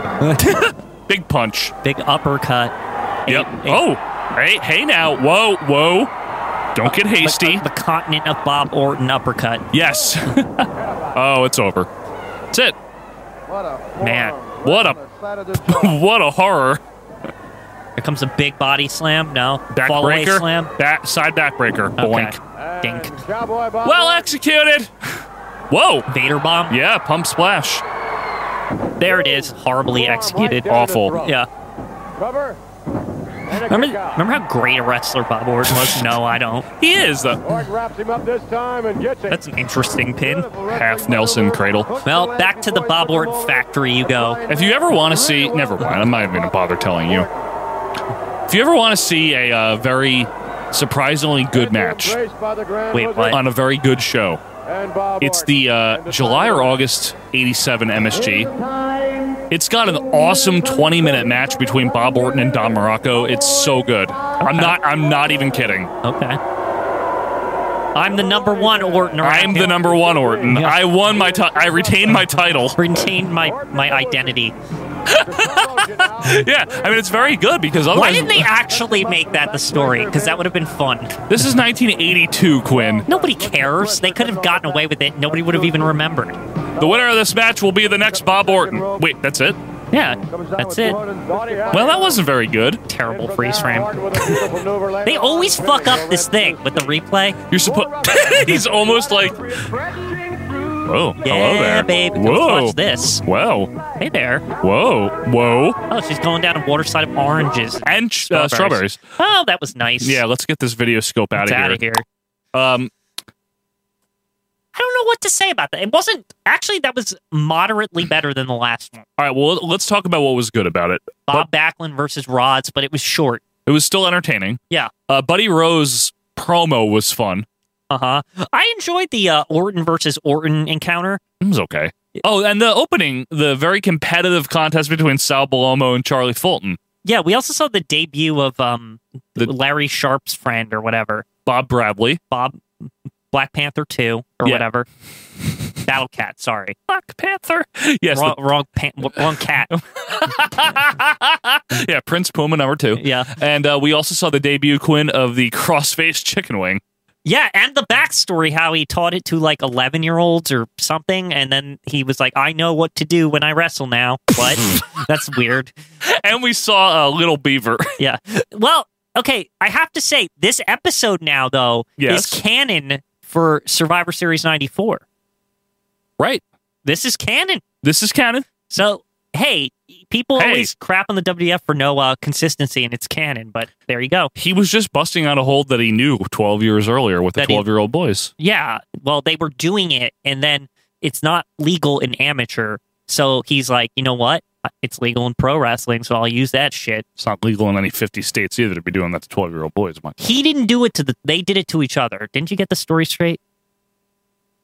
Speaker 7: Big punch.
Speaker 2: Big uppercut.
Speaker 7: Yep.
Speaker 2: And- and
Speaker 7: Oh, hey, hey now. Whoa, whoa. Don't get
Speaker 2: the-
Speaker 7: hasty.
Speaker 2: The, continent of Bob Orton uppercut.
Speaker 7: Yes. oh, it's over. That's it.
Speaker 11: What a
Speaker 2: Man,
Speaker 11: forearm.
Speaker 7: what a-
Speaker 11: Right on the side of the jaw.
Speaker 7: what a horror.
Speaker 2: Here comes a big body slam. No. Fall away
Speaker 7: Backbreaker.
Speaker 2: slam.
Speaker 7: Back, side backbreaker.
Speaker 2: Okay.
Speaker 7: Boink.
Speaker 2: Dink.
Speaker 3: Cowboy Bob
Speaker 7: Well
Speaker 3: Orton.
Speaker 7: executed. Whoa.
Speaker 2: Vader bomb.
Speaker 7: Yeah, pump splash.
Speaker 2: There it is. Horribly executed.
Speaker 7: Awful.
Speaker 2: Yeah.
Speaker 3: Cover. And a
Speaker 2: Remember,
Speaker 3: kick out.
Speaker 2: remember how great a wrestler Bob Orton was? No, I don't.
Speaker 7: He is the
Speaker 3: Orton wraps him up this time and gets it.
Speaker 2: That's an interesting pin.
Speaker 7: half Nelson cradle.
Speaker 2: Well, back to the Bob Orton factory you go.
Speaker 7: If you ever want to see, never mind. I'm not even gonna bother telling you. If you ever want to see a uh, very
Speaker 1: surprisingly good match
Speaker 7: Wait, what?
Speaker 1: on a very good show. It's the uh, July or August 87 MSG. It's got an awesome 20 minute match between Bob Orton and Don Morocco. It's so good. I'm not I'm not even kidding.
Speaker 7: Okay. I'm the number one Orton. around
Speaker 1: I'm the
Speaker 7: here.
Speaker 1: number 1 Orton. I won my ti- I retained my title.
Speaker 7: Retained my my identity.
Speaker 1: Yeah, I mean it's very good because
Speaker 7: Why
Speaker 1: otherwise
Speaker 7: didn't they actually make that the story? Because that would have been fun.
Speaker 1: This is 1982, Quinn.
Speaker 7: Nobody cares. They could have gotten away with it. Nobody would have even remembered.
Speaker 1: The winner of this match will be the next Bob Orton. Wait, that's it?
Speaker 7: Yeah, that's it.
Speaker 1: Well, that wasn't very good.
Speaker 7: Terrible freeze frame. They always fuck up this thing with the replay.
Speaker 1: You're supposed. He's almost like. Whoa. hello
Speaker 7: Yeah,
Speaker 1: there.
Speaker 7: babe. Come
Speaker 1: Whoa.
Speaker 7: watch this.
Speaker 1: Whoa.
Speaker 7: Hey there.
Speaker 1: Whoa. Whoa.
Speaker 7: Oh, she's going down a water side of oranges.
Speaker 1: And ch- uh, strawberries.
Speaker 7: Oh, that was nice.
Speaker 1: Yeah, let's get this video scope out
Speaker 7: it's
Speaker 1: of here.
Speaker 7: out of here.
Speaker 1: Um,
Speaker 7: I don't know what to say about that. It wasn't actually that was moderately better than the last one.
Speaker 1: all right, well, let's talk about what was good about it.
Speaker 7: Bob Backlund versus Rods, but it was short.
Speaker 1: It was still entertaining.
Speaker 7: Yeah.
Speaker 1: Uh, Buddy Rose promo was fun.
Speaker 7: Uh huh. I enjoyed the uh, Orton versus Orton encounter.
Speaker 1: It was okay. Oh, and the opening, the very competitive contest between Sal Balomo and Charlie Fulton.
Speaker 7: Yeah, we also saw the debut of um
Speaker 1: The-
Speaker 7: Larry Sharp's friend or whatever,
Speaker 1: Bob Bradley.
Speaker 7: Bob Black Panther Two or
Speaker 1: Yeah.
Speaker 7: whatever. Battle Cat, sorry,
Speaker 1: Black Panther. Yes.
Speaker 7: wrong wrong, pan, wrong cat.
Speaker 1: the- yeah, Prince Puma number two.
Speaker 7: Yeah.
Speaker 1: And uh, we also saw the debut, Quinn, of the crossface chicken wing.
Speaker 7: Yeah, and the backstory how he taught it to like 11 year olds or something. And then he was like, I know what to do when I wrestle now. What? That's weird.
Speaker 1: And we saw a little beaver.
Speaker 7: Yeah. Well, okay. I have to say, this episode now, though,
Speaker 1: Yes.
Speaker 7: is canon for Survivor Series 94.
Speaker 1: right.
Speaker 7: This is canon.
Speaker 1: This is canon.
Speaker 7: So, hey, people
Speaker 1: Hey.
Speaker 7: always crap on the WDF for no uh, consistency, and it's canon, but there you go.
Speaker 1: He was just busting out a hold that he knew 12 years earlier with the
Speaker 7: That he-
Speaker 1: 12 year old boys.
Speaker 7: yeah, well, they were doing it, and then it's not legal in amateur. So he's like, you know what? It's legal in pro wrestling, so I'll use that shit.
Speaker 1: It's not legal in any 50 states either to be doing that to 12 year old boys. Mike.
Speaker 7: He didn't do it to the. They did it to each other. Didn't you get the story straight?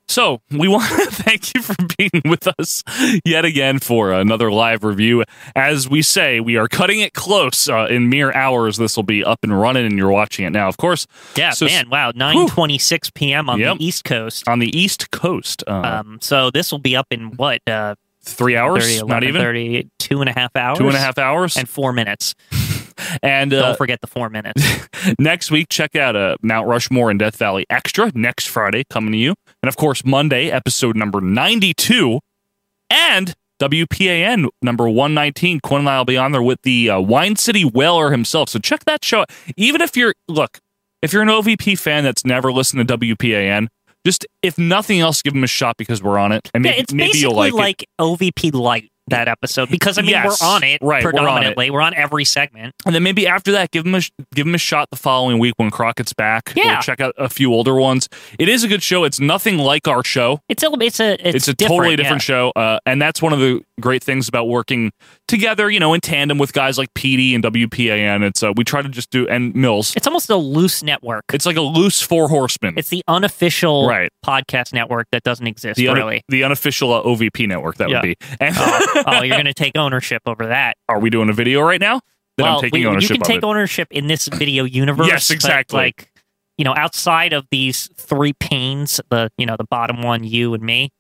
Speaker 1: So we want to thank you for being with us yet again for another live review. As we say, we are cutting it close. Uh, in mere hours, this will be up and running, and you're watching it now. Of course,
Speaker 7: Yeah,
Speaker 1: So-
Speaker 7: man. Wow, nine twenty six p.m. on
Speaker 1: Yep.
Speaker 7: the East Coast.
Speaker 1: on the East Coast, uh,
Speaker 7: Um, so this will be up in what? Uh,
Speaker 1: three
Speaker 7: 30,
Speaker 1: hours,
Speaker 7: 11,
Speaker 1: not even
Speaker 7: 30, two and a half hours.
Speaker 1: two and a half hours,
Speaker 7: and four minutes.
Speaker 1: and uh,
Speaker 7: Don't forget the four minutes.
Speaker 1: next week, check out uh, Mount Rushmore and Death Valley Extra next Friday coming to you. And of course, Monday, episode number 92 and WPAN number 119. Quinn and I will be on there with the uh, Wine City Whaler himself. So check that show out. Even if you're, look, if you're an OVP fan that's never listened to WPAN, just if nothing else, give them a shot because we're on it. And
Speaker 7: Yeah,
Speaker 1: maybe,
Speaker 7: it's
Speaker 1: maybe
Speaker 7: basically
Speaker 1: you'll like, it.
Speaker 7: OVP Light that episode because I mean
Speaker 1: Yes,
Speaker 7: we're on it
Speaker 1: right, we're on it.
Speaker 7: predominantly. We're on, every segment.
Speaker 1: And then maybe after that, give them a sh- give them a shot the following week when Crockett's back.
Speaker 7: Yeah.
Speaker 1: Or check out a few older ones. It is a good show. It's nothing like our show.
Speaker 7: It's a it's a it's,
Speaker 1: It's, a totally different
Speaker 7: yeah.
Speaker 1: show, uh, and that's one of the great things about working together. You know, in tandem with guys like PD and WPAN. It's uh, we try to just do and Mills.
Speaker 7: It's almost a loose network. It's,
Speaker 1: It's like a loose four horsemen.
Speaker 7: the unofficial
Speaker 1: Right.
Speaker 7: podcast network that doesn't exist
Speaker 1: the un-
Speaker 7: really.
Speaker 1: the unofficial uh, OVP network that
Speaker 7: Yeah.
Speaker 1: would be. And
Speaker 2: Uh-huh.
Speaker 7: oh, you're going to take ownership over that.
Speaker 1: are we doing a video right now? Then
Speaker 7: well,
Speaker 1: I'm taking
Speaker 7: we-
Speaker 1: ownership
Speaker 7: you can
Speaker 1: of
Speaker 7: take
Speaker 1: it.
Speaker 7: ownership in this video universe.
Speaker 1: Yes,
Speaker 7: but,
Speaker 1: exactly.
Speaker 7: like you know, outside of these three panes, the you know the bottom one, you and me.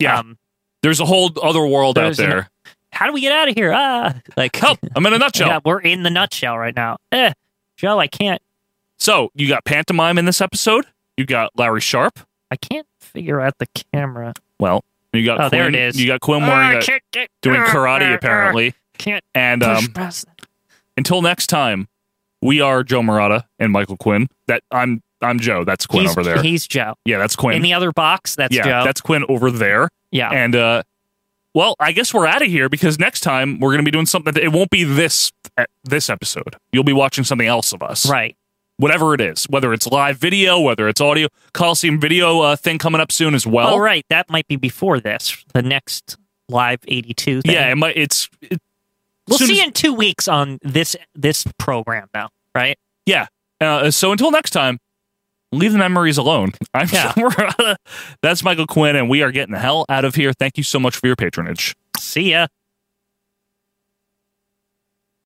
Speaker 1: yeah,
Speaker 7: Um,
Speaker 1: there's a whole other world out
Speaker 7: there's an-
Speaker 1: there.
Speaker 7: how do we get out of here? Ah, like
Speaker 1: Help! I'm in a nutshell.
Speaker 7: Yeah, we're in the nutshell right now. Eh, Joe, I can't.
Speaker 1: So you got pantomime in this episode. You got Larry Sharp.
Speaker 7: I can't figure out the camera.
Speaker 1: Well, you got
Speaker 7: Oh,
Speaker 1: Quinn,
Speaker 7: there it is.
Speaker 1: You got Quinn
Speaker 7: Ah,
Speaker 1: wearing a,
Speaker 7: can't get-
Speaker 1: doing
Speaker 7: ah, ah,
Speaker 1: karate
Speaker 7: ah,
Speaker 1: apparently.
Speaker 7: Can't
Speaker 1: And
Speaker 7: push
Speaker 1: um,
Speaker 7: past-
Speaker 1: until next time, we are Joe Morata and Michael Quinn. That I'm I'm Joe. That's Quinn
Speaker 7: he's,
Speaker 1: over there.
Speaker 7: He's Joe.
Speaker 1: yeah, that's Quinn.
Speaker 7: In the other box, that's
Speaker 1: yeah,
Speaker 7: Joe.
Speaker 1: that's Quinn over there.
Speaker 7: yeah.
Speaker 1: And uh, well, I guess we're out of here because next time we're gonna be doing something. That, it won't be this uh, this episode. You'll be watching something else of us.
Speaker 7: right.
Speaker 1: Whatever it is, whether it's live video, whether it's audio, Coliseum video uh, thing coming up soon as well.
Speaker 7: oh, right. That might be before this. The next live 82 thing.
Speaker 1: Yeah, it might. It's it,
Speaker 7: we'll
Speaker 1: soon
Speaker 7: see
Speaker 1: as-
Speaker 7: you in two weeks on this this program, though, right?
Speaker 1: yeah. Uh, so until next time, leave the memories alone. I'm
Speaker 7: Yeah.
Speaker 1: sure that's Michael Quinn, and we are getting the hell out of here. Thank you so much for your patronage.
Speaker 7: See ya.